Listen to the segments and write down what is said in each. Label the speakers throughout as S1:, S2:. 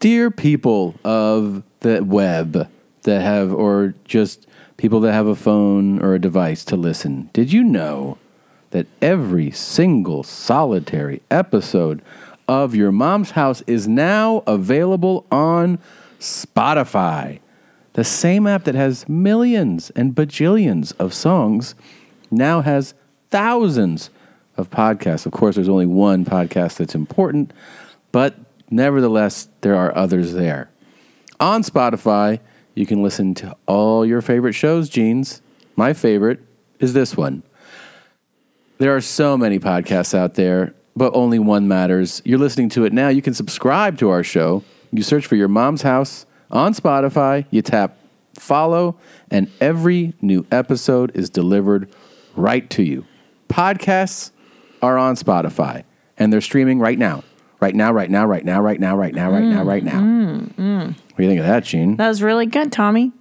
S1: dear people of the web that have, or just people that have a phone or a device to listen, did you know that every single solitary episode of Your Mom's House is now available on Spotify? The same app that has millions and bajillions of songs now has thousands of podcasts. Of course, there's only one podcast that's important, but nevertheless, there are others there. On Spotify, you can listen to all your favorite shows, Jeans. My favorite is this one. There are so many podcasts out there, but only one matters. You're listening to it now. You can subscribe to our show. You search for Your Mom's House on Spotify, you tap follow, and every new episode is delivered right to you. Podcasts are on Spotify, and they're streaming right now. Right now, right now, right now, right now, right now, right now, right now. What do you think of that, Gene?
S2: Mm, That was really good, Tommy.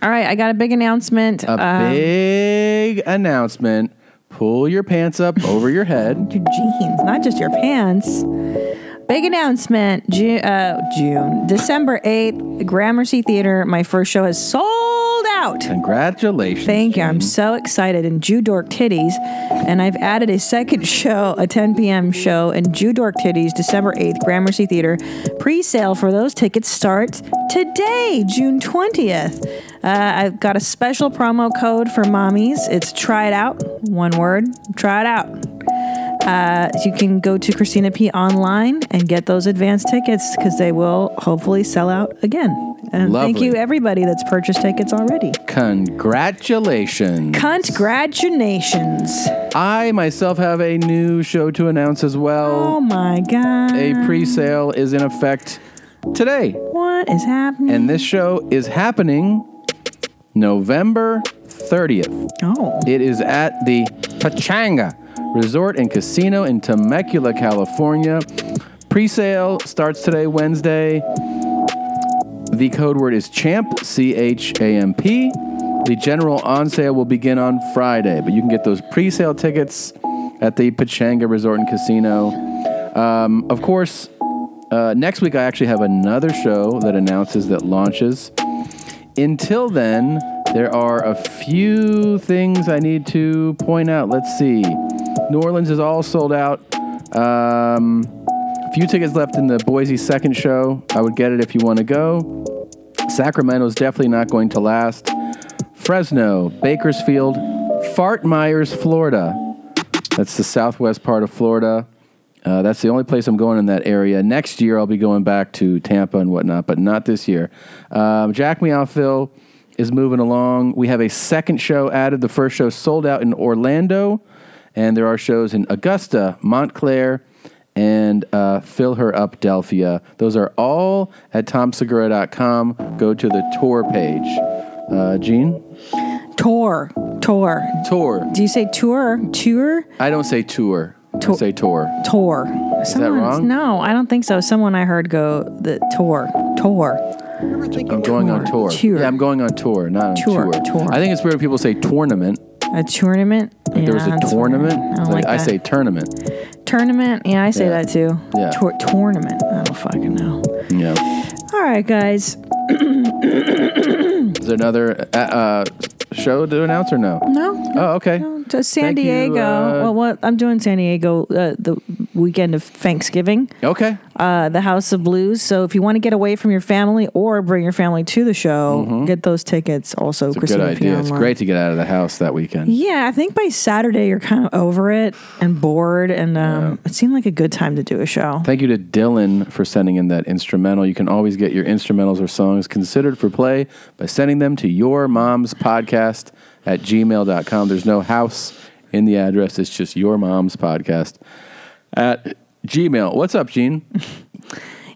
S2: All right, I got a big announcement. um,
S1: A big announcement. Pull your pants up over your head.
S2: your jeans, not just your pants. Big announcement June, uh, June, December 8th, Gramercy Theater. My first show is sold out.
S1: Congratulations.
S2: Thank you. I'm so excited in Jew Dork Titties. And I've added a second show, a 10 p.m. show in Jew Dork Titties, December 8th, Gramercy Theater. Pre sale for those tickets starts today, June 20th. Uh, I've got a special promo code for mommies. It's try it out. One word try it out. Uh, you can go to Christina P online and get those advance tickets because they will hopefully sell out again. And thank
S1: Lovely.
S2: you, everybody that's purchased tickets already.
S1: Congratulations.
S2: Congratulations.
S1: I myself have a new show to announce as
S2: Oh
S1: well.
S2: my God.
S1: A pre sale is in effect today.
S2: What is happening?
S1: And this show is happening November 30th.
S2: oh.
S1: It is at the Pachanga Resort and Casino in Temecula, California. Pre sale starts today, Wednesday. The code word is CHAMP, C H A M P. The general on sale will begin on Friday, but you can get those pre sale tickets at the Pachanga Resort and Casino. Um, of course, uh, next week I actually have another show that announces that launches. Until then, there are a few things I need to point out. Let's see. New Orleans is all sold out. Um, few tickets left in the Boise second show. I would get it if you want to go. Sacramento's definitely not going to last. Fresno, Bakersfield, Fart Myers, Florida. That's the southwest part of Florida. Uh, that's the only place I'm going in that area. Next year, I'll be going back to Tampa and whatnot, but not this year. Um, Jack Meowville is moving along. We have a second show added. The first show sold out in Orlando, and there are shows in Augusta, Montclair, and uh, Fill Her Up Delphia. Those are all at tomsegura.com. Go to the tour page. Uh, Gene?
S2: Tour. Tour.
S1: Tour.
S2: Do you say tour? Tour?
S1: I don't say tour. I
S2: Tour.
S1: say tour.
S2: Tour. Is
S1: that wrong?
S2: No, I don't think so. Someone I heard go the tour. Tour.
S1: I'm going on
S2: Tour.
S1: tour.
S2: Tour.
S1: Yeah, I'm going on tour, not on tour.
S2: Tour, tour.
S1: I think it's weird when people say tournament.
S2: A tournament.
S1: Like there was
S2: Yeah,
S1: a
S2: that's
S1: tournament.
S2: weird. I
S1: It's
S2: don't
S1: like,
S2: like
S1: I
S2: that.
S1: say tournament.
S2: tournament. Yeah, I say
S1: Yeah.
S2: that too.
S1: Yeah.
S2: Tour- tournament. I don't fucking know.
S1: Yeah.
S2: All right, guys.
S1: Is there another uh, uh, show to announce or no?
S2: No,
S1: Oh, okay.
S2: to San
S1: Thank you,
S2: Diego.
S1: uh,
S2: well, what I'm doing San Diego uh, the weekend of Thanksgiving.
S1: Okay.
S2: uh, the House of Blues. So if you want to get away from your family or bring your family to the show, get those tickets. Also,
S1: Mm-hmm. It's a good
S2: Christina P.
S1: idea. It's
S2: Online.
S1: great to get out of the house that weekend.
S2: Yeah, I think by Saturday you're kind of over it and bored, and um, it seemed like a good time to do a show.
S1: Thank you to Dylan for sending in that instrumental. You can always get your instrumentals or songs considered for play by sending them to your mom's podcast at gmail.com. There's no house in the address, it's just your mom's podcast at gmail. What's up, Gene?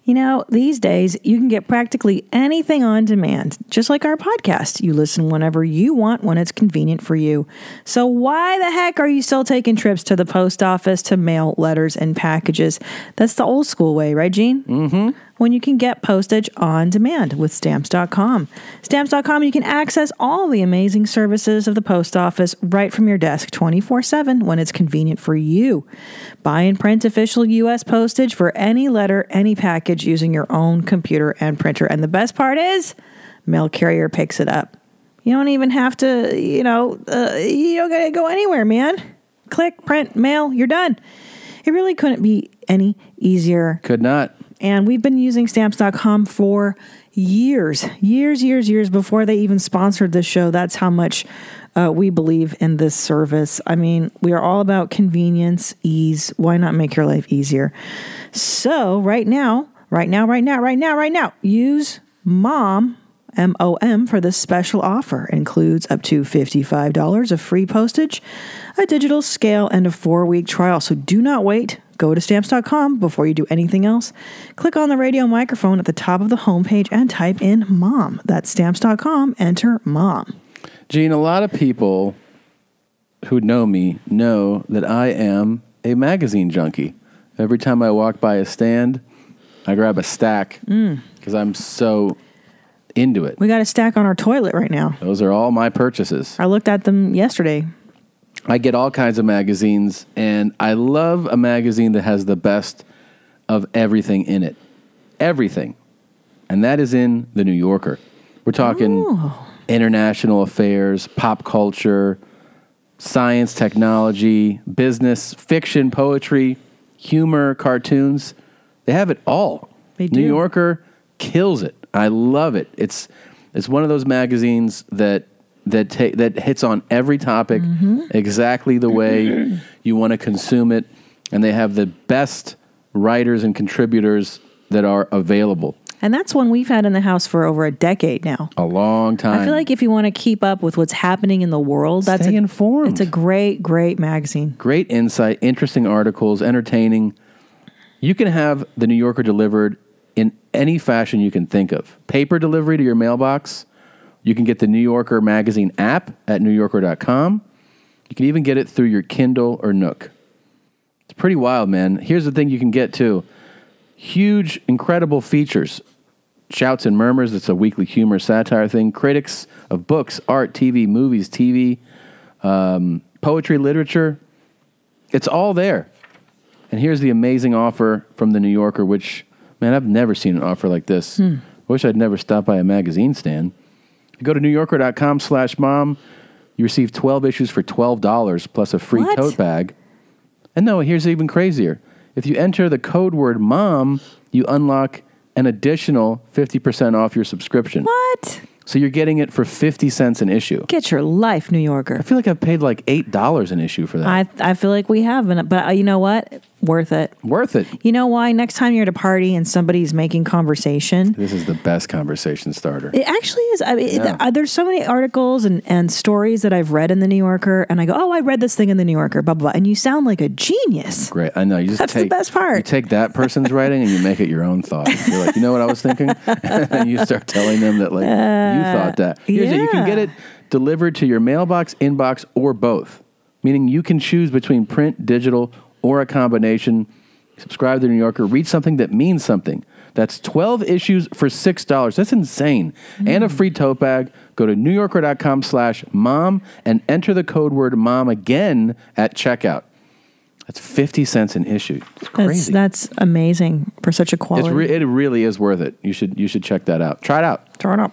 S2: You know, these days you can get practically anything on demand, just like our podcast. You listen whenever you want when it's convenient for you. So, why the heck are you still taking trips to the post office to mail letters and packages? That's the old school way, right, Gene? Mm hmm. when you can get postage on demand with stamps.com. Stamps.com, you can access all the amazing services of the post office right from your desk 24 7 when it's convenient for you. Buy and print official U.S. postage for any letter, any package using your own computer and printer. And the best part is, mail carrier picks it up. You don't even have to, you know, uh, you don't gotta go anywhere, man. Click, print, mail, you're done. It really couldn't be any easier.
S1: Could not.
S2: And we've been using stamps.com for years, years, years, years before they even sponsored this show. That's how much uh, we believe in this service. I mean, we are all about convenience, ease. Why not make your life easier? So, right now, right now, right now, right now, right now, use MOM. MOM for this special offer It includes up to $55 of free postage, a digital scale, and a four week trial. So do not wait. Go to stamps.com before you do anything else. Click on the radio microphone at the top of the homepage and type in mom. That's stamps.com. Enter mom.
S1: Gene, a lot of people who know me know that I am a magazine junkie. Every time I walk by a stand, I grab a stack
S3: Mm.
S1: because I'm so into it.
S2: We got a stack on our toilet right now.
S1: Those are all my purchases.
S2: I looked at them yesterday.
S1: I get all kinds of magazines, and I love a magazine that has the best of everything in it. Everything. And that is in The New Yorker. We're talking international affairs, pop culture, science, technology, business, fiction, poetry, humor, cartoons. They have it all.
S2: They
S1: New
S2: do.
S1: Yorker kills it. I love it. It's it's one of those magazines that that ta- that hits on every topic
S2: Mm-hmm.
S1: exactly the way you want to consume it, and they have the best writers and contributors that are available.
S2: And that's one we've had in the house for over a decade now.
S1: A long time.
S2: I feel like if you want to keep up with what's happening in the world, that's
S1: Stay
S2: a,
S1: informed.
S2: It's a great, great magazine.
S1: great insight, interesting articles, entertaining. You can have the New Yorker delivered in any fashion you can think of. Paper delivery to your mailbox. You can get the New Yorker magazine app at newyorker.com. You can even get it through your Kindle or Nook. It's pretty wild, man. Here's the thing you can get too huge, incredible features. Shouts and Murmurs, it's a weekly humor satire thing. Critics of books, art, TV, movies, TV, um, poetry, literature. It's all there. And here's the amazing offer from The New Yorker, which, man, I've never seen an offer like this. I wish I'd never stopped by a magazine stand. If you go to newyorker.com slash mom, you receive 12 issues for $12 plus a free
S2: What?
S1: tote bag. And no, here's even crazier. If you enter the code word mom, you unlock an additional 50% off your subscription.
S2: What?
S1: So you're getting it for 50 cents an issue.
S2: Get your life, New Yorker.
S1: I feel like I've paid like $8 an issue for that.
S2: I, I feel like we have, and- but uh, you know what? Worth it.
S1: Worth it.
S2: You know why? Next time you're at a party and somebody's making conversation,
S1: This is the best conversation starter.
S2: It actually is. I mean, it-
S1: Yeah.
S2: uh, there's so many articles and, and stories that I've read in the New Yorker, and I go, "Oh, I read this thing in the New Yorker," blah blah, blah and you sound like a genius.
S1: Great. I know. You just
S2: That's the
S1: take,
S2: best part.
S1: You take that person's writing and you make it your own thought. You're like, you know what I was thinking? and you start telling them that like you thought that. Here's it. You can get
S2: Uh, yeah.
S1: it delivered to your mailbox, inbox, or both. Meaning you can choose between print, digital, or a combination. Subscribe to the New Yorker. Read something that means something. That's 12 issues for $6. That's insane. And a
S2: Mm.
S1: free tote bag. Go to newyorker.com slash mom and enter the code word mom again at checkout. That's 50 cents an issue. It's
S2: That's,
S1: crazy.
S2: that's amazing for such a
S1: it's
S2: quality.
S1: re- it really is worth it. You should you should check that out. Try it out.
S2: Turn up.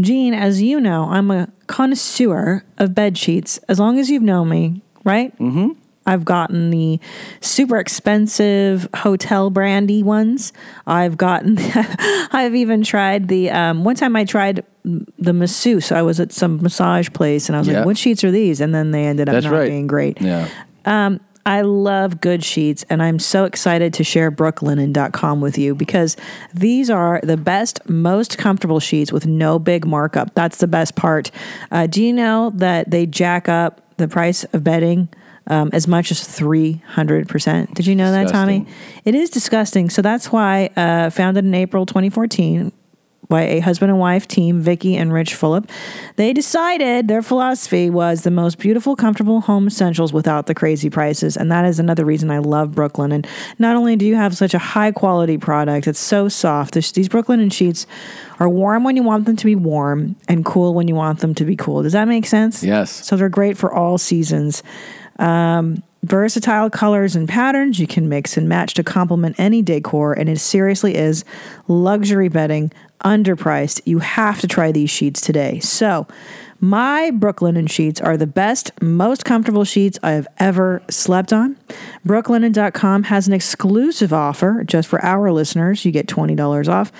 S2: Gene, as you know, I'm a connoisseur of bed sheets. As long as you've known me, right? Mm-hmm. I've gotten the super expensive hotel brandy ones. I've gotten, I've even tried the, um, one time I tried the masseuse. I was at some massage place and I was
S1: Yeah.
S2: like, what sheets are these? And then they ended up
S1: That's
S2: not
S1: right.
S2: being great.
S1: Yeah.
S2: Um, I love good sheets, and I'm so excited to share brooklinen.com with you because these are the best, most comfortable sheets with no big markup. That's the best part. Uh, do you know that they jack up the price of bedding um, as much as 300%? Did you know that, Tommy?
S1: Disgusting.
S2: It is disgusting. So that's why, uh, founded in April 2014, by a husband and wife team, Vicky and Rich Phillip. They decided their philosophy was the most beautiful, comfortable home essentials without the crazy prices. And that is another reason I love Brooklyn. And not only do you have such a high quality product, it's so soft. This, these Brooklyn and sheets are warm when you want them to be warm and cool when you want them to be cool. Does that make sense?
S1: Yes.
S2: So they're great for all seasons. Um, versatile colors and patterns you can mix and match to complement any decor, and it seriously is luxury bedding, underpriced. You have to try these sheets today. So, my Brooklinen sheets are the best, most comfortable sheets I have ever slept on. Brooklinen.com has an exclusive offer just for our listeners. You get $20 off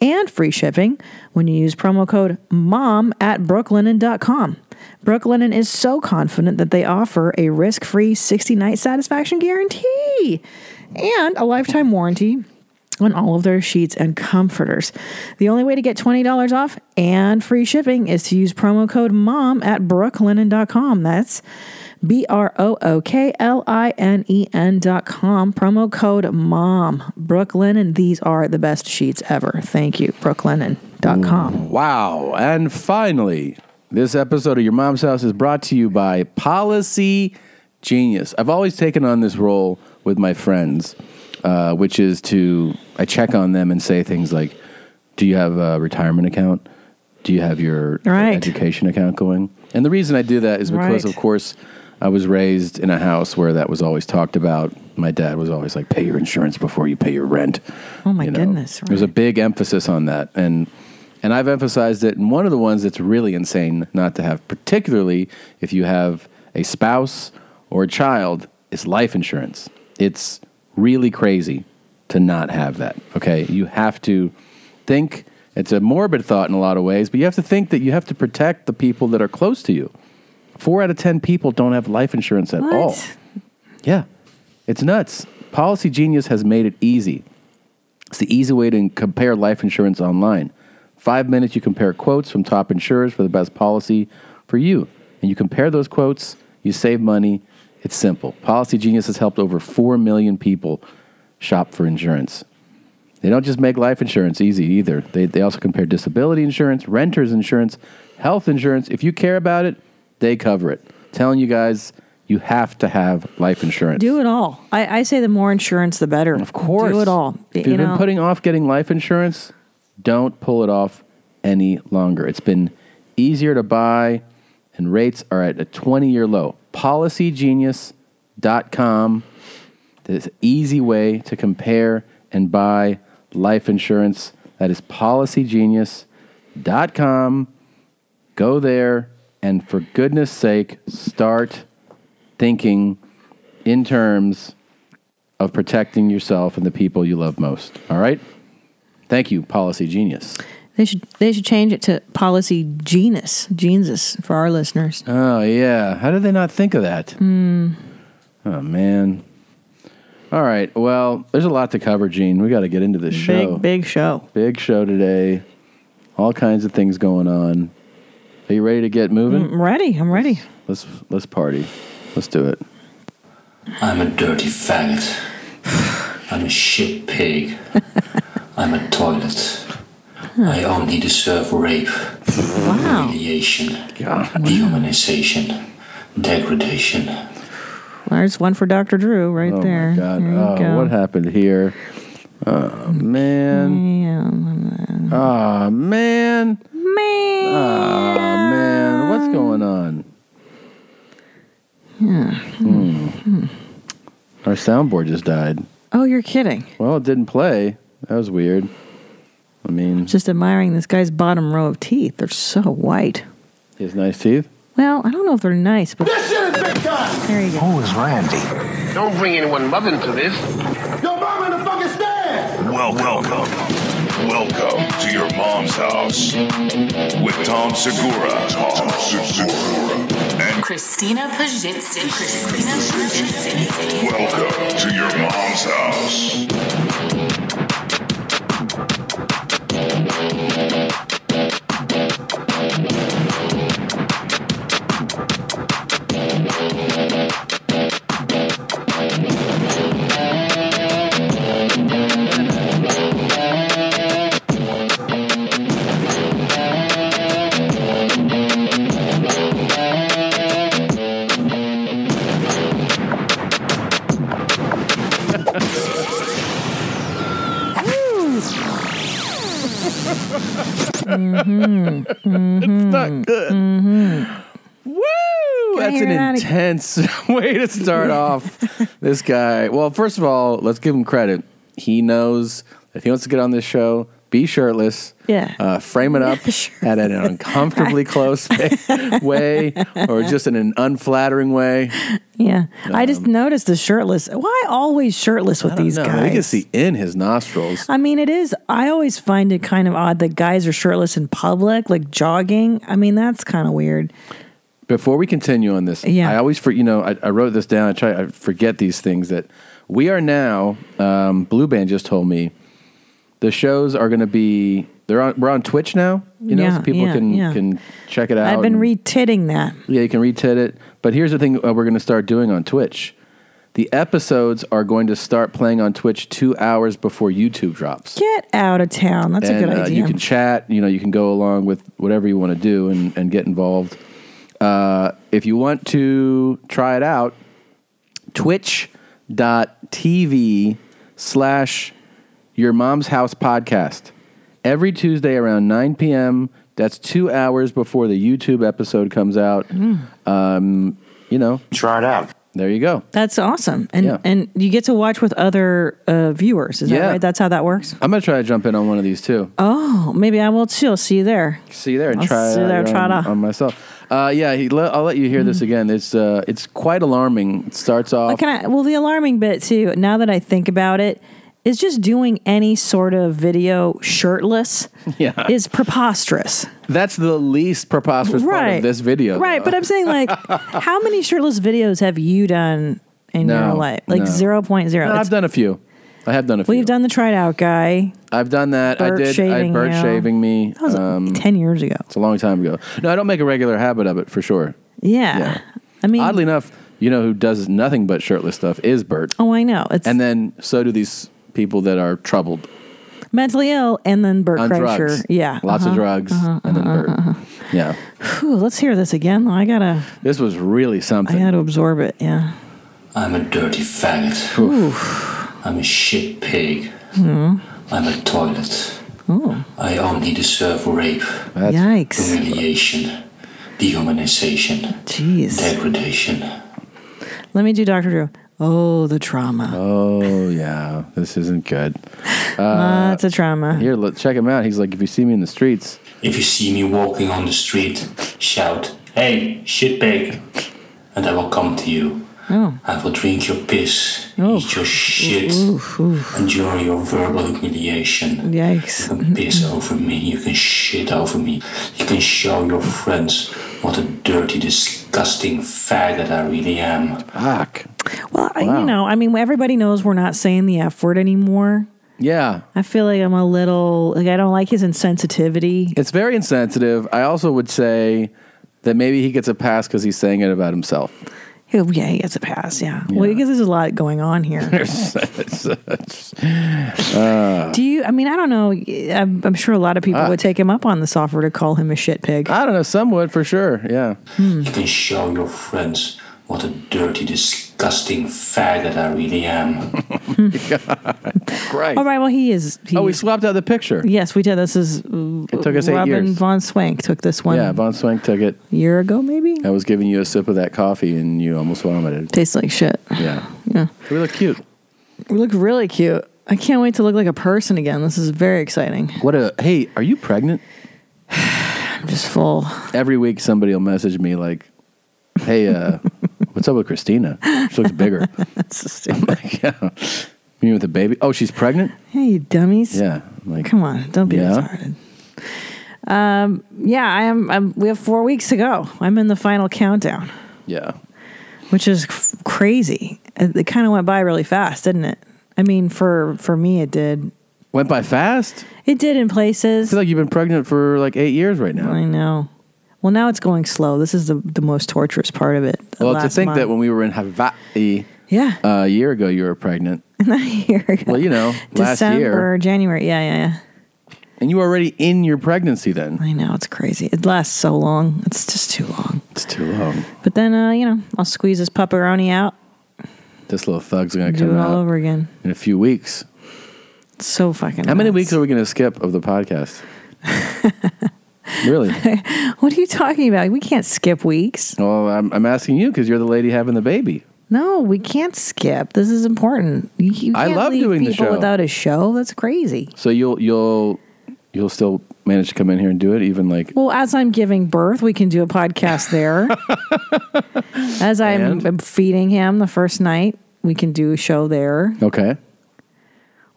S2: and free shipping when you use promo code MOM at brooklinen.com. Brooklinen is so confident that they offer a risk free 60 night satisfaction guarantee and a lifetime warranty on all of their sheets and comforters. The only way to get $20 off and free shipping is to use promo code MOM at brooklinen.com. That's B R O O K L I N E N.com. Promo code MOM. Brooklinen. These are the best sheets ever. Thank you, brooklinen.com.
S1: Wow. And finally, this episode of Your Mom's House is brought to you by Policy Genius. I've always taken on this role with my friends, uh, which is to, I check on them and say things like, Do you have a retirement account? Do you have your
S2: Right.
S1: education account going? And the reason I do that is
S2: Right.
S1: because, of course, I was raised in a house where that was always talked about. My dad was always like, Pay your insurance before you pay your rent.
S2: Oh my
S1: you know.
S2: goodness.
S1: There's a big emphasis on that, and and I've emphasized it. And one of the ones that's really insane not to have, particularly if you have a spouse or a child, is life insurance. It's really crazy to not have that. Okay, you have to think. It's a morbid thought in a lot of ways, but you have to think that you have to protect the people that are close to you. Four out of ten people don't have life insurance at all.
S2: What?
S1: Yeah, it's nuts. Policy Genius has made it easy. It's the easy way to compare life insurance online. Five minutes, you compare quotes from top insurers for the best policy for you. And you compare those quotes, you save money. It's simple. Policy Genius has helped over 4 million people shop for insurance. They don't just make life insurance easy either. They, they also compare disability insurance, renter's insurance, health insurance. If you care about it, they cover it. Telling you guys, you have to have life insurance.
S2: Do it all. I, I say the more insurance, the better. Of
S1: course.
S2: Do it all.
S1: If
S2: You
S1: you've
S2: know,
S1: been putting off getting life insurance, don't pull it off any longer. It's been easier to buy, and rates are at a 20 year low. PolicyGenius.com. This easy way to compare and buy life insurance. That is policygenius.com. Go there, and for goodness sake, start thinking in terms of protecting yourself and the people you love most. All right? Thank you, Policy Genius.
S2: they should they should change it to policy genus, Jesus for our listeners. Hmm.
S1: Oh, yeah. How did they not think of that? Oh, man. All right. Well, there's a lot to cover, Gene. We got to get into this show.
S2: Big big show.
S1: Big show today. All kinds of things going on. Are you ready to get moving?
S2: I'm ready. I'm ready.
S1: Let's let's party. Let's do it.
S4: I'm a dirty faggot. I'm a shit pig. I'm a toilet. I only deserve rape,
S2: Wow.
S4: humiliation,
S1: God.
S4: dehumanization, degradation.
S2: There's one for Dr. Drew right
S1: Oh
S2: there.
S1: my God.
S2: There you
S1: Oh,
S2: go.
S1: what happened here? Oh man.
S2: Man.
S1: Oh man. Oh man, what's going on? Hmm. Our soundboard just died.
S2: Oh, you're kidding.
S1: Well, it didn't play. That was weird. I mean,
S2: Just admiring this guy's bottom row of teeth. They're so white.
S1: he has nice teeth.
S2: Well, I don't know if they're nice, but
S5: This shit is big time!
S2: there you go.
S6: Who is Randy?
S7: Don't bring anyone mother into this.
S5: Your mom in the fucking stand!
S8: Well, welcome. Welcome to your mom's house with Tom Segura. Tom Segura. And
S9: Christina Pajitsky. Christina Pajitsky.
S8: welcome to your mom's house.
S2: Mm-hmm.
S1: It's not good. Woo!
S2: Can I
S1: That's
S2: hear
S1: an
S2: that ag-
S1: intense way to start off this guy. Well, first of all, let's give him credit. He knows if he wants to get on this show, be shirtless.
S2: Yeah.
S1: Uh, frame it up
S2: Sure.
S1: at an uncomfortably close way or just in an unflattering way.
S2: Yeah, I just
S1: Um,
S2: noticed the shirtless. Why always shirtless with these
S1: no,
S2: guys?
S1: You can see in his nostrils.
S2: I mean, it is. I always find it kind of odd that guys are shirtless in public, like jogging. I mean, that's kind of weird.
S1: Before we continue on this,
S2: Yeah.
S1: I always for you know I, I wrote this down. I try I forget these things that we are now. Um, Blue Band just told me the shows are going to be they're on we're on Twitch now. You know,
S2: Yeah,
S1: so people
S2: yeah,
S1: can
S2: yeah.
S1: can check it out.
S2: I've been
S1: and-
S2: retitting that.
S1: yeah, you can retit it. But here's the thing: uh, we're going to start doing on Twitch. The episodes are going to start playing on Twitch two hours before YouTube drops.
S2: Get out of town. Oh, That's
S1: and
S2: a good
S1: uh,
S2: idea.
S1: you can chat. You know, you can go along with whatever you want to do and, and get involved. Uh, if you want to try it out, twitch.tv slash your mom's house podcast. Every Tuesday around 9 p.m. That's two hours before the YouTube episode comes out.
S2: Mm.
S1: Um, you know,
S6: Try it out.
S1: there you go.
S2: that's awesome, and
S1: Yeah.
S2: and you get to watch with other uh, viewers. Is
S1: Yeah.
S2: that right? That's how that works.
S1: I'm going to try to jump in on one of these too.
S2: Oh, maybe I will too. See you there.
S1: See you there and
S2: I'll
S1: try
S2: see you
S1: it
S2: there,
S1: out here
S2: try it
S1: on,
S2: out.
S1: on myself. Uh, yeah, he le- I'll let you hear this again. It's uh, it's quite alarming. It starts off.
S2: But can I, well, the alarming bit too. Now that I think about it, is just doing any sort of video shirtless
S1: Yeah.
S2: is preposterous.
S1: That's the least preposterous part of this video.
S2: Right,
S1: though.
S2: but I'm saying like, how many shirtless videos have you done in
S1: No,
S2: your life? Like
S1: no.
S2: 0.0.
S1: No,
S2: It's-
S1: I've done a few. I have done a few.
S2: we've done the tried out guy.
S1: I've done that. I
S2: Bert
S1: did. I
S2: shaving
S1: burnt
S2: you.
S1: shaving me.
S2: That was like,
S1: Um,
S2: ten years ago.
S1: it's a long time ago. No, I don't make a regular habit of it for sure.
S2: Yeah.
S1: yeah.
S2: I mean,
S1: Oddly enough, you know who does nothing but shirtless stuff is Bert,
S2: oh, I know. It's
S1: and then so do these people that are troubled
S2: mentally ill, and then Bert
S1: on
S2: Kreischer.
S1: drugs.
S2: Yeah,
S1: lots of
S2: uh-huh.
S1: drugs, and then Bert. Yeah.
S2: Phew, let's hear this again. though. I gotta,
S1: This was really
S2: I
S1: something.
S2: gotta absorb it. Yeah.
S4: I'm a dirty faggot. I'm a shit pig.
S2: Hmm.
S4: I'm a toilet. I only deserve rape,
S2: Yikes.
S4: humiliation, dehumanization,
S2: Jeez.
S4: degradation.
S2: Let me do Dr. Drew. Oh, the trauma.
S1: oh yeah, this isn't good. Uh,
S2: Lots of trauma.
S1: Here, let, check him out. He's like, if you see me in the streets,
S4: If you see me walking on the street, shout, Hey, shit pig! And I will come to you. I will drink your piss, eat your shit, endure your verbal humiliation.
S2: Yikes.
S4: You can piss over me, you can shit over me, you can show your friends what a dirty, disgusting faggot I really am.
S1: fuck.
S2: Well, I
S1: Wow.
S2: you know, I mean, everybody knows we're not saying the F word anymore.
S1: Yeah,
S2: I feel like I'm a little like I don't like his insensitivity.
S1: it's very insensitive. I also would say that maybe he gets a pass because he's saying it about himself.
S2: Oh, yeah, he gets a pass. Yeah. Well, because there's a lot going on here. Do you? I mean, I don't know. I'm, I'm sure a lot of people would take him up on this offer to call him a shit pig.
S1: Ah. I don't know. Some would for sure. Yeah.
S4: You can show your friends what a dirty, disgusting faggot I really am.
S1: Right.
S2: All right. Well, he is. He,
S1: Oh, we swapped out the picture.
S2: yes, we did. This is.
S1: It took us eight
S2: Robin
S1: years.
S2: von Swank took this one
S1: Yeah, Von Swank took it.
S2: year ago, maybe.
S1: I was giving you a sip of that coffee, and you almost vomited.
S2: Tastes like shit.
S1: Yeah.
S2: Yeah.
S1: We look cute.
S2: We look really cute. I can't wait to look like a person again. This is very exciting.
S1: What a hey. Are you pregnant?
S2: I'm just full.
S1: every week somebody will message me like, "Hey, uh, what's up with Christina? She looks bigger."
S2: That's so stupid.
S1: yeah, you mean with a baby? Oh, she's pregnant.
S2: hey, you dummies.
S1: Yeah, I'm like
S2: Come on, don't be
S1: Yeah?
S2: retarded. Um, yeah, I am. I'm, we have four weeks to go. I'm in the final countdown,
S1: Yeah,
S2: which is c- crazy. It, it kind of went by really fast, didn't it? I mean, for for me, it did.
S1: went by fast. I
S2: It did in places.
S1: feel like you've been pregnant for like eight years right now.
S2: I know. Well, now it's going slow. This is the the most torturous part of it. the
S1: well, to
S2: last
S1: think that
S2: month.
S1: when we were in Hawaii
S2: yeah,
S1: uh, a year ago, you were pregnant,
S2: not a year ago.
S1: Well, you know, last
S2: December,
S1: year.
S2: January. Yeah, yeah, yeah.
S1: and you were already in your pregnancy then.
S2: I know it's crazy. It lasts so long. It's just too long.
S1: It's too long.
S2: But then, uh, you know, I'll squeeze this pepperoni out,
S1: This little thug's gonna
S2: do
S1: come
S2: it all
S1: out
S2: over again.
S1: in a few weeks.
S2: So fucking.
S1: How many
S2: nuts.
S1: weeks are we going to skip of the podcast? really?
S2: What are you talking about? We can't skip weeks.
S1: Well, I'm, I'm asking you because you're the lady having the baby.
S2: No, we can't skip. This is important. You, you
S1: I
S2: can't
S1: love
S2: leave
S1: doing the
S2: people
S1: show.
S2: without a show. Oh, That's crazy.
S1: So you'll you'll you'll still manage to come in here and do it, even like
S2: Well, as I'm giving birth, we can do a podcast there. as I'm
S1: And?
S2: feeding him the first night, we can do a show there.
S1: okay,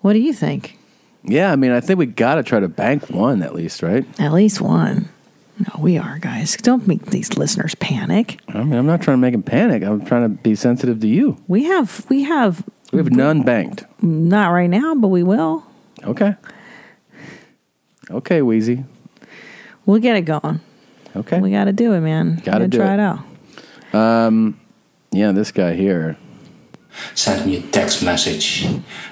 S2: What do you think?
S1: yeah. I mean, I think we got to try to bank one at least, right?
S2: At least one. No, we are, guys. Don't make these listeners panic.
S1: I mean, I'm not trying to make him panic. I'm trying to be sensitive to you.
S2: We have, we have,
S1: We have none banked.
S2: not right now, but we will.
S1: Okay. Okay, Wheezy.
S2: We'll get it going.
S1: Okay.
S2: We got to do it, man.
S1: Gotta
S2: We
S1: do
S2: try
S1: it. Um,
S2: it out.
S1: Yeah, this guy here.
S4: Send me a text message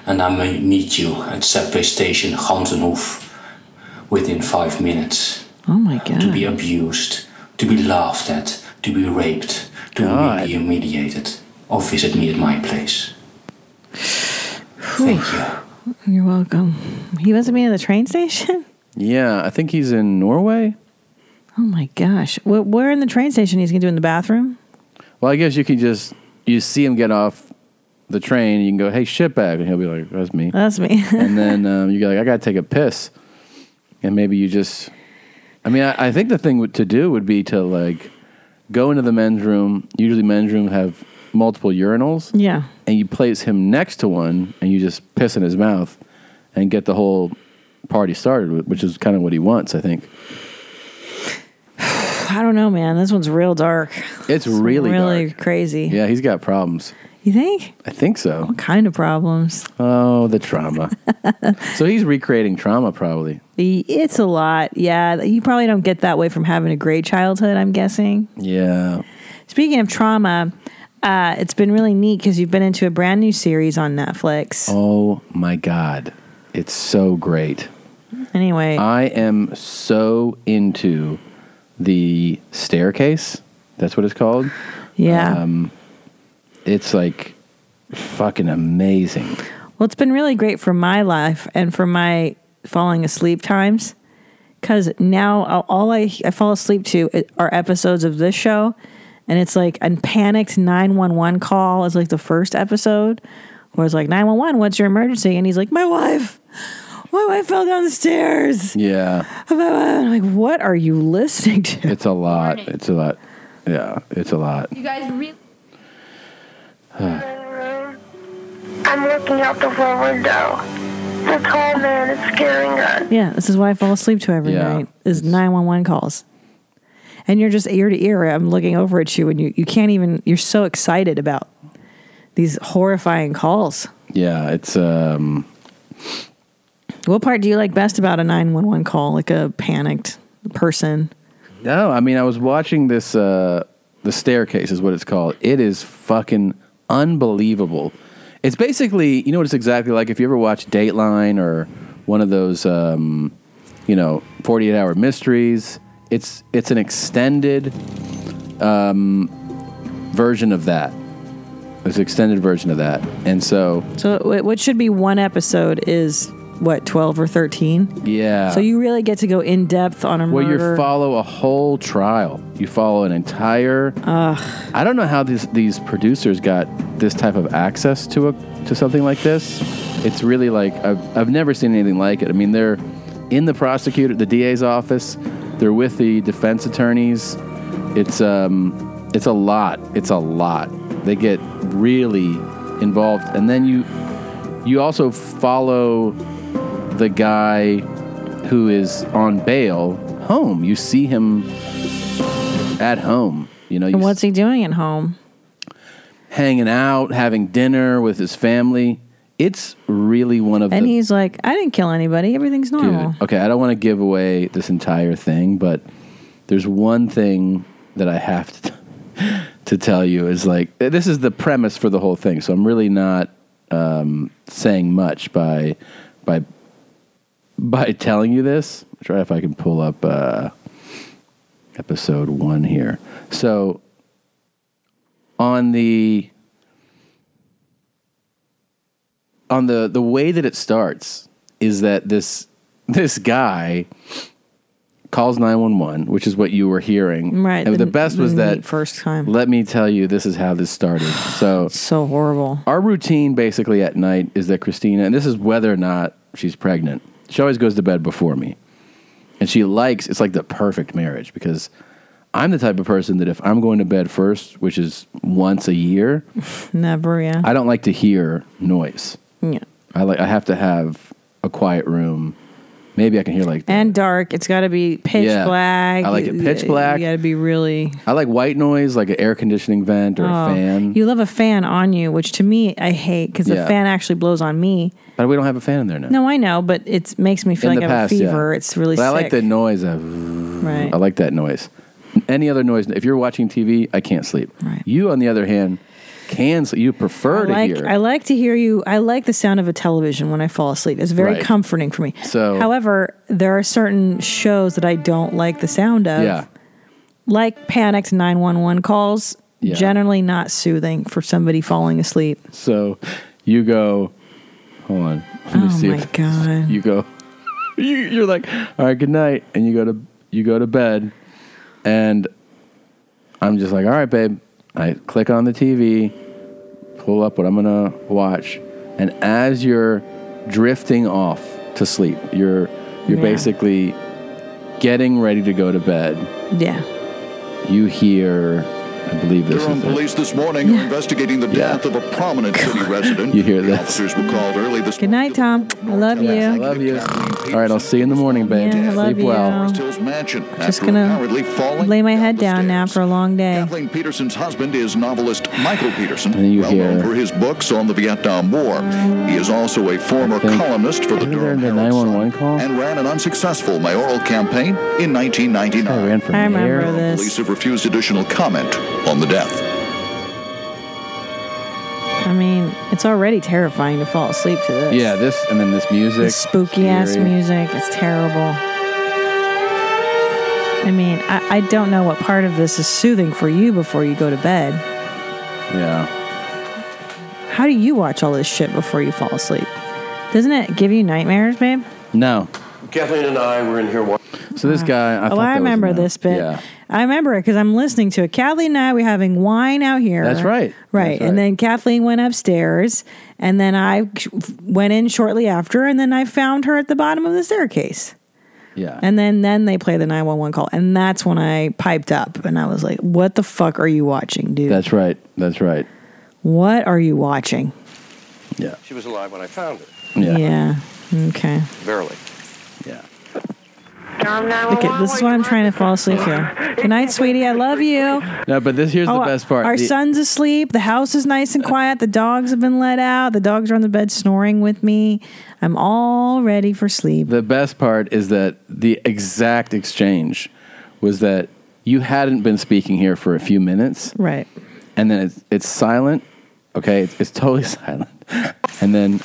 S4: and I may meet you at subway station Gansenhoef within five minutes.
S2: Oh my
S4: To be
S2: god!
S4: abused, to be laughed at, to be raped, to
S1: God.
S4: be humiliated, or visit me at my place. Thank you.
S2: You're welcome. He wasn't me at the train station.
S1: Yeah, I think he's in Norway.
S2: Oh my gosh! Wh- Where in the train station he's gonna do in the bathroom?
S1: Well, I guess you can just you see him get off the train. You can go, "Hey, shitbag," and he'll be like, "That's me."
S2: That's me.
S1: and then um, you go, like, "I gotta take a piss," and maybe you just. I mean, I, I think the thing would- to do would be to like go into the men's room. Usually, men's room have multiple urinals,
S2: yeah.
S1: and you place him next to one, and you just piss in his mouth, and get the whole party started, which is kind of what he wants, I think.
S2: I don't know, man. This one's real dark.
S1: It's
S2: It's
S1: really,
S2: really
S1: dark.
S2: crazy.
S1: Yeah, he's got problems.
S2: You think?
S1: I think so.
S2: What kind of problems?
S1: Oh, the trauma. so he's recreating trauma, probably.
S2: The- It's a lot. Yeah, you probably don't get that way from having a great childhood. I'm guessing.
S1: Yeah.
S2: Speaking of trauma, uh, it's been really neat because you've been into a brand new series on Netflix.
S1: Oh my God. It's so great.
S2: Anyway,
S1: Oh. I am so into the staircase. That's what it's called. Um,
S2: yeah.
S1: It's like fucking amazing.
S2: Well, it's been really great for my life and for my falling asleep times because now all- all I, I fall asleep to i- are episodes of this show. And it's like a panicked 911 call is like the first episode where it's like, 911, what's your emergency? And he's like, my wife, my wife fell down the stairs.
S1: Yeah.
S2: And I'm like, what are you listening to?
S1: It's a lot. It's a lot. Yeah. It's a lot.
S6: You guys really.
S10: I'm looking out the front window. The tall man is scaring us.
S2: Yeah, this is what I fall asleep to every
S1: Yeah.
S2: night is 911 calls. And you're just ear to ear. I'm looking over at you and you, you can't even, you're so excited about these horrifying calls.
S1: Yeah. It's, um,
S2: What part do you like best about a 911 call? Like a panicked person?
S1: No, I mean I was watching this. Uh, the staircase is what it's called. It is fucking unbelievable. It's basically you know what it's exactly like if you ever watch Dateline or one of those um, you know forty eight hour mysteries. It's it's an extended um, version of that. It's an extended version of that, and so
S2: So, wh- what should be one episode is what, 12 or 13?
S1: yeah.
S2: So, you really get to go in depth on a
S1: Well,
S2: murder.
S1: you follow a whole trial. You follow an entire. I don't know how these these producers got this type of access to a to something like this. It's really like I've I've never seen anything like it. I mean, they're in the prosecutor, the DA's office. They're with the defense attorneys. It's um, it's a lot. It's a lot. They get really involved, and then you you also follow the guy who is on bail home. You see him at home. You know, you
S2: and what's he doing at home?
S1: hanging out, having dinner with his family. It's really one of
S2: And
S1: the
S2: he's like, I didn't kill anybody. Everything's normal.
S1: Dude, okay, I don't want to give away this entire thing, but there's one thing that I have to to tell you is like this is the premise for the whole thing. So I'm really not um, saying much by by by telling you this. Try if I can pull up uh, episode one here. So on the on the the way that it starts is that this this guy calls 911, which is what you were hearing.
S2: Right,
S1: And the,
S2: the-
S1: best was
S2: the
S1: that
S2: first time.
S1: Let me tell you, this is how this started. So
S2: So horrible.
S1: our routine basically at night is that Christina, and this is whether or not she's pregnant, she always goes to bed before me. And she likes it's like the perfect marriage because I'm the type of person that if I'm going to bed first, which is once a year,
S2: Never, yeah.
S1: I don't like to hear noise.
S2: yeah.
S1: I like I have to have a quiet room. Maybe I can hear like
S2: And dark. It's got to be pitch
S1: Yeah.
S2: black.
S1: I like it
S2: You-
S1: pitch black.
S2: You got to be really.
S1: I like white noise, like an air conditioning vent or a
S2: Oh,
S1: fan.
S2: You love a fan on you, which to me I hate because the
S1: Yeah.
S2: fan actually blows on me.
S1: but we don't have a fan in there now.
S2: No, I know, but it makes me feel
S1: in
S2: like I
S1: the
S2: have
S1: past,
S2: a
S1: yeah.
S2: fever. It's really
S1: But I
S2: sick.
S1: like the noise of
S2: right.
S1: I like that noise. Any other noise? If you're watching TV, I can't sleep.
S2: Right.
S1: You, on the other hand, can sleep. You prefer
S2: I
S1: to
S2: like,
S1: hear.
S2: I like to hear you. I like the sound of a television when I fall asleep. It's very
S1: Right. Oh.
S2: comforting for me.
S1: So-
S2: however, there are certain shows that I don't like the sound of,
S1: yeah,
S2: like panicked nine one one calls.
S1: Yeah.
S2: Generally, not soothing for somebody falling asleep.
S1: so you go. Hold on. Let me
S2: Oh
S1: see
S2: my
S1: if-
S2: God.
S1: You go. You, you're like, all right, good night, and you go to you go to bed, and I'm just like, all right, babe. I click on the TV, pull up what I'm gonna watch, and as you're drifting off to sleep, you're you're
S2: Yeah.
S1: basically getting ready to go to bed.
S2: Yeah,
S1: You hear, I believe this
S6: Durham
S1: is it.
S6: police this morning are investigating the
S1: Yeah.
S6: death of a prominent city resident.
S1: You hear
S6: The
S1: this.
S6: Officers were called early this
S2: Good night, Tom. I love
S1: I
S2: you.
S1: love you. All right, I'll see you in the morning, babe.
S2: Yeah, I love
S1: sleep
S2: you.
S1: well.
S6: Forest Hills Mansion
S2: Just
S6: after
S2: gonna
S6: apparently falling
S2: Lay my
S6: down
S2: head
S6: the
S2: down now
S6: stairs.
S2: for a long day.
S6: Kathleen Peterson's husband is novelist Michael Peterson,
S1: And you
S6: well
S1: hear-
S6: known for his books on the Vietnam War. He is also a former
S1: think-
S6: columnist for the
S1: Isn't there
S6: Durham
S1: the
S6: Herald
S1: 911
S6: Sun
S1: call?
S6: and ran an unsuccessful mayoral campaign in 1999.
S1: I ran from
S2: I
S1: here.
S2: remember this.
S6: Police have refused additional comment on the death.
S2: I mean, it's already terrifying to fall asleep to this.
S1: Yeah, this and then this music.
S2: This spooky ass
S1: Scary.
S2: music. It's terrible. I mean, I, I don't know what part of this is soothing for you before you go to bed.
S1: Yeah.
S2: How do you watch all this shit before you fall asleep? Doesn't it give you nightmares, babe?
S1: No.
S11: Kathleen and I were in here watching.
S1: So this guy. I
S2: oh,
S1: thought that
S2: I
S1: was
S2: remember
S1: a no.
S2: this bit.
S1: Yeah.
S2: I remember it because I'm listening to it. Kathleen and I were having wine out here.
S1: That's right.
S2: Right.
S1: That's right.
S2: And then Kathleen went upstairs, and then I sh- went in shortly after, and then I found her at the bottom of the staircase.
S1: Yeah.
S2: And then then they play the 911 call, and that's when I piped up, and I was like, "What the fuck are you watching, dude?
S1: that's right. That's right.
S2: what are you watching?"
S1: Yeah.
S11: She was alive when I found her,
S1: Yeah.
S2: Yeah. Okay.
S11: barely.
S1: Yeah.
S2: Okay. This is what I'm trying to fall asleep to. Good night, sweetie. I love you.
S1: No, but this here's the best part.
S2: Oh, Our
S1: The-
S2: son's asleep. The house is nice and quiet. The dogs have been let out. The dogs are on the bed snoring with me. I'm all ready for sleep.
S1: the best part is that the exact exchange was that you hadn't been speaking here for a few minutes,
S2: Right.
S1: and then it's, it's silent. Okay, it's, it's totally silent, and then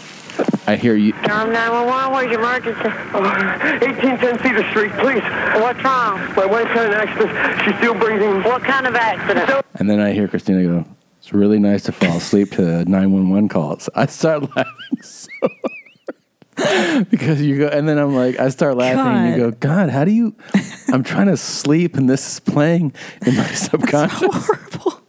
S1: I hear you.
S10: Durham 911, where's your emergency?
S11: 1810 Cedar Street, please.
S10: What's wrong?
S11: My wife had an accident. She's still breathing.
S10: What kind of accident?
S1: And then I hear Christina go, It's really nice to fall asleep to the 911 calls. I start laughing so hard. because you go, and then I'm like, I start laughing. And you go, God, how do you? I'm trying to sleep and this is playing in my subconscious.
S2: Horrible.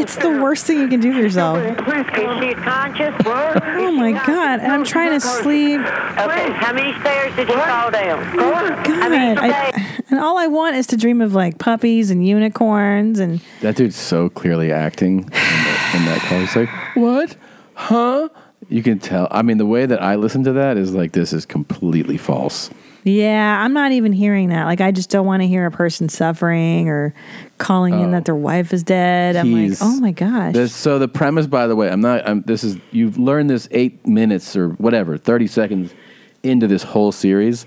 S2: It's the worst thing you can do for yourself.
S10: Is
S11: Please
S10: she conscious? oh
S2: Oh my god. And I'm trying to sleep. Oh,
S10: Okay, how many stairs did you fall down? I
S2: God,
S10: mean, today.
S2: I, and all I want is to dream of like puppies and unicorns and
S1: That dude's so clearly acting in that, in that call. He's like, What? Huh? You can tell. I mean, the way that I listen to that is like, this is completely false.
S2: yeah, I'm not even hearing that. Like I just don't want to hear a person suffering or calling in that their wife is dead. I'm like,
S1: Oh. He's-
S2: oh my gosh.
S1: This, so the premise, by the way, I'm not. I'm, this is you've learned this eight minutes or whatever, thirty seconds into this whole series,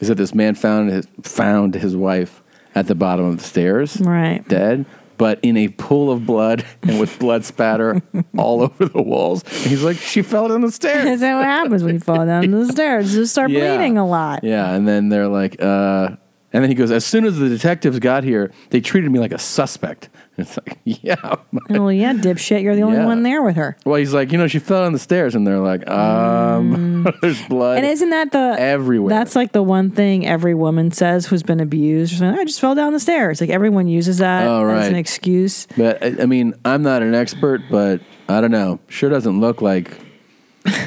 S1: is that this man found his, found his wife at the bottom of the stairs,
S2: Right.
S1: dead, but in a pool of blood and with blood spatter all over the walls. And he's like, she fell down the
S2: Is
S1: stairs.
S2: that what happens when you fall down the stairs? You just start
S1: Yeah.
S2: bleeding a lot.
S1: yeah, and then they're like, uh, And then he goes, as soon as the detectives got here, they treated me like a suspect. And it's like, yeah.
S2: Well, Oh, yeah, dipshit, you're the only
S1: Yeah.
S2: one there with her.
S1: Well, he's like, you know, she fell down the stairs, and they're like, um, there's blood.
S2: Mm. And isn't that the
S1: everywhere?
S2: That's like the one thing every woman says who's been abused. or something, I just fell down the stairs. Like everyone uses that
S1: Oh,
S2: as
S1: right.
S2: an excuse.
S1: But I, I mean, I'm not an expert, but I don't know. Sure doesn't look like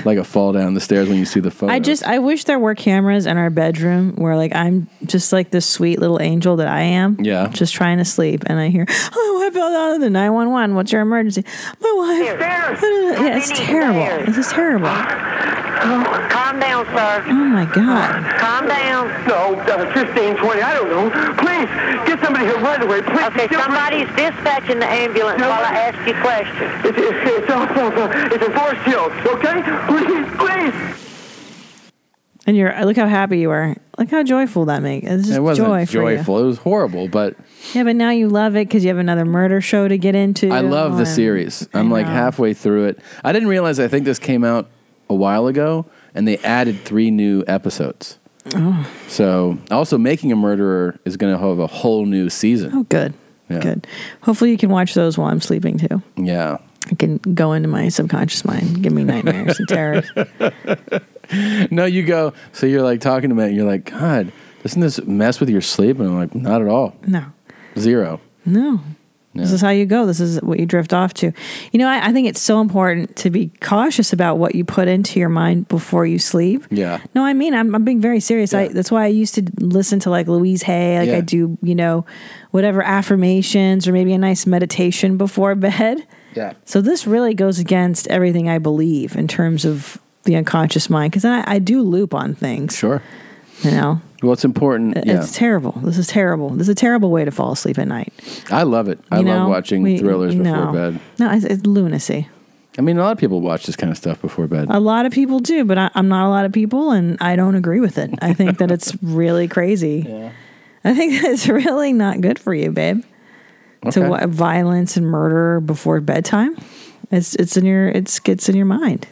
S1: like a fall down the stairs when you see the photo.
S2: I just I wish there were cameras in our bedroom where like I'm just like this sweet little angel that I am.
S1: Yeah.
S2: Just trying to sleep and I hear, Oh, I fell down the nine one one. What's your emergency? My wife
S10: Stairs.
S2: Yeah, it's terrible. This is terrible.
S10: Calm down,
S2: Oh
S10: sir.
S2: my god.
S10: Calm down.
S11: No, uh, 15, 20, I don't know. Please, get somebody here right away, please.
S10: Okay,
S11: Get-
S10: somebody's dispatching the ambulance while I ask you questions.
S11: It's, it's, it's, off, uh, it's in Forest Hills, okay? Please, please.
S2: And you're look how happy you are. Look how joyful that makes. It's just
S1: it wasn't
S2: joy for you.
S1: joyful. It was horrible, but
S2: Yeah, but now you love it because you have another murder show to get into.
S1: I love the
S2: and-
S1: series. I'm
S2: I
S1: like
S2: know.
S1: halfway through it. I didn't realize. I think this came out a while ago, and they added three new episodes.
S2: Oh.
S1: So, also, Making a Murderer is going to have a whole new season.
S2: Oh, good.
S1: Yeah.
S2: Good. Hopefully, you can watch those while I'm sleeping too.
S1: Yeah.
S2: I can go into my subconscious mind, give me nightmares and terrors.
S1: No, you go. So you're like talking to me, and you're like, God, doesn't this mess with your sleep? And I'm like, not at all.
S2: No,
S1: Zero.
S2: no. This is how you go. This is what you drift off to. You know, I, I think it's so important to be cautious about what you put into your mind before you sleep.
S1: Yeah.
S2: No, I mean, I'm, I'm being very serious. I, that's why I used to listen to like Louise Hay. Like
S1: Yeah.
S2: I do, you know, whatever affirmations or maybe a nice meditation before bed.
S1: Yeah.
S2: So this really goes against everything I believe in terms of the unconscious mind because I, I do loop on things.
S1: Sure.
S2: You know,
S1: Well, it's important.
S2: It-
S1: yeah.
S2: it's terrible. This is terrible. This is a terrible way to fall asleep at night.
S1: I love it. I
S2: you
S1: love
S2: know?
S1: watching
S2: We-
S1: thrillers
S2: no.
S1: before bed.
S2: No, it's, it's lunacy.
S1: I mean, a lot of people watch this kind of stuff before bed.
S2: A lot of people do, but I, I'm not a lot of people, and I don't agree with it. I think that it's really crazy. I think that it's really not good for you, babe.
S1: Okay.
S2: To wa- violence and murder before bedtime. It's it's in your it's gets in your mind.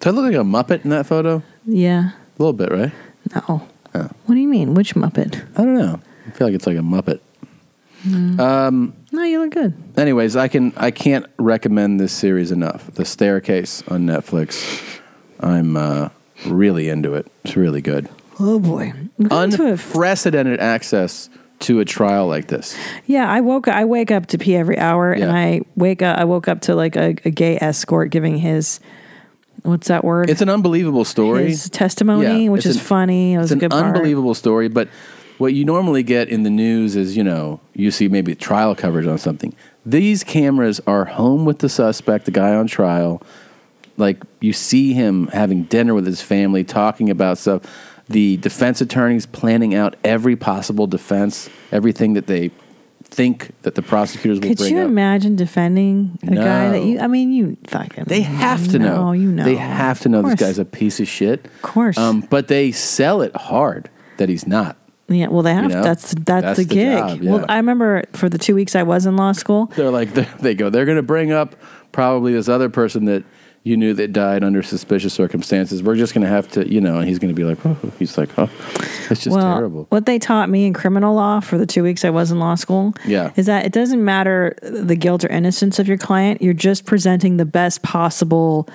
S1: Do I look like a Muppet in that photo? A
S2: Yeah.
S1: little bit, right?
S2: No. What do you mean? Which Muppet?
S1: I don't know. I feel like it's like a Muppet.
S2: Mm-hmm.
S1: Um,
S2: No, Oh, you look good.
S1: Anyways, I can I can't recommend this series enough. The Staircase on Netflix. I'm uh, really into it. It's really good.
S2: Oh boy. We got into a f-
S1: Unprecedented access to a trial like this.
S2: yeah, I woke I wake up to pee every hour and
S1: Yeah.
S2: I wake up I woke up to like a, a gay escort giving his what's that word?
S1: It's an unbelievable story.
S2: his testimony,
S1: Yeah,
S2: which
S1: it's
S2: is
S1: an-
S2: funny. It was
S1: it's
S2: a
S1: an
S2: good part.
S1: unbelievable story. But what you normally get in the news is, you know, you see maybe trial coverage on something. These cameras are home with the suspect, the guy on trial. Like you see him having dinner with his family, talking about stuff. The defense attorneys planning out every possible defense, everything that they think that the prosecutors will
S2: Could
S1: bring
S2: you
S1: up.
S2: imagine defending a guy that
S1: No.
S2: you I mean you fucking
S1: They have to know.
S2: No, you know.
S1: They have to know
S2: Of
S1: this
S2: course.
S1: guy's a piece of shit. Of
S2: course.
S1: Um, but they sell it hard that he's not.
S2: Yeah, well they have
S1: know?
S2: that's that's,
S1: That's
S2: the
S1: the
S2: gig.
S1: job, yeah.
S2: Well I remember for the two weeks I was in law school,
S1: They're like they they go. They're going to bring up probably this other person that you knew that died under suspicious circumstances. We're just going to have to, you know. And he's going to be like, oh. he's like, oh, it's just terrible.
S2: What they taught me in criminal law for the two weeks I was in law school
S1: Yeah.
S2: is that it doesn't matter the guilt or innocence of your client. You're just presenting the best possible,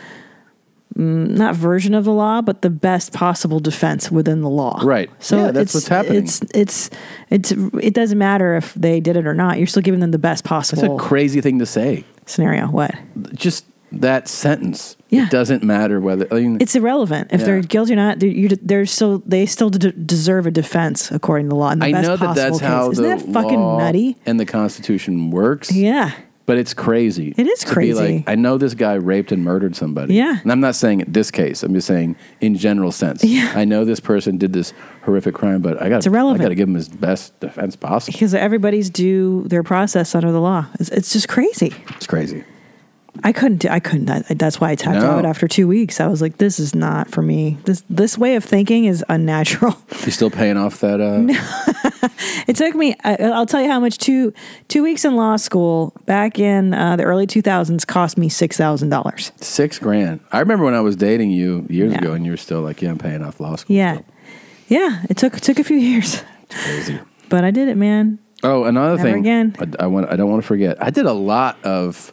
S2: mm, not version of the law, but the best possible defense within the law.
S1: Right.
S2: So
S1: Yeah, that's
S2: it's,
S1: what's happening.
S2: It's, it's, it's, it doesn't matter if they did it or not. You're still giving them the best
S1: That's
S2: possible
S1: a crazy thing to say.
S2: scenario. What?
S1: Just that sentence.
S2: Yeah.
S1: It doesn't matter whether. I mean,
S2: It's irrelevant if
S1: Yeah.
S2: they're guilty or not. They're, you, they're still they still de- deserve a defense according to the law. And the
S1: I
S2: best
S1: know that
S2: possible
S1: that's how
S2: case. Isn't
S1: the
S2: that fucking
S1: law
S2: nutty?
S1: and the Constitution works.
S2: Yeah.
S1: But it's crazy.
S2: It is
S1: to
S2: crazy.
S1: Be like, I know this guy raped and murdered somebody.
S2: Yeah.
S1: And I'm not saying in this case. I'm just saying in general sense.
S2: Yeah.
S1: I know this person did this horrific crime, but I got
S2: It's irrelevant.
S1: I got to give him his best defense possible.
S2: because everybody's due their process under the law. It's, it's just crazy.
S1: It's crazy.
S2: I couldn't. do- I couldn't. I, that's why I tapped
S1: No.
S2: out after two weeks. I was like, this is not for me. This this way of thinking is unnatural.
S1: You still paying off that? Uh,
S2: It took me. I, I'll tell you how much two two weeks in law school back in uh, the early two thousands cost me six thousand dollars.
S1: Six grand. I remember when I was dating you years
S2: Yeah.
S1: ago, and you were still like, "Yeah, I'm paying off law school."
S2: Yeah,
S1: still."
S2: yeah. It took took a few years.
S1: Crazy.
S2: But I did it, man.
S1: Oh, another
S2: Never
S1: thing.
S2: again.
S1: I, I want. I don't want to forget. I did a lot of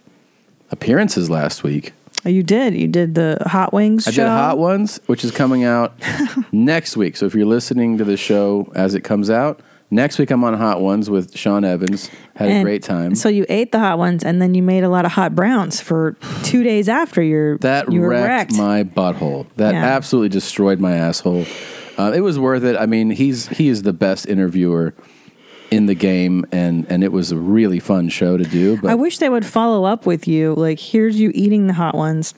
S1: appearances last week.
S2: You did. You did the Hot Wings
S1: I
S2: show.
S1: did Hot Ones, which is coming out next week. So if you're listening to the show as it comes out, next week I'm on Hot Ones with Sean Evans. Had a
S2: And
S1: great time.
S2: So you ate the hot ones, and then you made a lot of hot browns for two days after your
S1: that
S2: you were
S1: wrecked, my butthole. That
S2: Yeah.
S1: absolutely destroyed my asshole. Uh, it was worth it. I mean, he's he is the best interviewer in the game, and and it was a really fun show to do. But
S2: I wish they would follow up with you. Like, here's you eating the hot ones,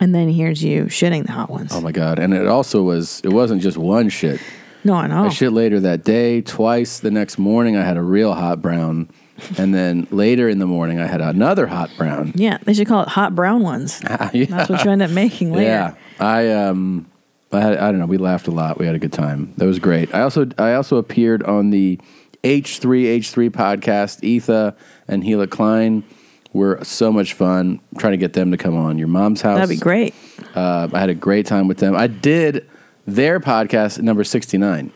S2: and then here's you shitting the hot ones.
S1: Oh my god! And it also was. It wasn't just one shit.
S2: No, I know.
S1: I shit later that day, twice. The next morning, I had a real hot brown, and then later in the morning, I had another hot brown.
S2: yeah, they should call it hot brown ones.
S1: Ah, Yeah.
S2: That's what you end up making later.
S1: Yeah, I um, I, had, I don't know. We laughed a lot. We had a good time. That was great. I also I also appeared on the H three H three podcast. Etha and Gila Klein were so much fun. I'm trying to get them to come on your mom's house.
S2: That'd be great.
S1: Uh, I had a great time with them. I did their podcast number sixty nine.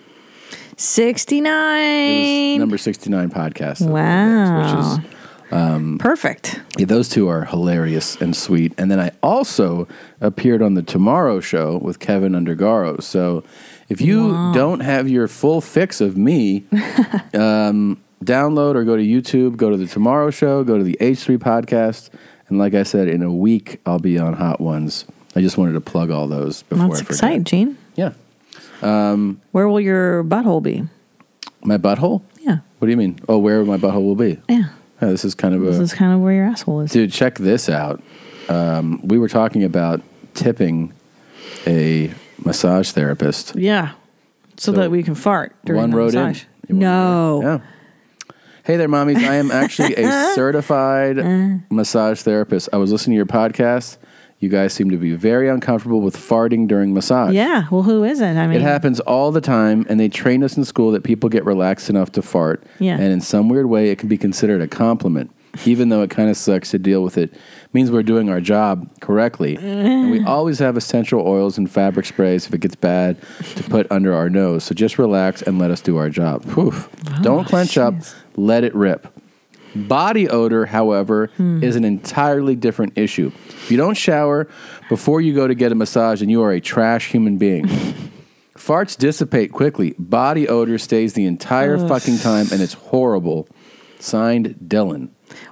S2: 69.
S1: Number sixty nine podcast.
S2: wow.
S1: Which is um,
S2: perfect.
S1: Yeah, those two are hilarious and sweet. And then I also appeared on the Tomorrow Show with Kevin Undergaro. So if you
S12: Wow.
S1: don't have your full fix of me, um, download or go to YouTube, go to the Tomorrow Show, go to the H3 podcast. And like I said, in a week, I'll be on Hot Ones. I just wanted to plug all those before
S2: That's
S1: I forget.
S2: exciting, Gene.
S1: Yeah. Um,
S2: Where will your butthole be?
S1: my butthole?
S2: Yeah.
S1: What do you mean? Oh, where my butthole will be?
S2: Yeah.
S1: Yeah, this is kind of
S2: This
S1: a.
S2: is kind of where your asshole is.
S1: Dude, check this out. Um, we were talking about tipping a massage therapist.
S2: Yeah. So,
S1: So,
S2: that we can fart during
S1: one
S2: the
S1: road in.
S2: massage. No.
S1: Hey there, mommies. I am actually a certified
S2: Uh.
S1: massage therapist. I was listening to your podcast. You guys seem to be very uncomfortable with farting during massage.
S2: Yeah. Well, who isn't? I mean,
S1: it happens all the time, and they train us in school that people get relaxed enough to fart.
S2: Yeah.
S1: And in some weird way, it can be considered a compliment, even though it kind of sucks to deal with it. means we're doing our job correctly. and we always have essential oils and fabric sprays, if it gets bad, to put under our nose. So just relax and let us do our job. Whew. Don't clench up, let it rip. Body odor, however,
S2: Hmm.
S1: is an entirely different issue. If you don't shower before you go to get a massage, then you are a trash human being. Farts dissipate quickly. Body odor stays the entire
S2: Ugh.
S1: fucking time, and it's horrible. Signed, Dylan.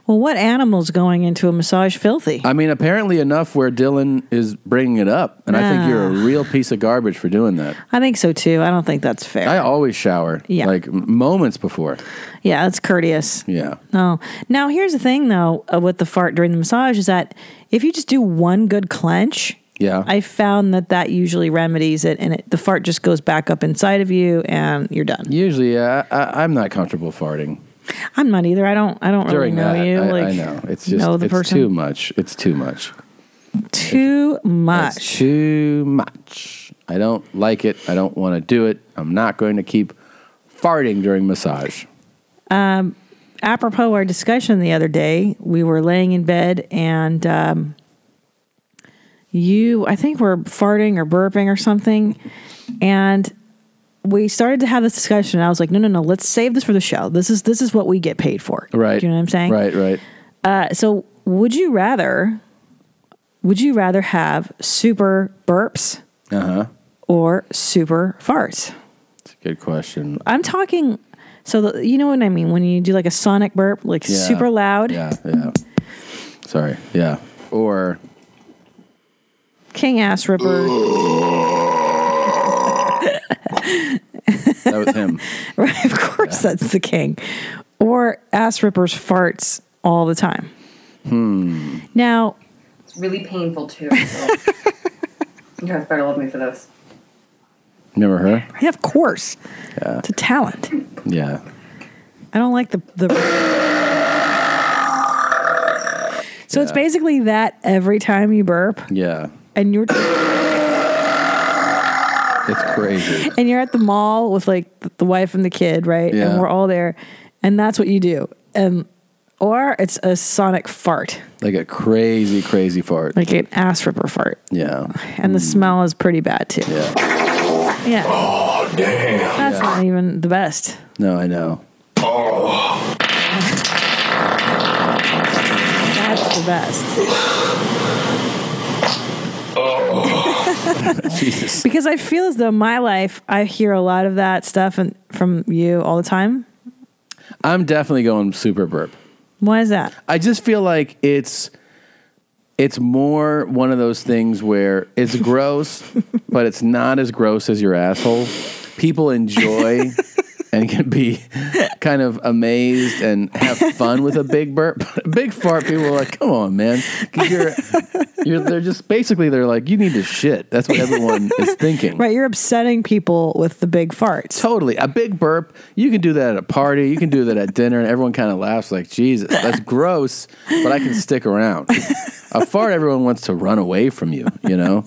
S2: well, what animal's going into a massage filthy?
S1: I mean, apparently enough where Dylan is bringing it up, and I think you're a real piece of garbage for doing that.
S2: I think so too. I don't think that's fair.
S1: I always shower,
S2: Yeah.
S1: like m- moments before.
S2: yeah, that's courteous.
S1: Yeah.
S2: No. Now, here's the thing though uh, with the fart during the massage is that if you just do one good clench,
S1: Yeah.
S2: I found that that usually remedies it, and it, the fart just goes back up inside of you, and you're done.
S1: Usually, yeah, I, I, I'm not comfortable farting.
S2: I'm not either. I don't. I don't
S1: During
S2: really know
S1: that,
S2: you.
S1: I,
S2: like,
S1: I know it's just
S2: know the
S1: it's
S2: person
S1: too much. It's too much.
S2: too much.
S1: It's too much. I don't like it. I don't want to do it. I'm not going to keep farting during massage.
S2: Um, apropos our discussion the other day, we were laying in bed and um, you, I think, were farting or burping or something, and we started to have this discussion. And I was like, no, no, no, let's save this for the show. This is this is what we get paid for.
S1: Right.
S2: Do you know what I'm saying?
S1: Right, right.
S2: Uh, so, would you rather? Would you rather have super burps
S1: Uh huh.
S2: or super farts?
S1: It's a good question.
S2: I'm talking. So the, you know what I mean when you do like a sonic burp, like
S1: Yeah.
S2: super loud.
S1: Yeah, yeah. Sorry. Yeah. Or
S2: King ass ripper.
S1: that was him.
S2: right, of course, that's the king. Or ass rippers farts all the time.
S1: Hmm.
S2: Now,
S3: It's really painful too. So. you guys better love me for this.
S1: Remember her?
S2: yeah, of course, it's a talent.
S1: Yeah.
S2: I don't like the the. So it's basically that every time you burp
S1: Yeah.
S2: and you're
S1: It's crazy.
S2: and you're at the mall with like th- the wife and the kid, right?
S1: Yeah.
S2: And we're all there, and that's what you do. And or it's a sonic fart,
S1: Like a crazy, crazy fart.
S2: like an ass ripper fart,
S1: Yeah.
S2: and the smell is pretty bad too.
S1: Yeah.
S2: Yeah.
S8: Oh, damn.
S2: That's not not even the best.
S1: No, I know.
S2: That's the best.
S1: Jesus.
S2: Because I feel as though my life, I hear a lot of that stuff and from you all the time.
S1: I'm definitely going super burp.
S2: Why is that?
S1: I just feel like it's it's more one of those things where it's gross, but it's not as gross as your asshole. People enjoy and can be kind of amazed and have fun with a big burp. big fart, people are like, come on, man. 'Cause You're, you're, they're just basically, they're like, you need to shit. That's what everyone is thinking.
S2: Right, you're upsetting people with the big farts.
S1: Totally. A big burp. You can do that at a party. You can do that at dinner. And everyone kind of laughs like, Jesus, that's gross, but I can stick around. A fart, everyone wants to run away from you, you know?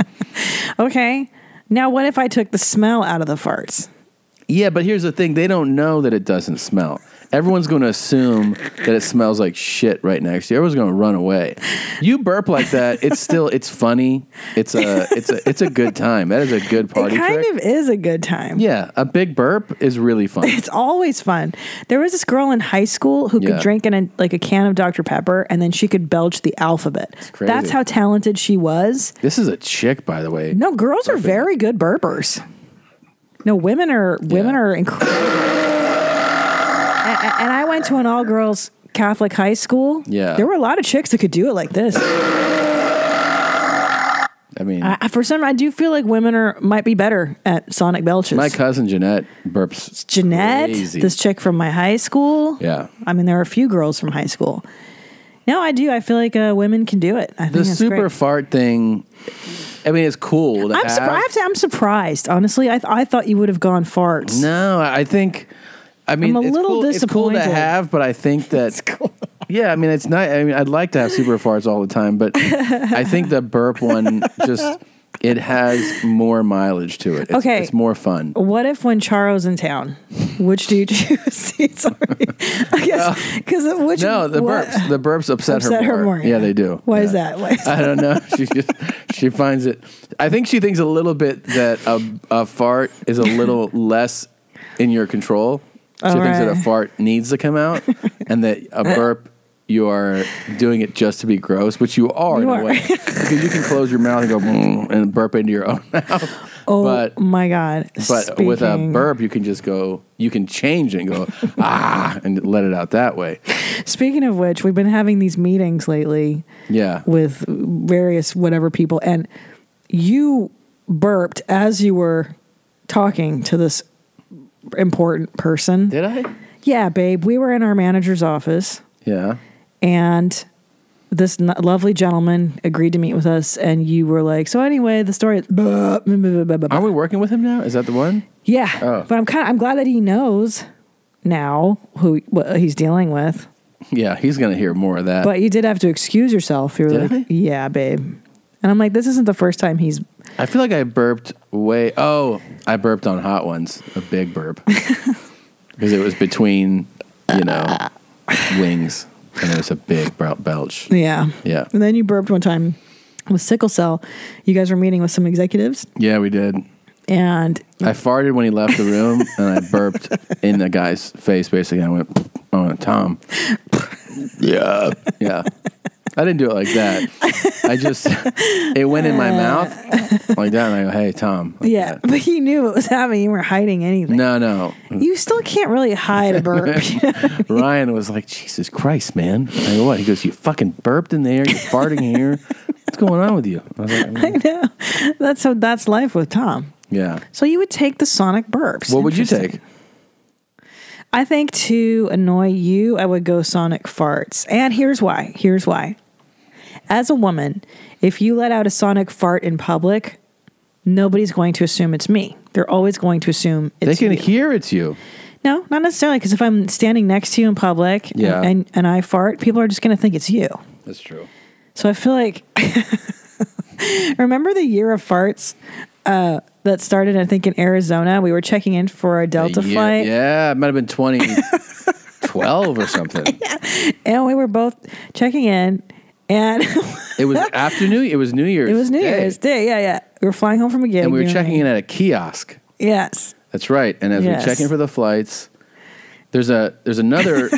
S2: Okay. Now, what if I took the smell out of the farts?
S1: Yeah, but here's the thing they don't know that it doesn't smell. Everyone's going to assume that it smells like shit right next to you. Everyone's going to run away. You burp like that, it's still it's funny. It's a it's a it's a good time. That is a good party
S2: it kind
S1: trick.
S2: of is a good time.
S1: yeah, a big burp is really fun.
S2: It's always fun. There was this girl in high school who
S1: Yeah.
S2: could drink in a, like a can of Dr. Pepper and then she could belch the alphabet.
S1: crazy.
S2: That's how talented she was.
S1: This is a chick, by the way.
S2: No, girls are very good burpers. No, women are women are incredible. and, and I went to an all girls Catholic high school.
S1: Yeah.
S2: there were a lot of chicks that could do it like this.
S1: I mean,
S2: I, I- for some, I do feel like women are might be better at sonic belches.
S1: My cousin Jeanette burps.
S2: Jeanette,
S1: crazy.
S2: this chick from my high school.
S1: Yeah.
S2: I mean, there are a few girls from high school. No, I do. I feel like uh, women can do it. I think
S1: The
S2: that's
S1: super
S2: great.
S1: fart thing. I mean, it's cool. To
S2: I'm
S1: have.
S2: surprised. I'm surprised. Honestly, I, th- I thought you would have gone farts.
S1: No, I think. I mean,
S2: I'm a
S1: it's
S2: little
S1: cool, It's cool
S2: disappointed.
S1: to have, but I think that. Yeah, I mean, it's not. I mean, I'd like to have super farts all the time, but I think the burp one just it has more mileage to it. It's,
S2: Okay.
S1: it's more fun.
S2: What if when Charo's in town, which do you choose? Sorry, I guess because which
S1: No, the
S2: what-
S1: burps. The burps upset,
S2: Upset her more,
S1: Yeah,
S2: yeah.
S1: they do.
S2: Why is
S1: Yeah.
S2: that? Why is
S1: I don't know. She just she finds it. I think she thinks a little bit that a a fart is a little less in your control. She
S2: All
S1: thinks that a
S2: right.
S1: fart needs to come out, and that a burp you are doing it just to be gross, which you are in
S2: You
S1: a
S2: are.
S1: way because you can close your mouth and go "Mm," and burp into your own mouth.
S2: Oh
S1: but
S2: my god!
S1: but with a
S2: Speaking-
S1: burp, you can just go. You can change and go ah and let it out that way.
S2: Speaking of which, we've been having these meetings lately
S1: Yeah.
S2: with various whatever people, and you burped as you were talking to this important person.
S1: Did I?
S2: Yeah, babe. We were in our manager's office.
S1: Yeah.
S2: and this n- lovely gentleman agreed to meet with us and you were like so anyway the story is blah, blah, blah, blah, blah, blah."
S1: Are we working with him now? Is that the one?
S2: yeah
S1: Oh.
S2: but i'm kind of i'm glad that he knows now who what he's dealing with
S1: Yeah, he's gonna hear more of that.
S2: but you did have to excuse yourself you were
S1: Did
S2: like yeah babe and i'm like this isn't the first time he's
S1: I feel like I burped way. Oh, I burped on hot ones, a big burp, because it was between, you know, wings, and it was a big bel- belch.
S2: yeah
S1: Yeah,
S2: and then you burped one time with sickle cell you guys were meeting with some executives
S1: yeah, we did.
S2: and
S1: I farted when he left the room, and I burped in the guy's face. Basically, I went, "I went, Tom." yeah, yeah. I didn't do it like that. I just it went in my mouth like that, and I go, "Hey, Tom." like
S2: yeah, but he knew what was happening. You weren't hiding anything.
S1: No, no.
S2: You still can't really hide a burp.
S1: Ryan was like, Jesus Christ, man. I go, what? He goes, You fucking burped in the air. You're farting here. What's going on with you? I was like, "Mm,
S2: that's how that's life with Tom.
S1: Yeah.
S2: So you would take the sonic burps.
S1: What would you
S2: Interesting.
S1: take?
S2: I think to annoy you, I would go sonic farts. And here's why. Here's why. As a woman, if you let out a sonic fart in public, nobody's going to assume it's me. They're always going to assume
S1: They
S2: it's
S1: can
S2: you.
S1: hear it's you.
S2: No, not necessarily. Because if I'm standing next to you in public and-
S1: Yeah.
S2: and, and I fart, people are just going to think it's you.
S1: That's true.
S2: So I feel like remember the year of farts uh, that started, I think, in Arizona. We were checking in for a Delta flight,
S1: Yeah. It might have been 2012 or something.
S2: and we were both checking in, and
S1: It was after New It was New Year's.
S2: it was New
S1: Day,
S2: Year's Day. Yeah, yeah. We were flying home from a gig,
S1: And we were
S2: you
S1: checking in at a kiosk.
S2: Yes.
S1: That's right. And as
S2: Yes.
S1: we check in for the flights, there's a there's another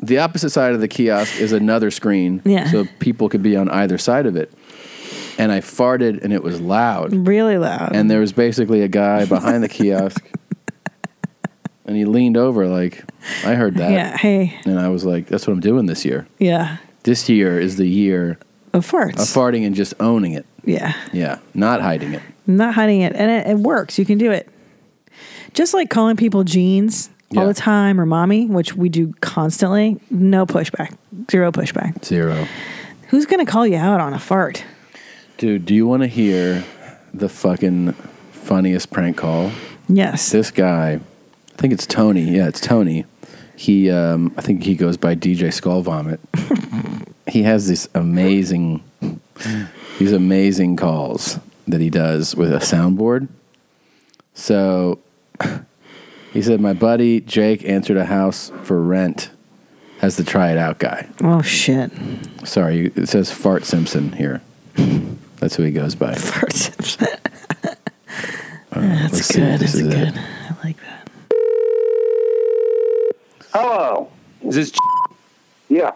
S1: the opposite side of the kiosk is another screen.
S2: Yeah.
S1: So people could be on either side of it. And I farted and it was loud.
S2: Really loud.
S1: And there was basically a guy behind the kiosk and he leaned over like, I heard that.
S2: Yeah, hey.
S1: And I was like, That's what I'm doing this year.
S2: Yeah.
S1: This year is the year
S2: Of farts.
S1: of farting and just owning it.
S2: Yeah.
S1: Yeah. Not hiding it.
S2: I'm not hiding it. And it, it works. You can do it. Just like calling people jeans all
S1: Yeah.
S2: the time or mommy, which we do constantly, no pushback. Zero pushback.
S1: Zero.
S2: Who's going to call you out on a fart?
S1: Dude, do you want to hear the fucking funniest prank call?
S2: Yes.
S1: This guy, I think it's Tony. Yeah, it's Tony. He, um, I think he goes by DJ Skull Vomit. he has this amazing, these amazing calls that he does with a soundboard. So he said, My buddy Jake answered a house for rent as the try it out guy.
S2: Oh, shit.
S1: Sorry, it says Fart Simpson here. That's who he goes by.
S2: Fart Simpson.
S1: That's
S2: good,
S1: This
S2: that's
S1: is
S2: good.
S1: It.
S2: I like that.
S12: Hello. Is this? Yeah.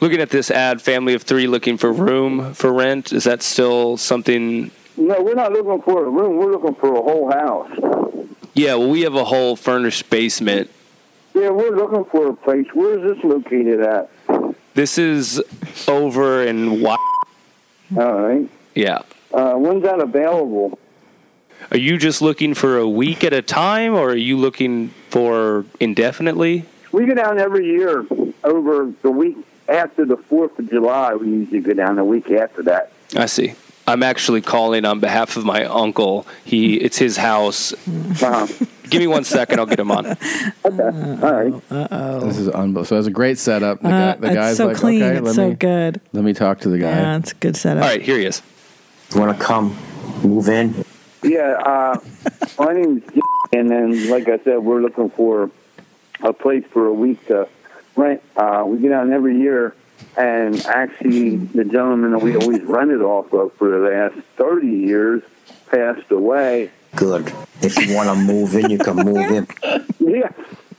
S12: Looking at this ad, family of three looking for room for rent. Is that still something?
S11: No, we're not looking for a room. We're looking for a whole house.
S12: Yeah. Well, we have a whole furnished basement.
S11: Yeah, we're looking for a place. Where is this located at?
S12: This is over in Wa
S11: All right.
S12: Yeah.
S11: Uh, when's that available?
S12: Are you just looking for a week at a time, or are you looking for indefinitely?
S11: We go down every year over the week after the 4th of July. We usually go down the week after that.
S12: I see. I'm actually calling on behalf of my uncle. He, it's his house. Give me one second. I'll get him on.
S11: All right.
S1: This is unbelievable. So that's a great setup. The,
S2: Uh,
S1: guy, the
S2: it's
S1: guy's
S2: so
S1: like,
S2: clean.
S1: okay,
S2: It's
S1: let
S2: so
S1: me
S2: good.
S1: let me talk to the guy.
S2: Yeah, it's a good setup.
S12: All right, here he is.
S13: You want to come move in?
S11: Yeah, uh, my name's Jim, and then, like I said, we're looking for a place for a week to rent. Uh, we get out every year, and actually, the gentleman that we always rented off of for the last 30 years passed away.
S13: Good. If you want to move in, you can move in.
S11: Yeah,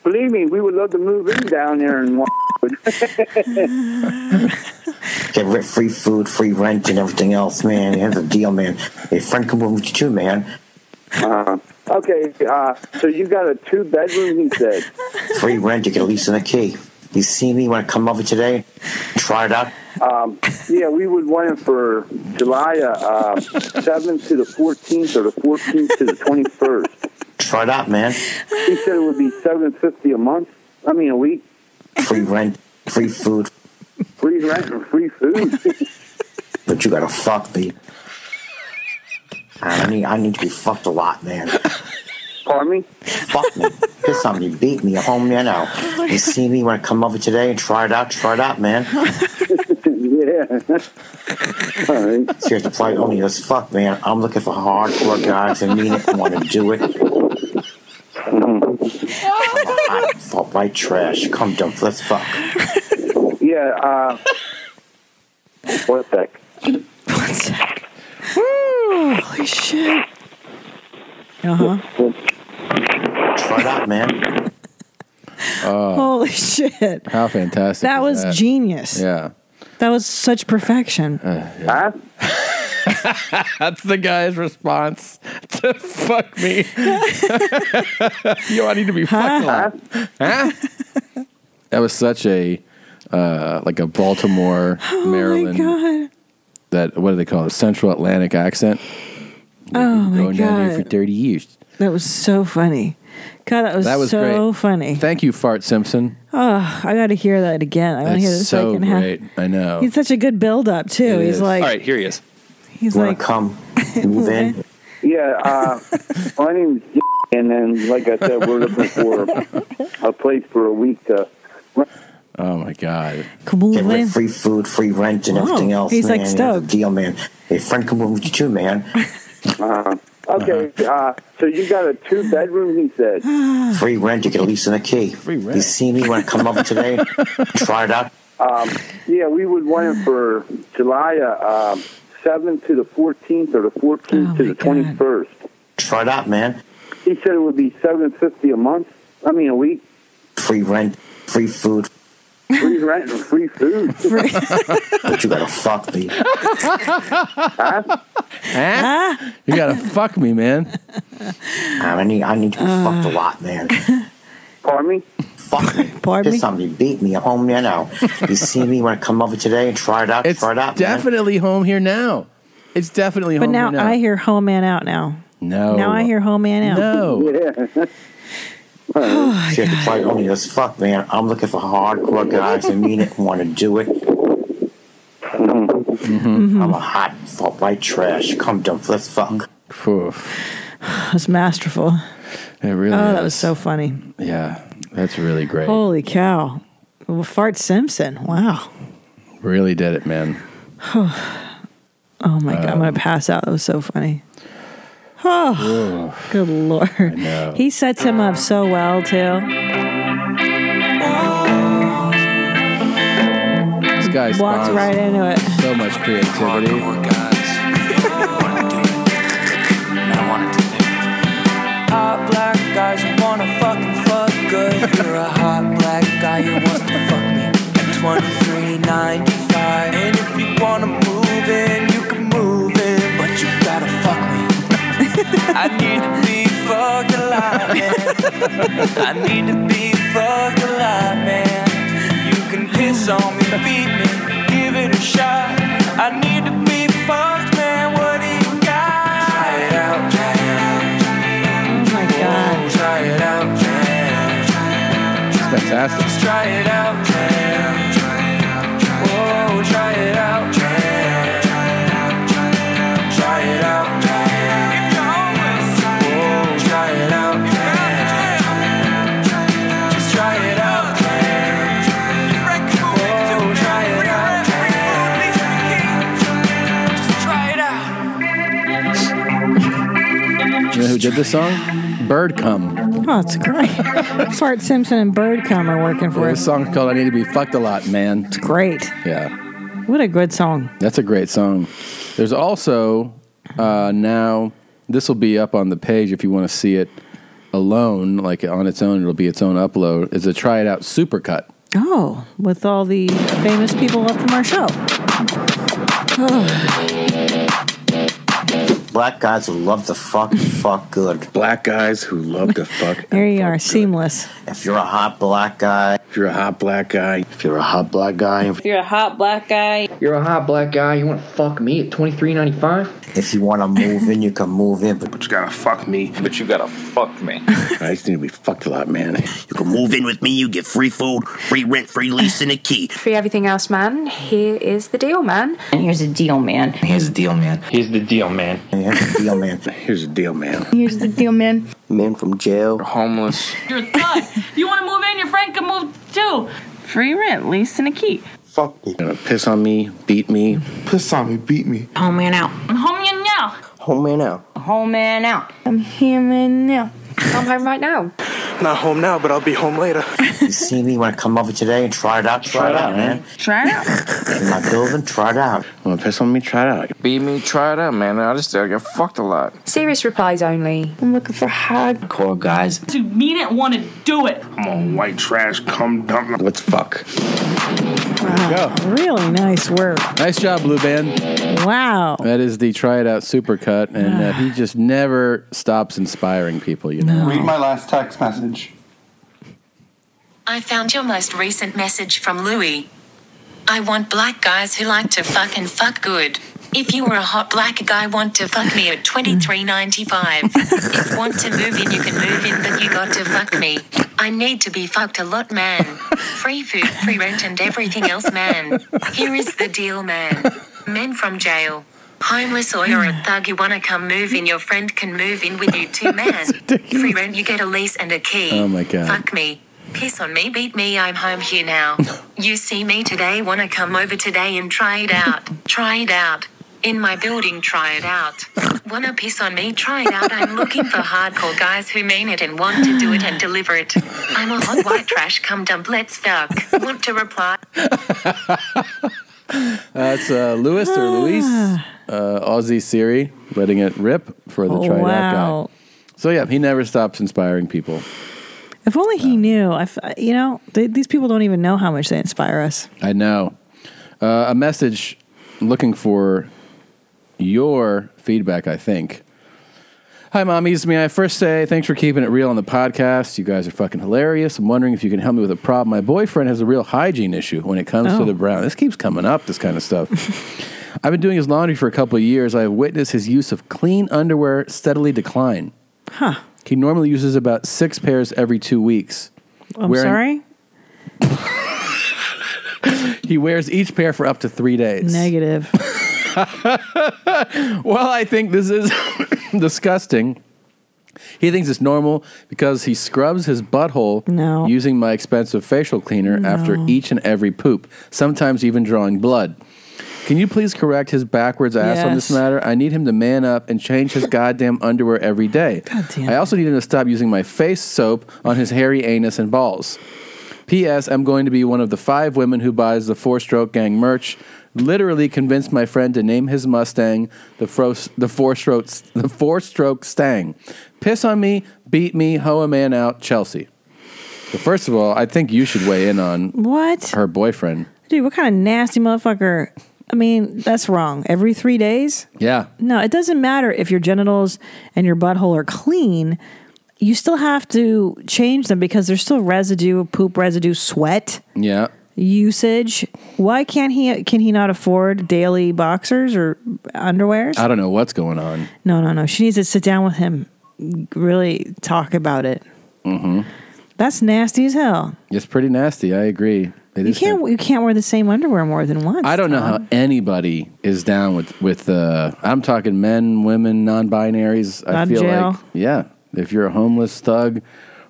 S11: believe me, we would love to move in down there in
S13: Get ri- free food, free rent, and everything else, man. Here's the deal, man. Your friend can move with you too, man.
S11: uh, Okay, uh, so you got a two bedroom, he said.
S13: Free rent, you can lease in a key. You see me? Want to come over today? Try it out.
S11: Um, yeah, we would want it for July uh, 7th to the 14th or the 14th to the 21st.
S13: Try it out, man.
S11: He said it would be seven fifty a month. I mean a week.
S13: Free rent, free food,
S11: Free rent and free food.
S13: but you gotta fuck me. I need, I need to be fucked a lot, man.
S11: Pardon me?
S13: Fuck me. Piss on me. Beat me. Home me now. You see me? Want to come over today and try it out? Try it out, man.
S11: yeah. All right.
S13: Here's the plight only as fuck, man. I'm looking for hardcore guys that mean it and want to do it. I'm for white trash. Come to let's fuck.
S11: Yeah. Uh, what the heck?
S2: One sec. Woo, holy shit. Uh huh.
S13: Try it out, man.
S1: Uh.
S2: Holy shit.
S1: Oh. How fantastic.
S2: That
S1: is
S2: was genius.
S1: Yeah. Uh,
S2: That was such perfection.
S1: That's the guy's response to fuck me. Yo, I need to be fucked up. Huh? That was such a uh, like a Baltimore, Maryland
S2: Oh God.
S1: that what do they call it? Central Atlantic accent.
S2: Oh my
S1: Going down here for
S2: god.
S1: thirty years.
S2: That was so funny. God, that was,
S1: That was
S2: so
S1: great.
S2: funny.
S1: Thank you, Fart Simpson.
S2: Oh, I got to hear that again. I want to hear the
S1: That's so
S2: second half.
S1: great. I know.
S2: He's such a good build up too.
S1: It
S2: he's
S1: is.
S2: like
S12: All right, here he is.
S2: he's
S13: Wanna
S2: like
S13: come move in?
S11: Yeah. Uh, my name's Jim, and then like I said, we're looking for a place for a week uh, to.
S1: Oh my god.
S2: come move
S13: Get ri-
S2: in.
S13: free food, free rent, and
S2: Wow.
S13: everything else.
S2: He's,
S13: man.
S2: like,
S13: Here's
S2: stoked.
S13: The deal, man. Your friend can move with you too, man.
S11: Uh, okay. Uh, so you got a two bedroom, he said.
S13: Free rent, you can lease in a key. Free
S1: rent.
S13: You see me? Want to come over today? Try it out.
S11: Um, yeah, we would want it for July uh, um, 7th to the 14th or the 14th
S2: Oh
S11: to
S2: my
S11: the
S2: God.
S11: 21st.
S13: Try it out, man.
S11: He He said it would be seven fifty a month. I mean a week.
S13: Free rent, free food.
S11: Free rent and free food.
S13: but you gotta fuck me.
S1: Huh? You gotta fuck me, man.
S13: I need I need to be fucked a lot, man.
S11: Pardon me?
S13: Fuck me.
S2: Pardon
S13: me? Somebody beat me at home there now. You see me when I come over today and try it out,
S1: It's
S13: try it out. man.
S1: definitely home here now. It's definitely
S2: But
S1: home
S2: now
S1: here now.
S2: I hear Home Man Out now.
S1: no.
S2: Now I hear Home Man Out.
S1: No.
S13: Oh, Shit, quite lonely as fuck, man. I'm looking for hardcore guys that mean it and want to do it. I'm a hot fuck, white trash. Come dump, let's fuck.
S2: That's masterful.
S1: It really
S2: oh, that
S1: is.
S2: was so funny.
S1: Yeah, that's really great.
S2: Holy cow. Well, Fart Simpson. Wow.
S1: Really did it, man.
S2: Oh my god, I'm gonna pass out. That was so funny. Oh, good lord! He sets him up so well too.
S1: This guy
S2: Walks
S1: spawns
S2: right into it.
S1: So much creativity.
S14: Hot black guys who wanna fucking fuck good. You're a hot black guy who wants to fuck me at 23.95. And if you wanna move in, you can move in, but you gotta fuck me. I need to be fucked alive, man. I need to be fucked alive, man. You can piss on me, beat me, give it a shot. I need to be fucked, man. What do you got? Try it out, try it out.
S2: Oh my god!
S14: Try it out,
S1: It's fantastic.
S14: Let's try it out, Whoa, try it out, Oh, Try it out, Whoa, try it out, Just try it out, Whoa, try it out, Just try it out.
S1: You know who did this song? Bird Come.
S2: Oh, it's great. Fart Simpson and Birdcom are working for
S1: This
S2: us.
S1: song's called I Need to Be Fucked a Lot, man. It's
S2: great.
S1: Yeah,
S2: What a good song.
S1: that's a great song. There's also uh, now, this will be up on the page if you want to see it alone, like on its own, it'll be its own upload. Is a Try It Out Supercut.
S2: Oh, with all the famous people up from our show. Oh,
S13: Black guys who love to fuck and fuck good.
S15: Black guys who love to fuck.
S2: there you are, seamless.
S13: If you're a hot black guy.
S15: If you're a hot black guy.
S13: If you're a hot black guy. If,
S16: you're a hot black guy.
S13: you're a hot black guy, you want to fuck me at twenty three ninety five? If you want to move in, you can move in, but,
S15: you gotta fuck me. But you gotta fuck me. I just need to be fucked a lot, man. You can move in with me. You get free food, free rent, free lease, and a key.
S16: Free everything else, man. Here is the deal, man. And here's the deal, man.
S15: Here's the deal, man. Here's the deal, man.
S13: Here's the deal, man.
S15: Here's the deal, man.
S16: Here's the deal, man.
S15: Men from jail. Homeless.
S16: You're a thug. you want to move in? Your friend can move too. Free rent, lease, and a key.
S15: Fuck me. Gonna piss on me, beat me. Piss on me, beat me.
S16: Home man out. I'm home man now.
S15: Home man out.
S16: Home man out. I'm human now. I'm home right now.
S13: Not home now, but I'll be home later. you see me when I come over today and try it out, try, it out, man.
S16: Try it out.
S13: In my building, try it out.
S15: Wanna piss on me? Try it out. Beat me? Try it out, man. I just I get fucked a lot.
S16: Serious replies only. I'm looking for hard.
S15: Cool guys.
S16: To mean it, want to do it.
S15: I'm on white trash. Come dump. Let's fuck.
S2: Wow. Really nice work.
S1: Nice job, Blue Band.
S2: Wow.
S1: That is the Try It Out Supercut, and uh, he just never stops inspiring people, you know?
S17: Read my last text message.
S9: I found your most recent message from Louis. I want black guys who like to fuck and fuck good. If you were a hot black guy, want to fuck me at twenty three ninety five. If want to move in, you can move in, but you got to fuck me. I need to be fucked a lot, man. Free food, free rent, and everything else, man. Here is the deal, man. Men from jail. Homeless or you're a thug, you wanna come move in, your friend can move in with you too, man. Free rent, you get a lease and a key.
S1: Oh my God.
S9: Fuck me. Piss on me, beat me, I'm home here now. you see me today, wanna come over today and try it out. try it out. In my building, try it out. Wanna piss on me, try it out. I'm looking for hardcore guys who mean it and want to do it and deliver it. I'm a hot white trash, come dump, let's fuck. Want to reply?
S1: That's uh, Louis or Luis, uh, Aussie Siri, letting it rip for the
S2: Oh,
S1: Try It Out guy.
S2: wow.
S1: So yeah, he never stops inspiring people.
S2: If only he knew. I f you know, they, these people don't even know how much they inspire us.
S1: I know. Uh, a message looking for your feedback, I think. Hi, mommies. May I first say thanks for keeping it real on the podcast. You guys are fucking hilarious. I'm wondering if you can help me with a problem. My boyfriend has a real hygiene issue when it comes
S17: Oh.
S1: to the brown. This keeps coming up, this kind of stuff. I've been doing his laundry for a couple of years. I have witnessed his use of clean underwear steadily decline.
S2: Huh.
S1: He normally uses about six pairs every two weeks.
S2: I'm
S1: Wearing-
S2: sorry.
S1: He wears each pair for up to three days.
S2: Negative.
S1: well, I think this is disgusting. He thinks it's normal because he scrubs his butthole using my expensive facial cleaner after
S17: No.
S1: each and every poop, sometimes even drawing blood. Can you please correct his backwards ass on this
S17: Yes.
S1: matter? I need him to man up and change his goddamn underwear every day. God damn I also need him to stop using my face soap on his hairy anus and balls. P.S. I'm going to be one of the five women who buys the Four Stroke Gang merch. Literally convinced my friend to name his Mustang the, fro- the Four Stroke the Four Stroke Stang. Piss on me, beat me, hoe a man out, Chelsea. But first of all, I think you should weigh in on
S2: What?
S1: her boyfriend.
S2: Dude, what kind of nasty motherfucker? I mean, that's wrong. Every three days?
S1: Yeah,
S2: No, it doesn't matter if your genitals and your butthole are clean. You still have to change them because there's still residue, poop residue, sweat
S1: yeah.
S2: usage. Why can't he? Can he not afford daily boxers or underwears?
S1: I don't know what's going on.
S2: No, no, no. She needs to sit down with him, really talk about it.
S1: hmm
S2: That's nasty as hell.
S1: It's pretty nasty. I agree. It
S2: You
S1: is
S2: can't. You can't wear the same underwear more than once.
S1: I don't know how anybody is down with with uh, I'm talking men, women, non-binaries. I
S2: Not
S1: feel
S2: jail.
S1: like yeah, if you're a homeless thug,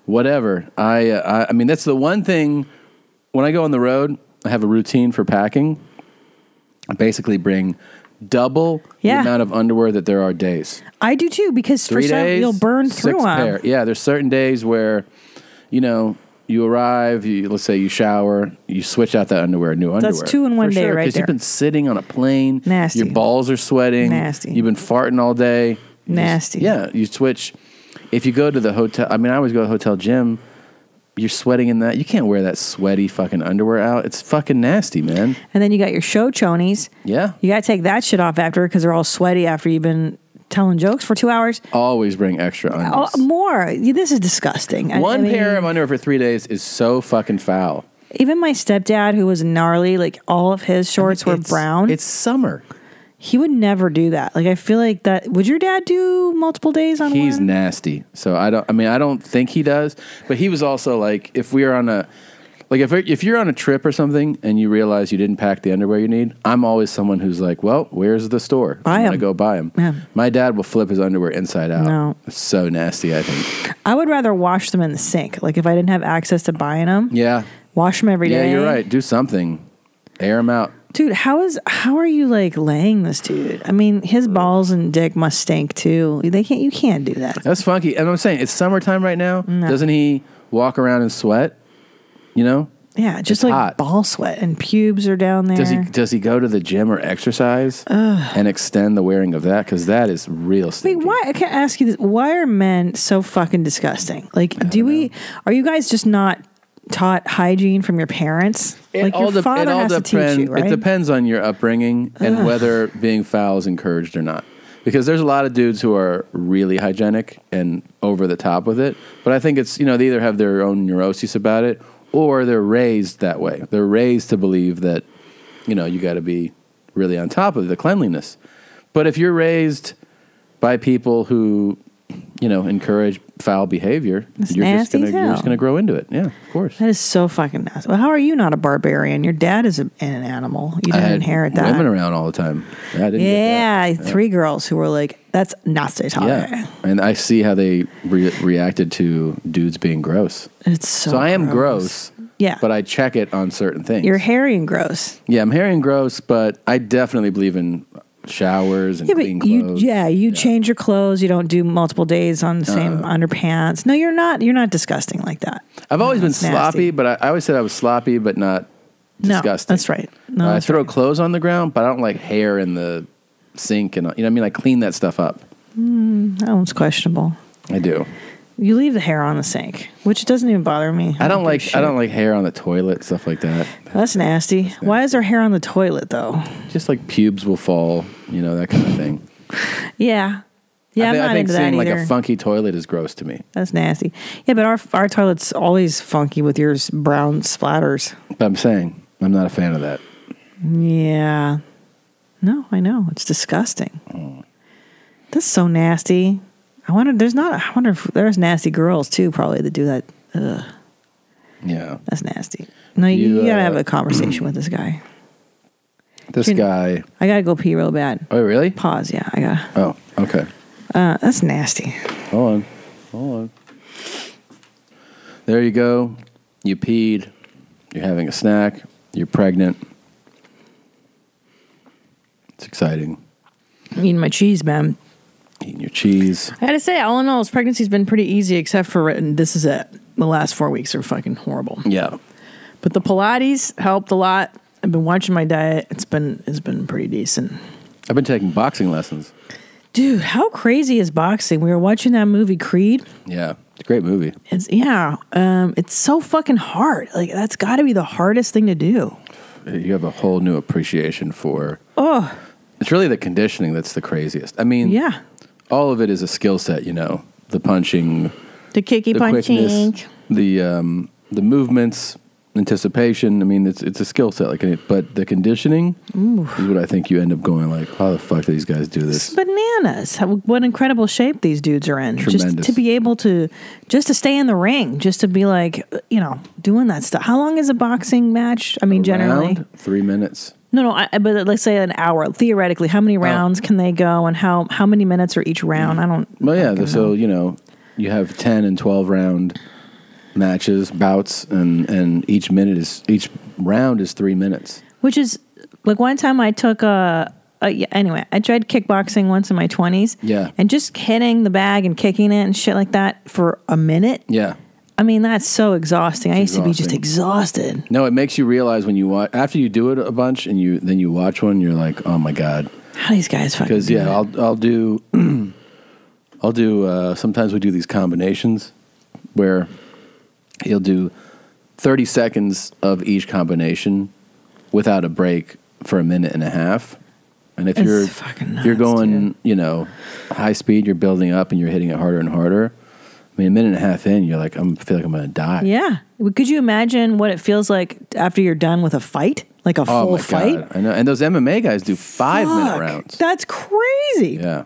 S1: whatever. I, uh, I I mean that's the one thing when I go on the road, I have a routine for packing. I basically bring double
S2: Yeah.
S1: the amount of underwear that there are days.
S2: I do too because for
S1: Three
S2: some
S1: days,
S2: you'll burn
S1: six
S2: through
S1: pair.
S2: them.
S1: Yeah, there's certain days where you know you arrive. You, let's say you shower, you switch out that underwear, new
S2: That's
S1: underwear.
S2: two in one
S1: For
S2: day
S1: sure,
S2: right
S1: you've
S2: there.
S1: been sitting on a plane.
S2: Nasty.
S1: Your balls are sweating.
S2: Nasty.
S1: You've been farting all day. You just-
S2: Nasty.
S1: yeah, you switch. If you go to the hotel, I mean, I always go to the hotel gym. You're sweating in that. You can't wear that sweaty fucking underwear out. It's fucking nasty, man.
S2: And then you got your show chonies.
S1: Yeah.
S2: You got to take that shit off after because they're all sweaty after you've been telling jokes for two hours.
S1: Always bring extra underwear.
S2: Oh, more. You- This is disgusting. I- I
S1: One
S2: mean,
S1: pair of underwear for three days is so fucking foul.
S2: Even my stepdad, who was gnarly, like all of his shorts were brown. It's
S1: summer.
S2: He would never do that. Like I feel like that. Would your dad do multiple days on
S1: He's
S2: one?
S1: nasty. So I don't. I mean, I don't think he does. But he was also like, if we are on a, like if if you're on a trip or something and you realize you didn't pack the underwear you need, I'm always someone who's like, well, where's the store? I'm gonna go buy them.
S2: Yeah.
S1: My dad will flip his underwear inside out.
S2: No.
S1: It's so nasty. I think.
S2: I would rather wash them in the sink. Like if I didn't have access to buying them,
S1: Yeah.
S2: wash them every
S1: yeah,
S2: day.
S1: you're right. Do something. Air them out.
S2: Dude, how is how are you like laying this dude? I mean, his balls and dick must stink too. They can't. You can't do that.
S1: That's funky. And I'm saying it's summertime right now. Doesn't he walk around and sweat? You know.
S2: Yeah, just
S1: It's
S2: like
S1: hot.
S2: ball sweat and pubes are down there.
S1: Does he does he go to the gym or exercise
S2: Ugh.
S1: and extend the wearing of that? Because that is real. St-
S2: Wait, why? I can't ask you this. Why are men so fucking disgusting? Like, do we? Are you guys just not taught hygiene from your parents? like, your
S1: dep-
S2: father has to
S1: depend-
S2: teach you, right?
S1: It depends on your upbringing and
S2: Ugh.
S1: whether being foul is encouraged or not. Because there's a lot of dudes who are really hygienic and over the top with it. But I think it's you know they either have their own neuroses about it or they're raised that way. They're raised to believe that you know you got to be really on top of the cleanliness. But if you're raised by people who you know encourage foul behavior,
S2: That's
S1: you're just
S2: nasty
S1: gonna
S2: as
S1: you're just
S2: hell.
S1: gonna grow into it. Yeah, of course.
S2: That is so fucking nasty. Well, how are you not a barbarian? Your dad is a, an animal. You
S1: I
S2: didn't
S1: had
S2: inherit that.
S1: Women around all the time. I didn't get
S2: yeah,
S1: that.
S2: three girls who were like, "That's nasty talk."
S1: Yeah, and I see how they re- reacted to dudes being gross.
S2: It's so
S1: I am
S2: gross.
S1: gross.
S2: Yeah.
S1: but I check it on certain things.
S2: You're hairy and gross.
S1: yeah, I'm hairy and gross, but I definitely believe in showers and
S2: Yeah,
S1: clean
S2: but you,
S1: clothes.
S2: yeah, you change your clothes. You don't do multiple days on the same
S1: Uh.
S2: underpants. No, you're not. You're not disgusting like that.
S1: I've always been
S2: That's nasty.
S1: sloppy, but I, I always said I was sloppy, but not
S2: No,
S1: disgusting.
S2: that's right. No,
S1: I
S2: that's
S1: throw clothes on the ground, but I don't like hair in the sink, and you know what I mean. I clean that stuff up.
S2: Mm, that one's questionable.
S1: I do.
S2: You leave the hair on the sink, which doesn't even bother me.
S1: I don't like
S2: give a
S1: I
S2: shit.
S1: don't like hair on the toilet stuff like that.
S2: That's nasty. Why is there hair on the toilet though?
S1: Just like pubes will fall, you know that kind of thing.
S2: Yeah, yeah,
S1: I,
S2: I'm
S1: thi- I
S2: not
S1: think
S2: into that
S1: seeing
S2: either.
S1: like a funky toilet is gross to me.
S2: That's nasty. Yeah, but our our toilet's always funky with yours brown splatters.
S1: But I'm saying I'm not a fan of that.
S2: Yeah. No, I know. It's disgusting. That's so nasty. I wonder there's not I wonder if there's nasty girls too probably that do that. Ugh.
S1: Yeah.
S2: That's nasty. No, you,
S1: You,
S2: you gotta
S1: uh,
S2: have a conversation with this guy.
S1: This
S2: Shouldn't-
S1: guy.
S2: I gotta go pee real bad.
S1: Oh, really?
S2: Pause. Yeah, I gotta.
S1: Oh, okay.
S2: Uh, that's nasty.
S1: Hold on. Hold on. There you go. You peed. You're having a snack. You're pregnant. It's exciting.
S2: I'm eating my cheese, man.
S1: Eating your cheese.
S2: I gotta say, all in all, this pregnancy's been pretty easy, except for and this is it. The last four weeks are fucking horrible.
S1: Yeah.
S2: But the Pilates helped a lot. I've been watching my diet. It's been it's been pretty decent.
S1: I've been taking boxing lessons.
S2: Dude, how crazy is boxing? We were watching that movie Creed.
S1: Yeah. It's a great movie.
S2: It's yeah, um, it's so fucking hard. Like that's got to be the hardest thing to do.
S1: You have a whole new appreciation for
S2: Oh,
S1: It's really the conditioning that's the craziest. I mean,
S2: yeah.
S1: All of it is a skill set, you know. The punching,
S2: the kicky
S1: the
S2: punching.
S1: quickness, the um, the movements, anticipation. I mean, it's it's a skill set like it, but the conditioning
S2: Ooh.
S1: is what I think you end up going like, how the fuck do these guys do this?
S2: Bananas! How, what incredible shape these dudes are in. Just
S1: Tremendous.
S2: to be able to, just to stay in the ring, just to be like, you know, doing that stuff. How long is a boxing match? I mean, generally,
S1: Round, three minutes.
S2: No, no, I, I- but let's say an hour. Theoretically, how
S1: Oh.
S2: many rounds can they go, and how how many minutes are each round? I don't.
S1: Well, yeah. so you know, you have ten and twelve round matches, bouts, and and each minute is each round is three minutes.
S2: Which is like one time I took a. a yeah, anyway, I tried kickboxing once in my twenties,
S1: Yeah,
S2: and just hitting the bag and kicking it and shit like that for a minute.
S1: yeah.
S2: I mean, that's so exhausting. I used to be just exhausted.
S1: No, it makes you realize when you watch after you do it a bunch and you then you watch one, you're like, oh my god,
S2: how these guys fucking.
S1: Because
S2: do
S1: yeah,
S2: it.
S1: I'll I'll do I'll do. Uh, sometimes we do these combinations where you'll do thirty seconds of each combination without a break for a minute and a half. And if
S2: It's
S1: you're
S2: fucking
S1: you're going, you know, high speed, you're building up and you're hitting it harder and harder. I mean, a minute and a half in, you're like, I'm I feel like I'm gonna die.
S2: Yeah. Could you imagine what it feels like after you're done with a fight, like a
S1: oh
S2: full
S1: my
S2: fight?
S1: god, I know. And those MMA guys do five minute
S2: Fuck.
S1: rounds.
S2: That's crazy.
S1: Yeah.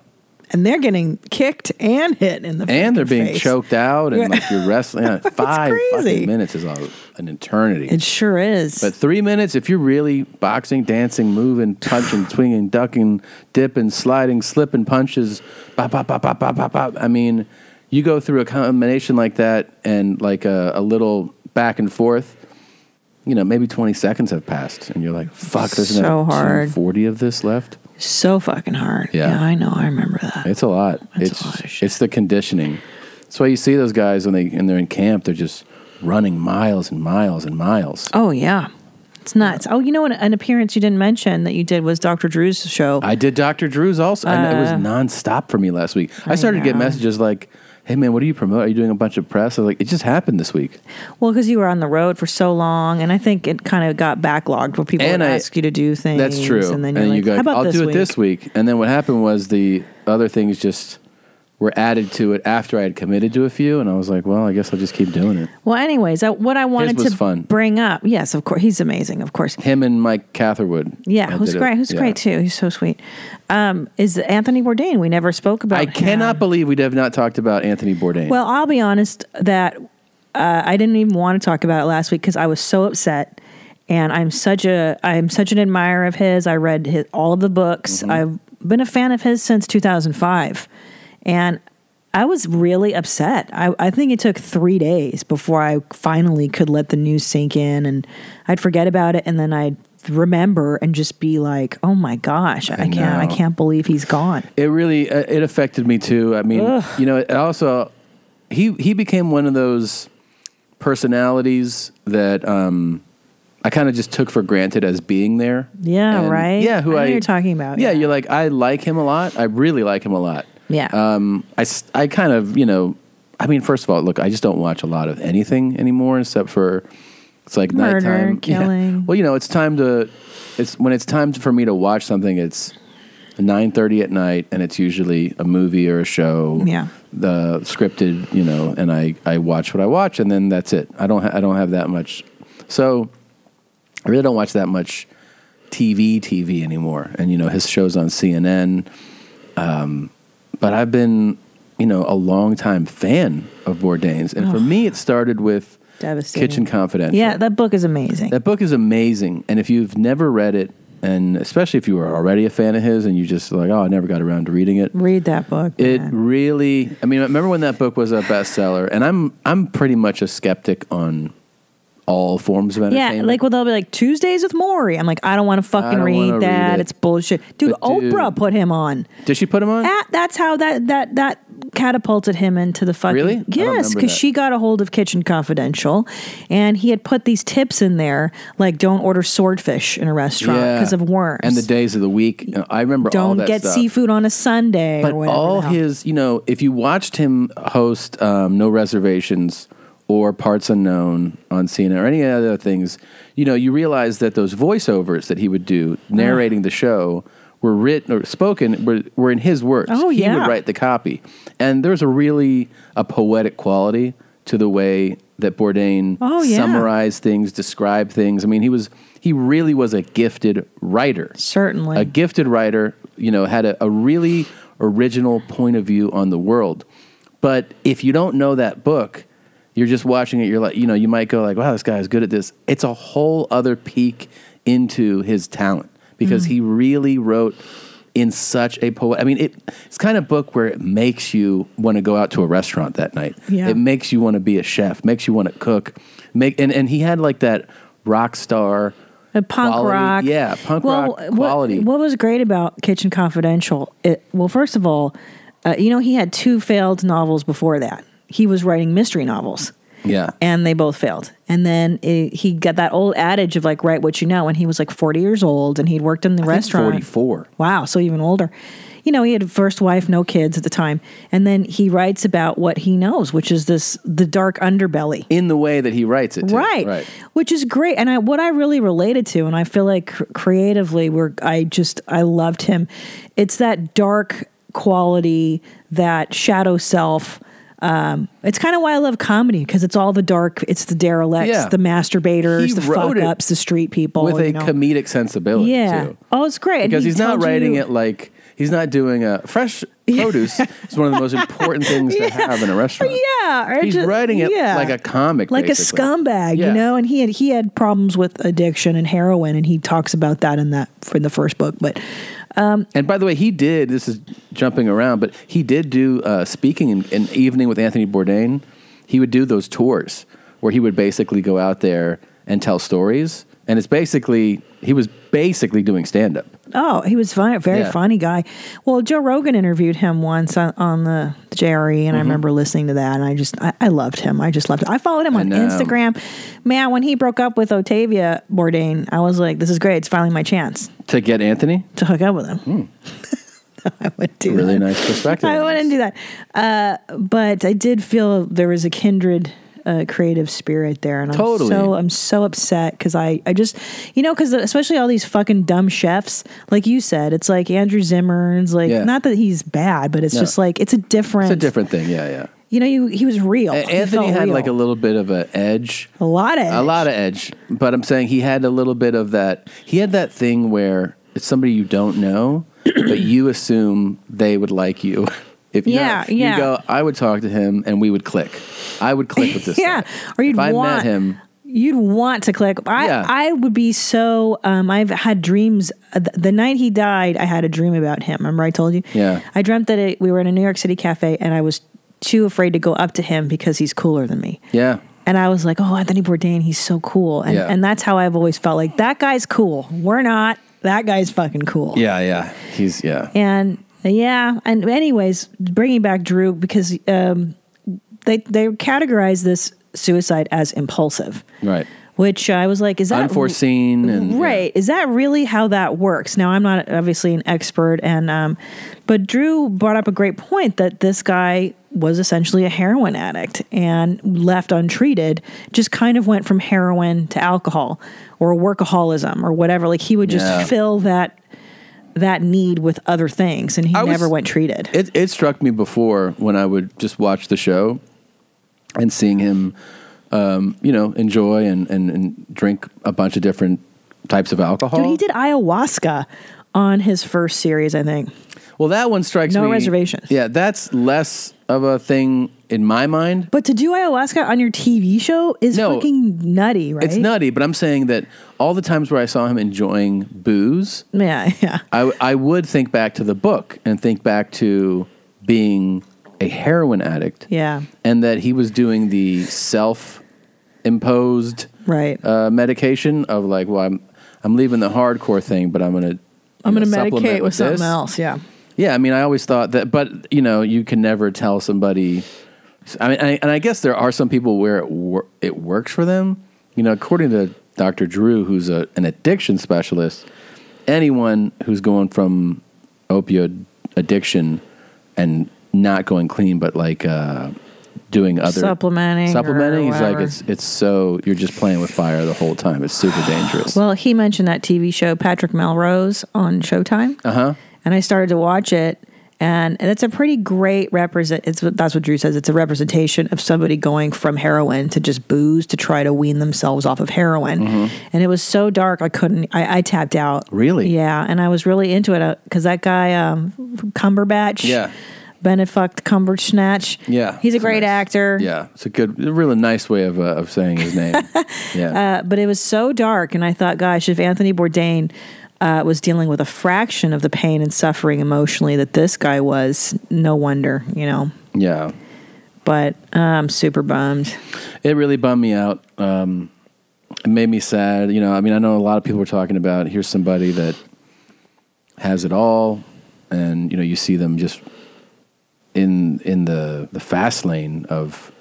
S2: And they're getting kicked and hit in the
S1: and they're
S2: fucking
S1: being
S2: face.
S1: choked out and
S2: Yeah.
S1: like you're wrestling yeah, five
S2: crazy.
S1: fucking minutes is all, an eternity
S2: it sure is
S1: but three minutes if you're really boxing dancing moving punching swinging ducking dipping sliding slipping punches bop, bop, bop, bop, bop, bop, bop. i mean you go through a combination like that and like a, a little back and forth you know maybe 20 seconds have passed and you're like fuck there's
S2: So
S1: another
S2: hard.
S1: 40 of this left
S2: So fucking hard.
S1: Yeah.
S2: I know. I remember that.
S1: It's a lot. it's it's the conditioning. That's why you see those guys when they and they're in camp, they're just running miles and miles and miles.
S2: Oh yeah, it's nuts. Oh, you know what? An appearance you didn't mention that you did was Dr. Drew's show.
S1: I did Dr. Drew's also, and it was
S2: Uh,
S1: nonstop for me last week. I started to get
S2: know.
S1: messages like, "Hey man, what do you promote? Are you doing a bunch of press?" I was like, "It just happened this week."
S2: Well, because you were on the road for so long, and I think it kind of got backlogged where people
S1: And
S2: would
S1: I-
S2: ask you to do things.
S1: That's true.
S2: And then you're like,
S1: you go,
S2: "How about
S1: "I'll
S2: this
S1: do it
S2: week?
S1: this week." And then what happened was the other things just were added to it after I had committed to a few, and I was like, "Well, I guess I'll just keep doing it."
S2: Well, anyways, I, what I wanted
S1: was
S2: to
S1: fun.
S2: bring up, yes, of course, he's amazing, of course.
S1: Him and Mike Catherwood.
S2: Yeah,
S1: I
S2: who's
S1: did it.
S2: great? Who's
S1: Yeah.
S2: great too? He's so sweet. Um, is Anthony Bourdain? We never spoke about.
S1: I cannot believe we have not talked about Anthony Bourdain.
S2: Well, I'll be honest that uh, I didn't even want to talk about it last week because I was so upset, and I'm such a I'm such an admirer of his. I read his, all of the books.
S1: Mm-hmm.
S2: I've been a fan of his since 2005, and I was really upset. I, I think it took three days before I finally could let the news sink in, and I'd forget about it, and then I'd remember and just be like, "Oh my gosh, I, can't, I
S1: know.
S2: can't believe he's gone."
S1: It really uh, it affected me too. I mean,
S2: Ugh.
S1: you know, it also he he became one of those personalities that um I kind of just took for granted as being there.
S2: Yeah,
S1: And-
S2: right.
S1: Yeah, who
S2: I know
S1: I,
S2: you're talking about.
S1: Yeah, you're like I like him a lot. I really like him a lot.
S2: Yeah.
S1: Um, I, s- I kind of, you know, I mean, first of all, look, I just don't watch a lot of anything anymore except for it's like
S2: Murder,
S1: nighttime. Yeah.
S2: killing.
S1: Well, you know, it's time to, it's when it's time for me to watch something, it's 9.30 at night and it's usually a movie or a show
S2: Yeah.
S1: the scripted, you know, and I, I watch what I watch, and then that's it. I don't ha- I don't have that much, so I really don't watch that much TV TV anymore. And you know, his shows on CNN, um, but I've been you know a long time fan of Bourdain's, and for
S2: Oh.
S1: me, it started with
S2: Devastating.
S1: Kitchen Confidential.
S2: Yeah, that book is amazing.
S1: That book is amazing, and if you've never read it, and especially if you were already a fan of his, and you just like, oh, I never got around to reading it.
S2: Read that book.
S1: It really. I mean, I remember when that book was a bestseller, and I'm I'm pretty much a skeptic on all forms of
S2: Yeah,
S1: entertainment.
S2: like well, they'll be like Tuesdays with Maury. I'm like, I don't want to fucking
S1: don't wanna
S2: read that.
S1: read it.
S2: It's bullshit, dude.
S1: But dude-
S2: Oprah put him on.
S1: Did she put him on?
S2: That, that's how that that that catapulted him into the fucking
S1: Really? I don't
S2: yes,
S1: remember
S2: because
S1: that.
S2: she got a hold of Kitchen Confidential, and he had put these tips in there like don't order swordfish in a restaurant
S1: Yeah.
S2: because of worms
S1: and the days of the week. I remember all
S2: Don't
S1: that
S2: get
S1: stuff.
S2: seafood on a Sunday
S1: But
S2: or whatever.
S1: all
S2: the hell.
S1: his, you know, if you watched him host um, No Reservations or Parts Unknown on CNN or any other things, you know, you realize that those voiceovers that he would do narrating the show were written or spoken were, were in his words.
S2: Oh,
S1: he
S2: yeah.
S1: would write the copy, and there's a really a poetic quality to the way that Bourdain
S2: Oh, yeah.
S1: summarized things, described things. I mean, he was he really was a gifted writer.
S2: Certainly.
S1: A gifted writer, you know, had a, a really original point of view on the world. But if you don't know that book, you're just watching it, you're like, you know, you might go like, wow, this guy is good at this. It's a whole other peek into his talent because
S15: Mhm.
S1: he really wrote in such a poet. I mean, it, it's kind of book where it makes you want to go out to a restaurant that night.
S15: Yeah.
S1: It makes you want to be a chef, makes you want to cook. Make and, and he had like that rock star
S2: A punk
S1: quality-
S2: rock.
S1: Yeah, punk rock quality.
S2: What, what was great about Kitchen Confidential? It, well, first of all, uh, you know he had two failed novels before that. He was writing mystery novels,
S1: yeah.
S2: and they both failed. And then it, he got that old adage of like write what you know. And he was like forty years old, and he'd worked in the restaurant.
S1: 44.
S2: Wow, so even older. You know, he had a first wife, no kids at the time, and then he writes about what he knows, which is this the dark underbelly
S1: in the way that he writes it. too.
S2: Right.
S1: Right.
S2: which is great and I, what i really related to and i feel like cr- creatively where i just i loved him it's that dark quality that shadow self um, it's kind of why i love comedy because it's all the dark it's the derelicts
S1: Yeah.
S2: the masturbators
S1: He
S2: the
S1: wrote
S2: fuck
S1: it
S2: ups the street people
S1: With a
S2: you know?
S1: comedic sensibility
S2: yeah
S1: too.
S2: oh it's great And
S1: Because
S2: he
S1: he's not
S2: told
S1: writing
S2: you-
S1: it like he's not doing a fresh produce is one of the most important things to have in a restaurant.
S2: yeah or
S1: He's
S2: ju-
S1: writing it
S2: yeah.
S1: like a comic.
S2: like
S1: basically.
S2: a scumbag,
S1: Yeah.
S2: you know. And he had he had problems with addiction and heroin, and he talks about that in that in the first book. But um,
S1: And by the way, he did. This is jumping around, but he did do uh, speaking in an evening with Anthony Bourdain. He would do those tours where he would basically go out there and tell stories, and it's basically he was basically doing stand up.
S2: oh, he was fun, very
S1: Yeah.
S2: funny guy. Well, Joe Rogan interviewed him once on, on the JRE, and I
S1: Mhm.
S2: remember listening to that, and I just I, I loved him. I just loved him. I followed him
S1: I
S2: on
S1: know.
S2: Instagram. Man, when he broke up with Otavia Bourdain, I was like, this is great. It's finally my chance
S1: To get Anthony,
S2: to hook up with him. I would do
S1: really
S2: that.
S1: nice perspective.
S2: I wouldn't do that. Uh, but I did feel there was a kindred uh, creative spirit there, and
S1: Totally.
S2: I'm so I'm so upset because I I just you know because especially all these fucking dumb chefs like you said it's like Andrew Zimmern's like
S1: Yeah.
S2: not that he's bad but it's
S1: No.
S2: just like it's a different
S1: It's a different thing. Yeah, yeah.
S2: you know you he was real
S1: A- Anthony had like a little bit of an edge.
S2: a lot of
S1: A lot of edge. But I'm saying he had a little bit of that. He had that thing where it's somebody you don't know, but you assume they would like you. If you know,
S2: Yeah, yeah.
S1: You go, I would talk to him and we would click. I would click with this.
S2: yeah
S1: guy.
S2: or you'd
S1: if I
S2: want
S1: met him,
S2: You'd want to click. I
S1: Yeah.
S2: I would be so. Um, I've had dreams. The, the night he died, I had a dream about him. Remember, I told you.
S1: yeah.
S2: I dreamt that it, we were in a New York City cafe, and I was too afraid to go up to him because he's cooler than me.
S1: Yeah.
S2: And I was like, "Oh, Anthony Bourdain, he's so cool," and
S1: Yeah.
S2: and that's how I've always felt. Like that guy's cool. We're not. That guy's fucking cool.
S1: Yeah, yeah. He's yeah.
S2: And yeah, and anyways, bringing back Drew because um, they they categorize this suicide as impulsive
S1: Right.
S2: which I was like, is that
S1: Unforeseen and-
S2: right? Is that really how that works? Now I'm not obviously an expert, and um, but Drew brought up a great point that this guy was essentially a heroin addict and left untreated, just kind of went from heroin to alcohol or workaholism or whatever. Like he would just
S1: Yeah.
S2: fill that that need with other things, and he
S1: I was-
S2: never went treated.
S1: It, it struck me before when I would just watch the show and seeing him, um, you know, enjoy and, and, and drink a bunch of different types of alcohol.
S2: Dude, he did ayahuasca on his first series, I think.
S1: Well, that one strikes
S2: no
S1: me.
S2: reservation.
S1: Yeah, that's less of a thing in my mind.
S2: But to do ayahuasca on your TV show is
S1: No.
S2: fucking nutty, right?
S1: It's nutty, but I'm saying that all the times where I saw him enjoying booze,
S2: Yeah, yeah.
S1: I, I would think back to the book and think back to being a heroin addict
S2: Yeah.
S1: and that he was doing the self imposed
S2: right.
S1: uh, medication of like, well, I'm, I'm leaving the hardcore thing, but I'm going to.
S2: I'm going to
S1: supplement
S2: medicate with
S1: with
S2: something
S1: this.
S2: else. Yeah.
S1: Yeah, I mean, I always thought that, but you know, you can never tell somebody. I mean, I, and I guess there are some people where it, wor- it works for them. You know, according to Dr. Drew, who's a, an addiction specialist, anyone who's going from opioid addiction and not going clean, but like uh, doing other
S2: Supplementing or
S1: supplementing, he's like
S2: whatever.
S1: it's it's so you're just playing with fire the whole time. It's super dangerous.
S2: Well, he mentioned that TV show Patrick Melrose on Showtime,
S1: Uh huh.
S2: and I started to watch it. And that's a pretty great represent. It's what- that's what Drew says. It's a representation of somebody going from heroin to just booze to try to wean themselves off of heroin. and it was so dark I couldn't. I, I tapped out.
S1: Mm-hmm. Really?
S2: Yeah, and I was really into it because that guy um, Cumberbatch,
S1: Yeah.
S2: Benefucked Cumbersnatch.
S1: Yeah.
S2: he's a great actor.
S1: Yeah, it's a good, a really nice way of uh, of saying his name. yeah,
S2: Uh, but it was so dark, and I thought, gosh, if Anthony Bourdain uh, was dealing with a fraction of the pain and suffering emotionally that this guy was, no wonder, you know.
S1: yeah.
S2: But uh, I'm super bummed.
S1: It really bummed me out. Um, it made me sad. You know, I mean, I know a lot of people were talking about here's somebody that has it all, and you know, you see them just in in the the fast lane of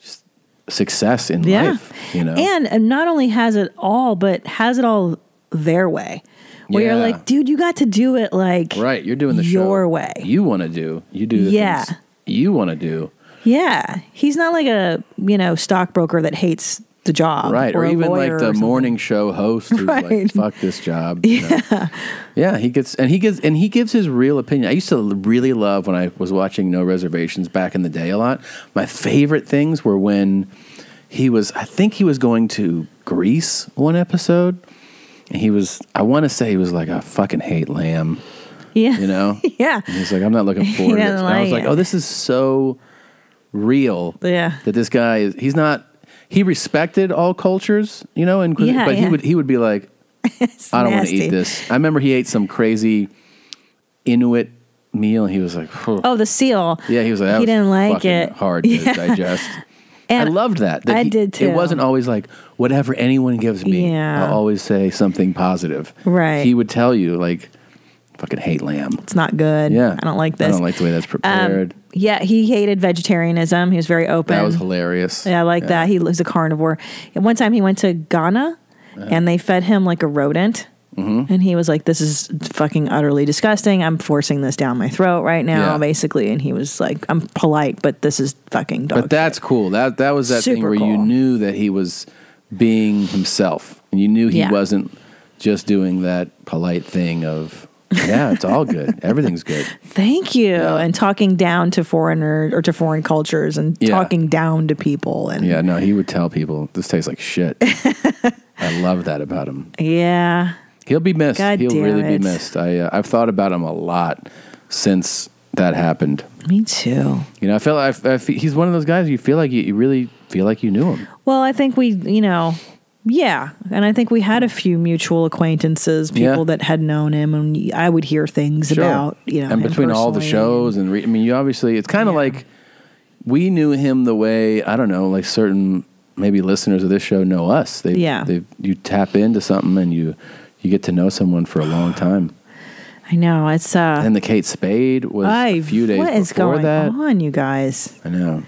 S1: just success in
S2: Yeah.
S1: life. You know,
S2: And uh, not only has it all, but has it all their way. Where you're
S1: Yeah.
S2: like, dude, you got to do it like
S1: right? You're doing the show
S2: your way.
S1: You want to do. You do the
S2: Yeah.
S1: things you want to do.
S2: Yeah. He's not like a, you know, stockbroker that hates the job.
S1: Right, or,
S2: a
S1: even
S2: lawyer
S1: like
S2: or
S1: the
S2: something.
S1: morning show host who's
S2: Right.
S1: like, "Fuck this job." you know? yeah, he gets and he gives and he gives his real opinion. I used to really love when I was watching No Reservations back in the day a lot. My favorite things were when he was. I think he was going to Greece one episode, and he was. I want to say he was like, "I fucking hate lamb."
S2: Yeah.
S1: you know.
S2: Yeah.
S1: And he's like, "I'm not looking
S2: He
S1: forward to
S2: doesn't
S1: this." And I was
S2: like
S1: like,
S2: it.
S1: "Oh, this is so real."
S2: Yeah.
S1: that this guy is he's not he respected all cultures, you know, and
S2: Yeah,
S1: but
S2: yeah.
S1: he would he would be like, I don't want to
S2: nasty.
S1: eat this. I remember he ate some crazy Inuit meal, and he was like, "Phew."
S2: Oh, the seal.
S1: yeah, he was like, that
S2: he
S1: was
S2: didn't like
S1: fucking
S2: it."
S1: hard to
S2: Yeah.
S1: digest.
S2: And
S1: I loved that. that
S2: I
S1: he-
S2: did too.
S1: It wasn't always like whatever anyone gives me.
S2: Yeah.
S1: I'll always say something positive.
S2: Right.
S1: He would tell you like, "Fucking hate lamb."
S2: It's not good.
S1: Yeah,
S2: I don't like this.
S1: I don't like the way that's prepared.
S2: Um, yeah, he hated vegetarianism. He was very open.
S1: that was hilarious.
S2: Yeah, I like that. He was a carnivore. At one time, he went to Ghana, and they fed him like a rodent.
S1: Mm-hmm.
S2: And he was like, "This is fucking utterly disgusting. I'm forcing this down my throat right now,
S1: Yeah.
S2: basically." And he was like, "I'm polite, but this is fucking dog."
S1: But that's cool. That that was that thing
S2: Super
S1: where you knew that he was being himself, and you knew he
S2: Yeah.
S1: wasn't just doing that polite thing of yeah, it's all good, everything's good.
S2: Thank you. And talking down to foreigners or to foreign cultures, and
S1: Yeah.
S2: talking down to people, and
S1: Yeah, no, he would tell people this tastes like shit. I love that about him.
S2: yeah.
S1: He'll be missed.
S2: God
S1: He'll
S2: damn
S1: really
S2: it.
S1: be missed. I uh, I've thought about him a lot since that happened.
S2: Me too.
S1: You know, I feel I, I feel, he's one of those guys you feel like you, you really feel like you knew him.
S2: Well, I think we, you know, yeah, and I think we had a few mutual acquaintances, people
S1: Yeah.
S2: that had known him, and I would hear things
S1: Sure.
S2: about, you know,
S1: and
S2: him
S1: between all the
S2: personally.
S1: shows and re- I mean, you obviously it's kind of like we knew him the way I don't know, like certain maybe listeners of this show know us. They,
S2: Yeah.
S1: they you tap into something and you you get to know someone for a long time.
S2: I know it's uh,
S1: and the Kate Spade was
S2: I,
S1: a few days
S2: what is
S1: before
S2: going
S1: that.
S2: on, you guys?
S1: I know.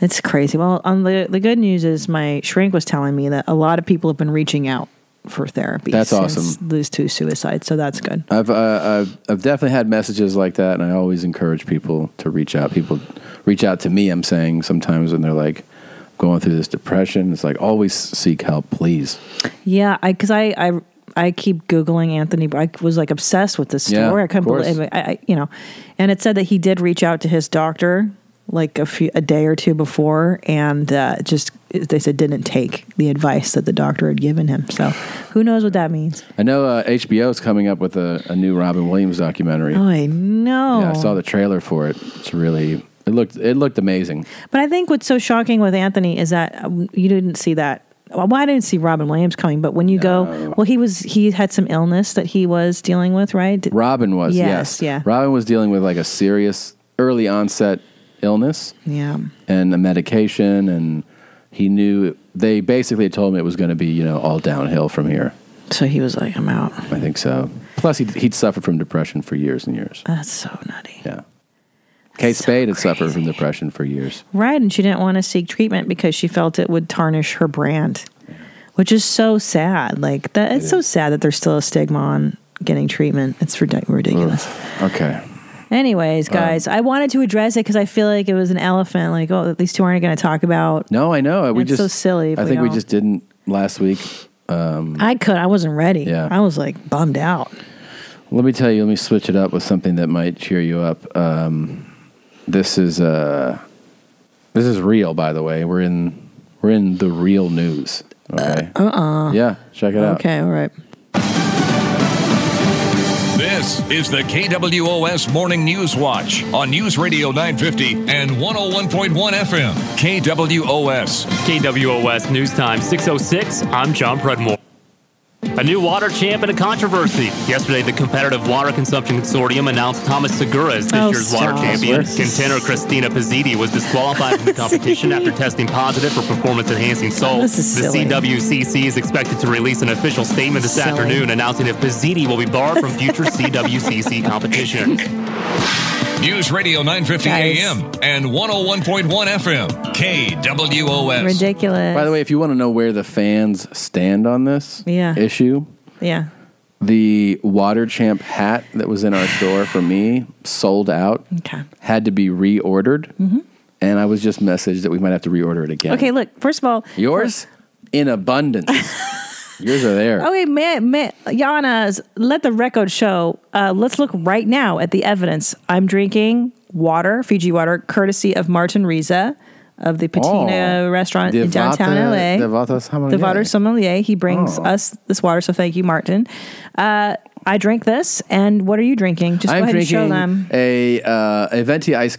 S2: It's crazy. Well, on the the good news is my shrink was telling me that a lot of people have been reaching out for therapy.
S1: That's
S2: since
S1: awesome.
S2: These two suicides, so that's good.
S1: I've, uh, I've I've definitely had messages like that, and I always encourage people to reach out. People reach out to me. I'm saying sometimes when they're like going through this depression, it's like always seek help, please.
S2: Yeah, I because I, I I keep googling Anthony. I was like obsessed with this story.
S1: Yeah,
S2: I couldn't
S1: of course.
S2: believe I, I, you know, and it said that he did reach out to his doctor like a few a day or two before, and uh, just they said didn't take the advice that the doctor had given him. So who knows what that means?
S1: I know uh, HBO is coming up with a, a new Robin Williams documentary.
S2: Oh, I know.
S1: Yeah, I saw the trailer for it. It's really it looked it looked amazing.
S2: But I think what's so shocking with Anthony is that um, you didn't see that. Well, I didn't see Robin Williams coming, but when you go, well, he was he had some illness that he was dealing with, right? Did-
S1: Robin was
S2: Yes,
S1: yes,
S2: yeah.
S1: Robin was dealing with like a serious early onset illness.
S2: Yeah.
S1: and a medication and he knew they basically told him it was going to be you know all downhill from here
S2: so he was like i'm out
S1: i think so plus he'd, he'd suffered from depression for years and years
S2: That's so nutty.
S1: yeah kate spade had suffered from depression for years
S2: Right, and she didn't want to seek treatment because she felt it would tarnish her brand, which is so sad. Like that, it's so sad that there's still a stigma on getting treatment. It's ridic- ridiculous.
S1: okay Uh,
S2: Anyways, guys, I wanted to address it because I feel like it was an elephant. Like, oh, these two aren't going to talk about.
S1: no i know we
S2: It's
S1: just
S2: so silly if
S1: i
S2: we
S1: think we,
S2: don't.
S1: just didn't last week um,
S2: I could. I wasn't ready.
S1: Yeah.
S2: I was like bummed out.
S1: Let me tell you, let me switch it up with something that might cheer you up. Um, this is uh, this is real, by the way. We're in we're in the real news. Okay.
S2: Uh uh
S1: Yeah, check it out.
S2: Okay. All right.
S17: This is the KWOS Morning News Watch on News Radio 950 and 101.1 FM. KWOS.
S18: KWOS News Time 606. I'm John Predmore. A new water champ in a controversy. Yesterday, the Competitive Water Consumption Consortium announced Thomas Segura as this
S19: Oh,
S18: year's water
S19: stop.
S18: champion.
S19: Where's-
S18: Contender Christina Pizzitti was disqualified from the competition after testing positive for performance-enhancing salts.
S19: is
S18: The
S19: silly.
S18: CWCC is expected to release an official statement this
S19: Silly.
S18: afternoon announcing if Pizzitti will be barred from future CWCC competition.
S17: News Radio 950
S18: Guys.
S17: AM and 101.1 FM. KWOS.
S2: Ridiculous.
S1: By the way, if you want to know where the fans stand on this
S2: Yeah.
S1: issue,
S2: Yeah.
S1: the Water Champ hat that was in our store for me sold out.
S2: Okay.
S1: Had to be reordered, and I was just messaged that we might have to reorder it again.
S2: Mm-hmm. Okay. Look. First of all,
S1: Yours in abundance. Yours are there.
S2: Okay, man, man, Yana's, let the record show. Uh, let's look right now at the evidence. I'm drinking water, Fiji water, courtesy of Martin Riza of the Patina
S1: Oh.
S2: restaurant in
S1: Devata-
S2: downtown LA.
S1: Devata
S2: The
S1: sommelier.
S2: water sommelier. He brings
S1: Oh.
S2: us this water, so thank you, Martin. Uh, I drank this, and what are you drinking? Just go
S1: I'm
S2: ahead and show
S1: drinking
S2: them.
S1: a uh, a venti iced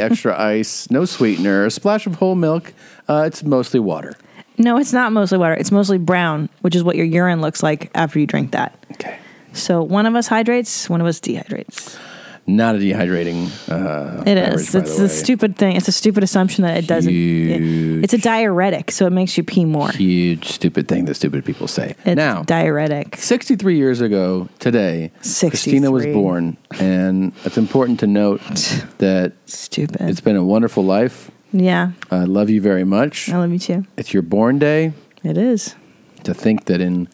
S1: extra ice, no sweetener, a splash of whole milk. Uh, it's mostly water.
S2: No, it's not mostly water. It's mostly brown, which is what your urine looks like after you drink that.
S1: Okay.
S2: So one of us hydrates, one of us dehydrates.
S1: Not a dehydrating. Uh,
S2: It
S1: beverage,
S2: is.
S1: by
S2: It's
S1: the
S2: a
S1: way.
S2: stupid thing. It's a stupid assumption that it doesn't.
S1: Huge.
S2: It's a diuretic, so it makes you pee more.
S1: Huge stupid thing that stupid people say.
S2: It's
S1: now,
S2: diuretic.
S1: 63 years ago today, Christina was
S2: 63.
S1: born, and it's important to note that
S2: stupid.
S1: It's been a wonderful life.
S2: Yeah,
S1: I love you very much.
S2: I love you too.
S1: It's your born day.
S2: It is.
S1: To think that in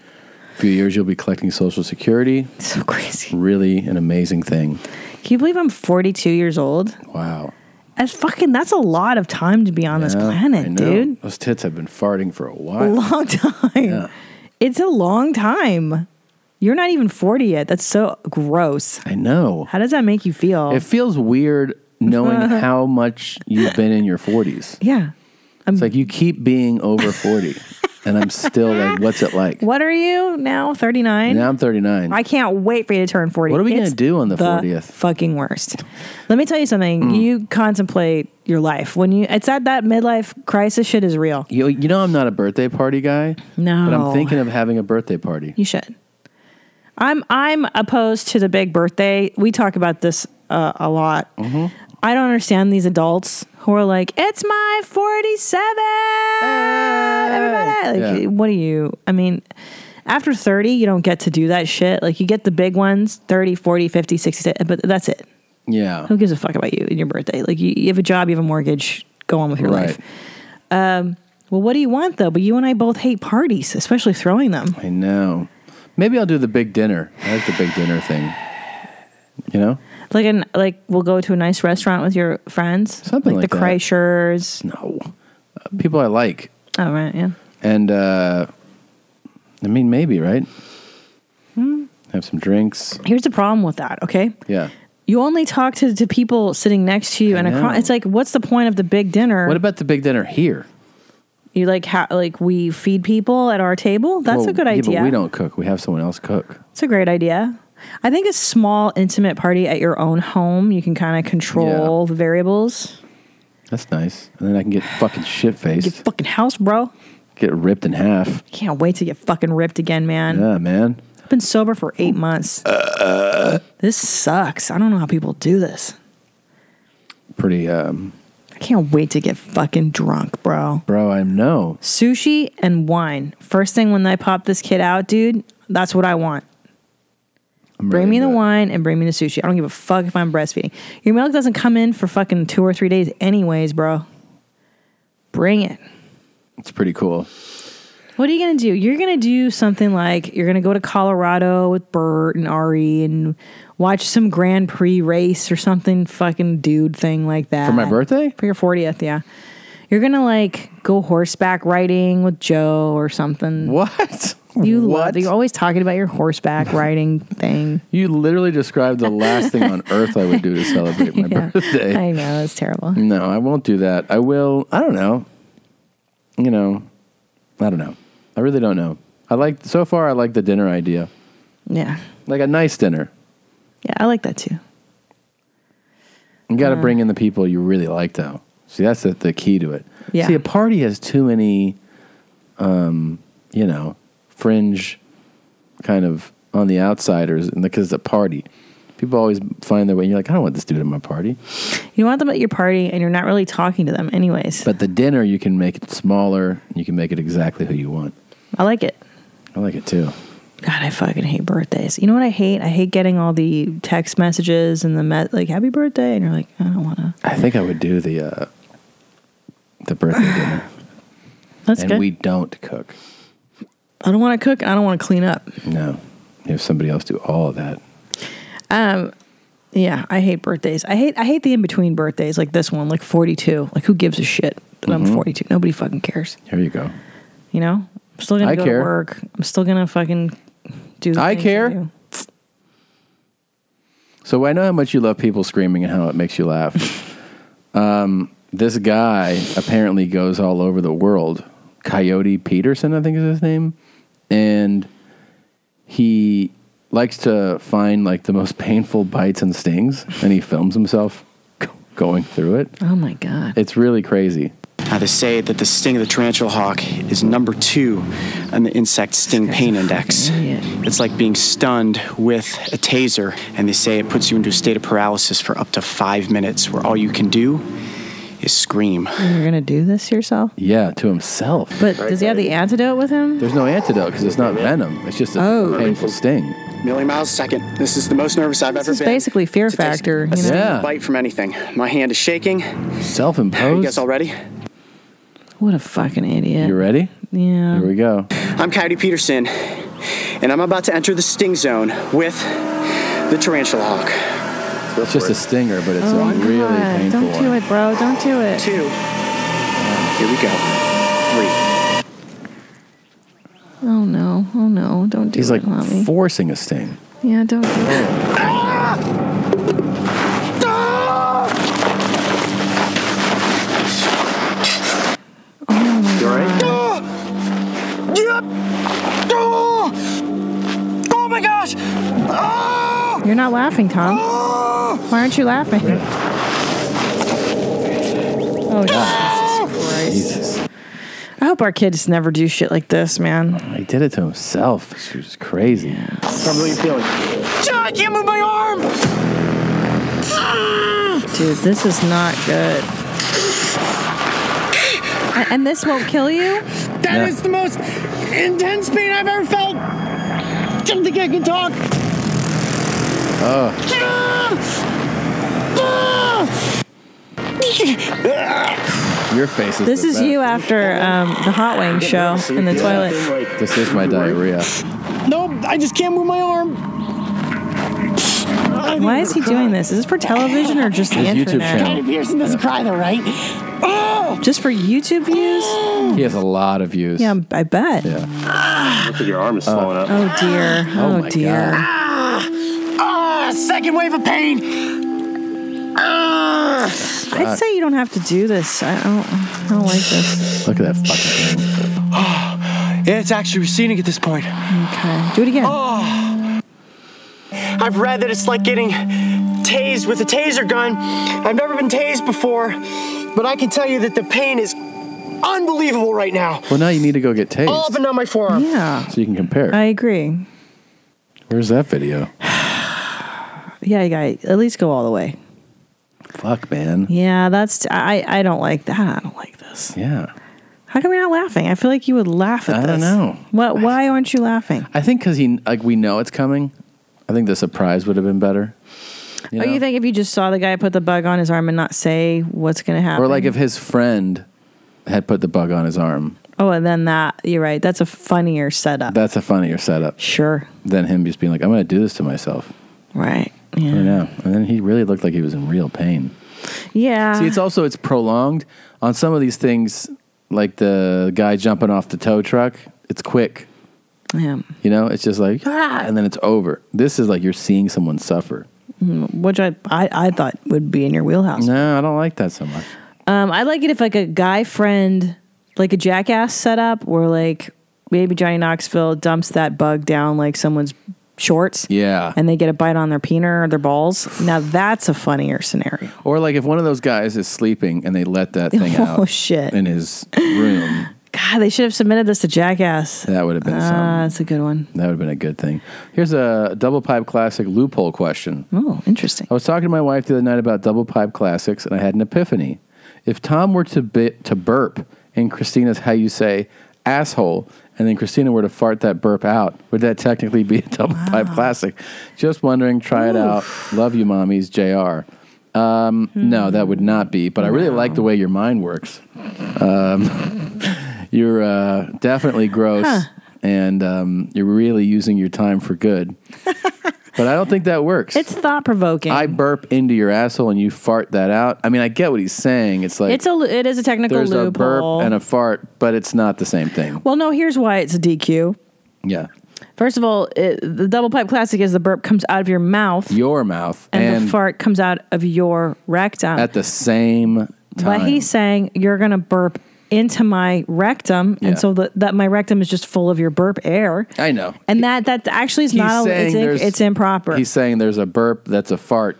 S1: a few years you'll be collecting Social Security.
S2: So crazy.
S1: Really an amazing thing.
S2: Can you believe I'm 42 years old?
S1: Wow.
S2: That's fucking. That's a lot of time to be on this
S1: Yeah, I
S2: planet,
S1: know.
S2: dude.
S1: Those tits have been farting for a
S2: A
S1: while.
S2: long time. It's a long time. You're not even 40 yet. That's so gross.
S1: I know.
S2: How does that make you feel?
S1: It feels weird knowing how much you've been in your 40s.
S2: yeah.
S1: it's like you keep being over 40, and I'm still like, what's it like?
S2: What are you now? 39.
S1: Now I'm 39.
S2: I can't wait for you to turn 40.
S1: What are we
S2: It's
S1: gonna do on the Mm. 40th?
S2: Fucking worst. Let me tell you something. You contemplate your life when you it's at that midlife crisis shit is real.
S1: You, you know, I'm not a birthday party guy.
S2: No.
S1: But I'm thinking of having a birthday party.
S2: You should. I'm I'm opposed to the big birthday. We talk about this uh, a lot.
S1: Mm-hmm.
S2: I don't understand these adults who are like, "It's my 47." Everybody, like,
S19: Yeah.
S2: what do you? I mean, after 30, you don't get to do that shit. Like you get the big ones, 30, 40, 50, 60, but that's it.
S1: Yeah.
S2: Who gives a fuck about you and your birthday? Like you, you have a job, you have a mortgage. go on with your life. Um, well, what do you want though? But you and I both hate parties, especially throwing them.
S1: I know. Maybe I'll do the big dinner. I like the big dinner thing. You know?
S2: Like an like we'll go to a nice restaurant with your friends. Something
S1: like
S2: the
S1: that.
S2: Kreischers.
S1: No. People I like.
S2: Oh right, yeah.
S1: And uh I mean maybe, right? Have some drinks.
S2: Hmm. Here's the problem with that, okay?
S1: Yeah.
S2: You only talk to, to people sitting next to you and
S1: know.
S2: across it's like what's the point of the big dinner?
S1: What about the big dinner here?
S2: you like how like we feed people at our table? That's
S1: Well,
S2: a good
S1: yeah,
S2: idea.
S1: But we don't cook. We have someone else cook.
S2: It's a great idea. I think a small intimate party at your own home, you can kind of control the variables.
S1: That's nice. And then I can get fucking shit faced.
S2: Fucking house, bro.
S1: Get ripped in half.
S2: Can't wait to get fucking ripped again, man.
S1: Yeah, man.
S2: I've been sober for eight months.
S1: Uh,
S2: This sucks. I don't know how people do this.
S1: pretty um
S2: I can't wait to get fucking drunk, bro.
S1: Bro, I know.
S2: Sushi and wine. First thing when I pop this kid out, dude, that's what I want. bring me the wine and bring me the sushi. I don't give a fuck if I'm breastfeeding. Your milk doesn't come in for fucking two or three days, anyways, bro. Bring it.
S1: It's pretty cool.
S2: What are you gonna do? You're gonna do something like you're gonna go to Colorado with Bert and Ari and watch some Grand Prix race or something fucking dude thing like that.
S1: For my birthday?
S2: For your 40th, yeah. You're gonna like go horseback riding with Joe or something.
S1: What?
S2: You love you're always talking about your horseback riding thing.
S1: You literally described the last thing on earth I would do to celebrate my birthday.
S2: I know, it's terrible.
S1: No, I won't do that. I will. I don't know. You know, I don't know. I really don't know. I like so far. I like the dinner idea,
S2: Yeah.
S1: like a nice dinner.
S2: Yeah, I like that too.
S1: You got to
S2: Uh.
S1: bring in the people you really like, though. See, that's the, the key to it.
S2: Yeah.
S1: See, a party has too many, um, you know, fringe, kind of on the outsiders, and because it's a party, people always find their way. And you're like, I don't want this dude at my party.
S2: You want them at your party and you're not really talking to them anyways.
S1: But the dinner, you can make it smaller. You can make it exactly who you want.
S2: I like it.
S1: I like it too.
S2: God, I fucking hate birthdays. You know what I hate? I hate getting all the text messages and the me- like "Happy birthday," and you're like, I don't want to.
S1: I think I would do the uh, the birthday dinner.
S2: That's
S1: and
S2: good.
S1: we don't cook.
S2: I don't want to cook. I don't want to clean up.
S1: No, we have somebody else do all of that.
S2: Um, yeah, I hate birthdays. I hate I hate the in between birthdays like this one, like 42. Like who gives a shit that I'm
S1: Mhm.
S2: 42? Nobody fucking cares.
S1: There you go.
S2: You know, I'm still gonna
S1: I
S2: go
S1: care.
S2: to work. I'm still gonna fucking do. The
S1: I
S2: things
S1: care.
S2: do.
S1: So I know how much you love people screaming and how it makes you laugh. um, this guy apparently goes all over the world. Coyote Peterson, I think is his name, and he likes to find like the most painful bites and stings, and he films himself go- going through it.
S2: Oh my god!
S1: It's really crazy.
S19: Now, Uh, they say that the sting of the tarantula hawk is number two on the insect sting pain index. It's like being stunned with a taser, and they say it puts you into a state of paralysis for up to five minutes where all you can do is scream.
S2: And You're gonna do this yourself.
S1: Yeah, to himself.
S2: But does he have the antidote with him?
S1: There's no antidote because it's not venom. It's just a
S19: Oh.
S1: painful sting.
S19: Millie miles a second. This is the most nervous I've ever
S2: It's
S19: been.
S2: basically Fear Factor.
S19: a
S2: You know?
S19: sting bite from anything. My hand is shaking.
S1: Self-imposed.
S19: You guys all ready?
S2: What a fucking idiot.
S1: You ready?
S2: Yeah.
S1: Here we go.
S19: I'm Coyote Peterson, and I'm about to enter the sting zone with the tarantula hawk.
S1: It's just a stinger, but it's
S2: Oh
S1: a
S2: my
S1: really
S2: God,
S1: painful
S2: Don't do
S1: one.
S2: it, bro. Don't do it.
S19: Two. Here we go.
S2: Oh no. Oh no. Don't do
S1: He's
S2: it,
S1: like
S2: mommy.
S1: forcing a sting.
S2: Yeah, don't do it.
S1: Oh.
S19: You alright?
S14: Oh my gosh!
S2: Oh, You're not laughing, Tom. Why aren't you laughing? Oh Jesus Christ. I hope our kids never do shit like this, man.
S1: He did it to himself. It's just crazy.
S19: Probably feeling.
S14: John, I can't move my arm!
S2: Dude, this is not good. A- And this won't kill you?
S14: That is the most intense pain I've ever felt. Don't think I can talk.
S1: Oh,
S14: Ah! Ah!
S1: Your face is.
S2: This
S1: the
S2: is
S1: best.
S2: you after um, the hot wing show in the
S1: Yeah.
S2: toilet.
S1: This is my diarrhea.
S19: No, I just can't move my arm.
S2: Why is he doing this? Is this for television or just the
S1: His YouTube
S2: internet?
S1: channel. Patty
S19: Pearson doesn't cry though, right? Oh!
S2: Just for YouTube views?
S1: He has a lot of views. Uh,
S2: Yeah, I bet.
S1: Looks like your arm is swollen up.
S2: Oh dear.
S1: Oh,
S2: Oh,
S1: my
S2: dear.
S1: God.
S19: Ah, second wave of pain. Ah.
S2: I'd say you don't have to do this. I don't. I don't like this.
S1: Look at that fucking
S19: thing. yeah, it's actually receding at this point. Oh.
S2: Okay. Do it again.
S19: I've read that it's like getting tased with a taser gun. I've never been tased before, but I can tell you that the pain is unbelievable right now.
S1: Well, now you need to go get tased
S19: All up and down my forearm.
S2: Yeah.
S1: so you can compare.
S2: Oh, I agree.
S1: Where's that video?
S2: Yeah, you got at least go all the way.
S1: Fuck, man.
S2: Yeah, that's. I. I don't like that. I don't like this.
S1: Yeah.
S2: How come you're not laughing? I feel like you would laugh at
S1: I
S2: this.
S1: don't know.
S2: What? Why aren't you laughing?
S1: I think because he like we know it's coming. I think the surprise would have been better. You
S2: Oh,
S1: know?
S2: you think if you just saw the guy put the bug on his arm and not say what's going to happen?
S1: or like if his friend had put the bug on his arm.
S2: Oh, and then that. You're right. That's a funnier setup.
S1: That's a funnier setup.
S2: Sure.
S1: Than him just being like, I'm going to do this to myself.
S2: Right.
S1: I know. And then he really looked like he was in real pain.
S2: yeah.
S1: See, it's also it's prolonged on some of these things, like the guy jumping off the tow truck. It's quick,
S2: yeah.
S1: you know. It's just like ah, and then it's over. This is like you're seeing someone suffer.
S2: Mm, Which I, I I thought would be in your wheelhouse.
S1: No, I don't like that so much.
S2: Um, I like it if like a guy friend, like a jackass setup, where like maybe Johnny Knoxville dumps that bug down like someone's shorts.
S1: Yeah.
S2: And they get a bite on their peener or their balls. Now that's a funnier scenario.
S1: Or like if one of those guys is sleeping and they let that thing
S2: Oh,
S1: out
S2: shit.
S1: in his room,
S2: God, they should have submitted this to Jackass.
S1: that would have been some.
S2: Ah, that's a good one.
S1: That would have been a good thing. Here's a double pipe classic loophole question.
S2: Oh, interesting.
S1: I was talking to my wife the other night about double pipe classics, and I had an epiphany. If Tom were to bi- to burp in Christina's how you say asshole, and then Christina were to fart that burp out, would that technically be a double pipe classic? Just wondering. Try it out. Love you, mommies. Jr. Um, No, that would not be. But I really like the way your mind works. Um, you're uh, definitely gross,
S2: Huh.
S1: and um, you're really using your time for good. but I don't think that works.
S2: It's thought provoking.
S1: I burp into your asshole and you fart that out. I mean, I get what he's saying. It's like
S2: it's a it is a technical
S1: there's a burp
S2: loophole.
S1: and a fart, but it's not the same thing.
S2: well, no. Here's why it's a DQ.
S1: Yeah,
S2: First of all, it, the double pipe classic is the burp comes out of your mouth
S1: your mouth
S2: and,
S1: and,
S2: the fart comes out of your rectum.
S1: at the same time.
S2: But he's saying you're going to burp into my rectum,
S1: Yeah.
S2: and so that that my rectum is just full of your burp air,
S1: I know.
S2: and that that actually is
S1: He's
S2: not a, it's,
S1: saying
S2: in-
S1: there's-
S2: it's improper.
S1: He's saying there's a burp that's a fart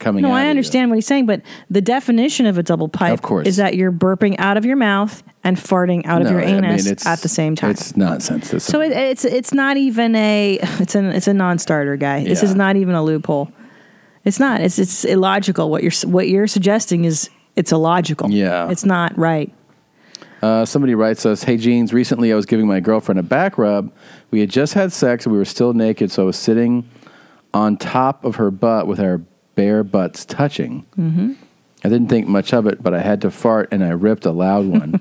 S1: coming.
S2: No,
S1: out of
S2: I
S1: you.
S2: understand what he's saying, but the definition of a double pipe,
S1: Of course.
S2: is that you're burping out of your mouth and farting out of
S1: No,
S2: your
S1: I mean,
S2: anus
S1: it's-
S2: at the same time.
S1: It's nonsense. This
S2: So it, it's it's not even a it's an it's a non-starter guy. This
S1: Yeah.
S2: is not even a loophole. It's not. It's it's illogical. What you're what you're suggesting is it's illogical.
S1: Yeah.
S2: it's not right.
S1: Uh, somebody writes us, "Hey jeans, recently I was giving my girlfriend a back rub. We had just had sex and we were still naked, so I was sitting on top of her butt with our bare butts touching.
S5: Mm-hmm.
S1: I didn't think much of it, but I had to fart and I ripped a loud one,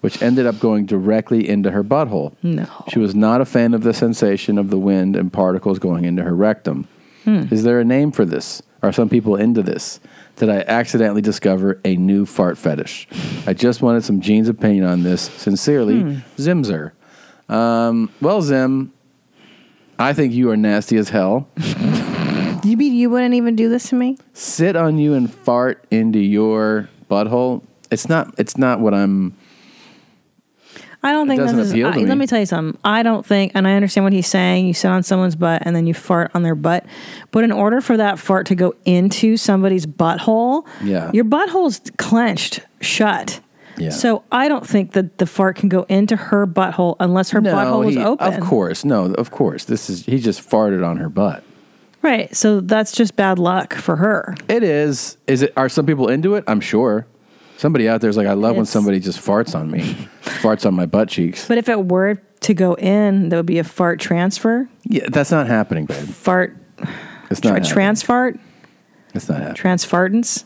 S1: which ended up going directly into her butthole.
S2: No.
S1: She was not a fan of the sensation of the wind and particles going into her rectum.
S2: Hmm.
S1: Is there a name for this? Are some people into this? Did I accidentally discover a new fart fetish? I just wanted some Gene's opinion on this. Sincerely,
S5: Hmm.
S1: Zimzer. Um, well, Zim, I think you are nasty as hell.
S2: You mean you wouldn't even do this to me?
S1: Sit on you and fart into your butthole. It's not. It's not what I'm.
S2: I don't
S1: It
S2: think this
S1: doesn't
S2: is.
S1: appeal to
S2: I-
S1: me.
S2: Let me tell you something. I don't think, and I understand what he's saying. You sit on someone's butt and then you fart on their butt, but in order for that fart to go into somebody's butthole,
S1: Yeah.
S2: your butthole's clenched shut.
S1: Yeah.
S2: So I don't think that the fart can go into her butthole unless her butthole was
S1: he-
S2: open.
S1: Of course, no, of course. This is he just farted on her butt.
S2: Right. So that's just bad luck for her.
S1: It is. Is it? Are some people into it? I'm sure. Somebody out there is like, I love when
S2: It's-
S1: somebody just farts on me, farts on my butt cheeks.
S2: But if it were to go in, there would be a fart transfer.
S1: Yeah, that's not happening, babe.
S2: Fart.
S1: It's not.
S2: a
S1: happening.
S2: trans fart.
S1: It's not happening.
S2: Transfartance.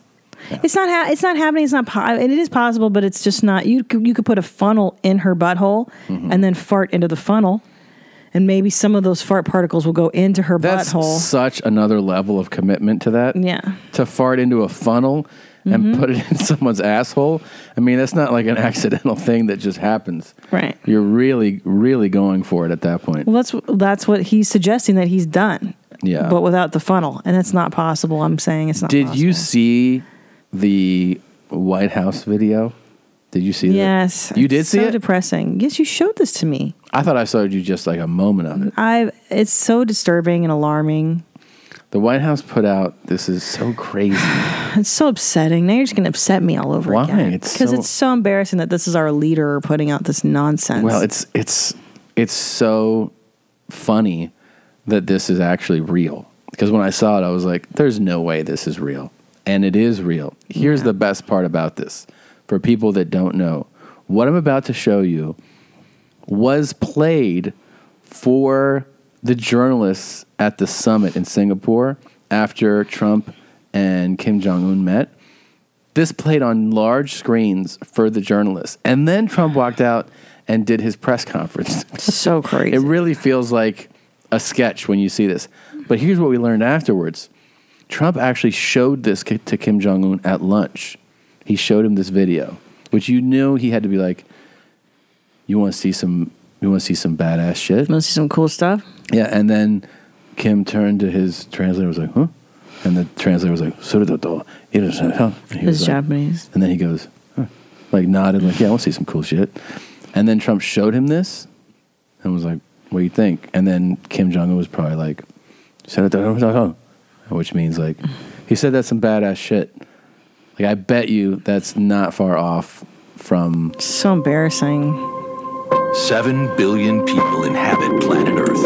S2: It's not. Ha- it's not happening. It's not. Po- and it is possible, but it's just not. You could, you could put a funnel in her butthole
S1: Mm-hmm.
S2: and then fart into the funnel, and maybe some of those fart particles will go into her
S1: That's
S2: butthole.
S1: such another level of commitment to that.
S2: Yeah.
S1: To fart into a funnel and
S2: Mhm.
S1: put it in someone's asshole. I mean, that's not like an accidental thing that just happens.
S2: Right.
S1: You're really, really going for it at that point.
S2: Well, that's that's what he's suggesting that he's done.
S1: Yeah.
S2: But without the funnel, and that's not possible. I'm saying it's not.
S1: Did
S2: possible.
S1: you see the White House video? Did you see that?
S2: Yes.
S1: You did
S2: It's
S1: see
S2: so
S1: it?
S2: depressing. Yes, you showed this to me.
S1: I thought I saw you just like a moment of it.
S2: I. It's so disturbing and alarming.
S1: The White House put out this is so crazy.
S2: It's so upsetting. Now you're just going to upset me all over
S1: Why?
S2: again.
S1: It's
S2: because
S1: so-
S2: it's so embarrassing that this is our leader putting out this nonsense.
S1: Well, it's it's it's so funny that this is actually real. Because when I saw it, I was like, "There's no way this is real," and it is real. Here's the best part about this for people that don't know: what I'm about to show you was played for the journalists at the summit in Singapore after Trump and Kim Jong Un met. This played on large screens for the journalists. And then Trump walked out and did his press conference.
S2: So crazy.
S1: it really feels like a sketch when you see this. But here's what we learned afterwards Trump actually showed this ki- to Kim Jong un at lunch. He showed him this video, which you knew he had to be like, You want to see some. You want to see some badass shit?
S2: Want to see some cool stuff?
S1: Yeah, and then Kim turned to his translator and was like, huh? And the translator was like, "Surudoto, irasha," huh? And
S2: It's
S1: he was like-
S2: Japanese.
S1: and then he goes, huh, like nodded, like, yeah, I want to see some cool shit. And then Trump showed him this and was like, what do you think? And then Kim Jong un was probably like, "Saratoto," which means like, he said that's some badass shit. Like, I bet you that's not far off from.
S2: So embarrassing.
S20: Seven billion people inhabit planet Earth.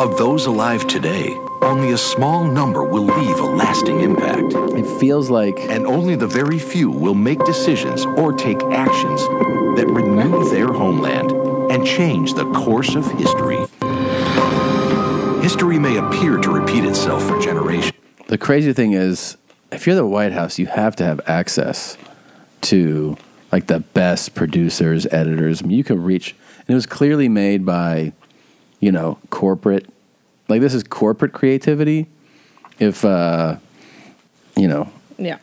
S20: Of those alive today, only a small number will leave a lasting impact.
S1: It feels like.
S20: And only the very few will make decisions or take actions that renew their homeland and change the course of history. History may appear to repeat itself for generations.
S1: The crazy thing is, if you're the White House, you have to have access to like the best producers, editors. I mean, you could reach, and it was clearly made by, you know, corporate. Like this is corporate creativity. If uh, you know,
S2: Yeah.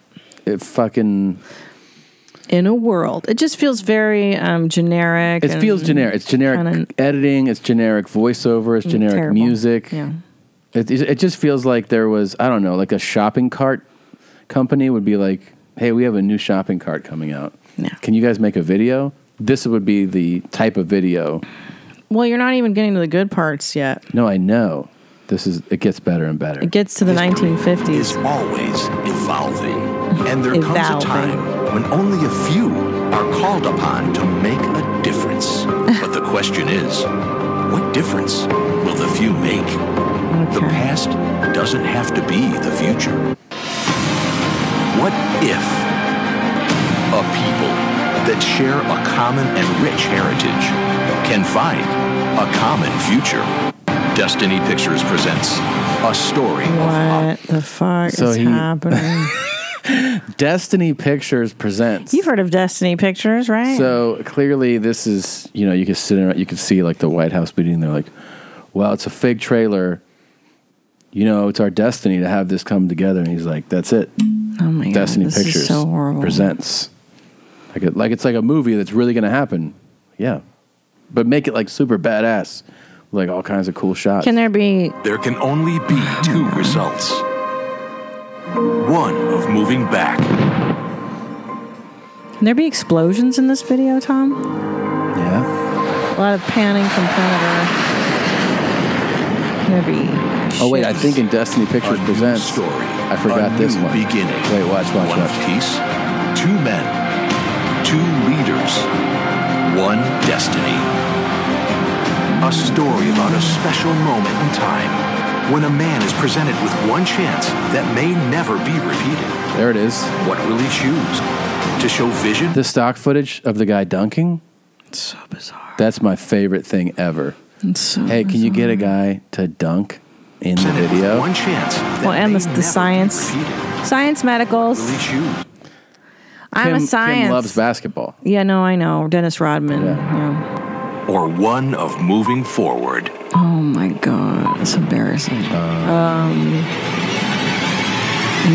S1: if fucking
S2: In a world, it just feels very um, generic.
S1: it feels
S2: and-
S1: generic. It's generic editing. It's generic voiceover. It's
S2: Mm,
S1: generic
S2: terrible.
S1: music.
S2: Yeah.
S1: It, it it just feels like there was I don't know like a shopping cart company would be like, hey, we have a new shopping cart coming out. Can you guys make a video? This would be the type of video.
S2: Well, you're not even getting to the good parts yet.
S1: No, I know. This is it gets better and better.
S2: It gets to the 1950s.
S20: always evolving. And there comes
S2: Evolving.
S20: a time when only a few are called upon to make a difference. but the question is, what difference will the few make? The past doesn't have to be the future. What if a people that share a common and rich heritage can find a common future? Destiny Pictures presents a story
S2: What the fuck
S1: So
S2: is
S1: he-
S2: happening?
S1: Destiny Pictures presents.
S2: You've heard of Destiny Pictures, right?
S1: So clearly, this is you know you could sit around, you could see like the White House meeting. They're like, "Well, it's a fake trailer. You know, it's our destiny to have this come together." And he's like, "That's it.
S2: oh my god,
S1: destiny
S2: this
S1: Pictures
S2: is so horrible.
S1: presents like a, like it's like a movie that's really going to happen. Yeah, but make it like super badass, like all kinds of cool shots.
S2: Can there be
S20: There can only be two results. One of moving back.
S2: Can there be explosions in this video, Tom?
S1: Yeah.
S2: A lot of panning from Predator. Can there be?
S1: Oh wait, I think in Destiny Pictures presents
S20: story.
S1: I forgot
S20: a
S1: this
S20: new
S1: one.
S20: Beginning.
S1: Wait, watch, watch,
S20: one
S1: watch.
S20: piece. Two men. Two leaders. One destiny. A story about a special moment in time when a man is presented with one chance that may never be repeated.
S1: There it is.
S20: What will he choose? To show vision?
S1: The stock footage of the guy dunking. It's
S2: so bizarre.
S1: That's my favorite thing ever.
S2: It's so
S1: hey, can you get a guy to dunk in the video?
S20: One chance.
S2: Well, and the, the science Science medicals. I'm a science.
S1: basketball.
S2: yeah, no, I know. Dennis Rodman. Yeah.
S20: Or one of moving forward.
S2: Oh my god, it's embarrassing. Um,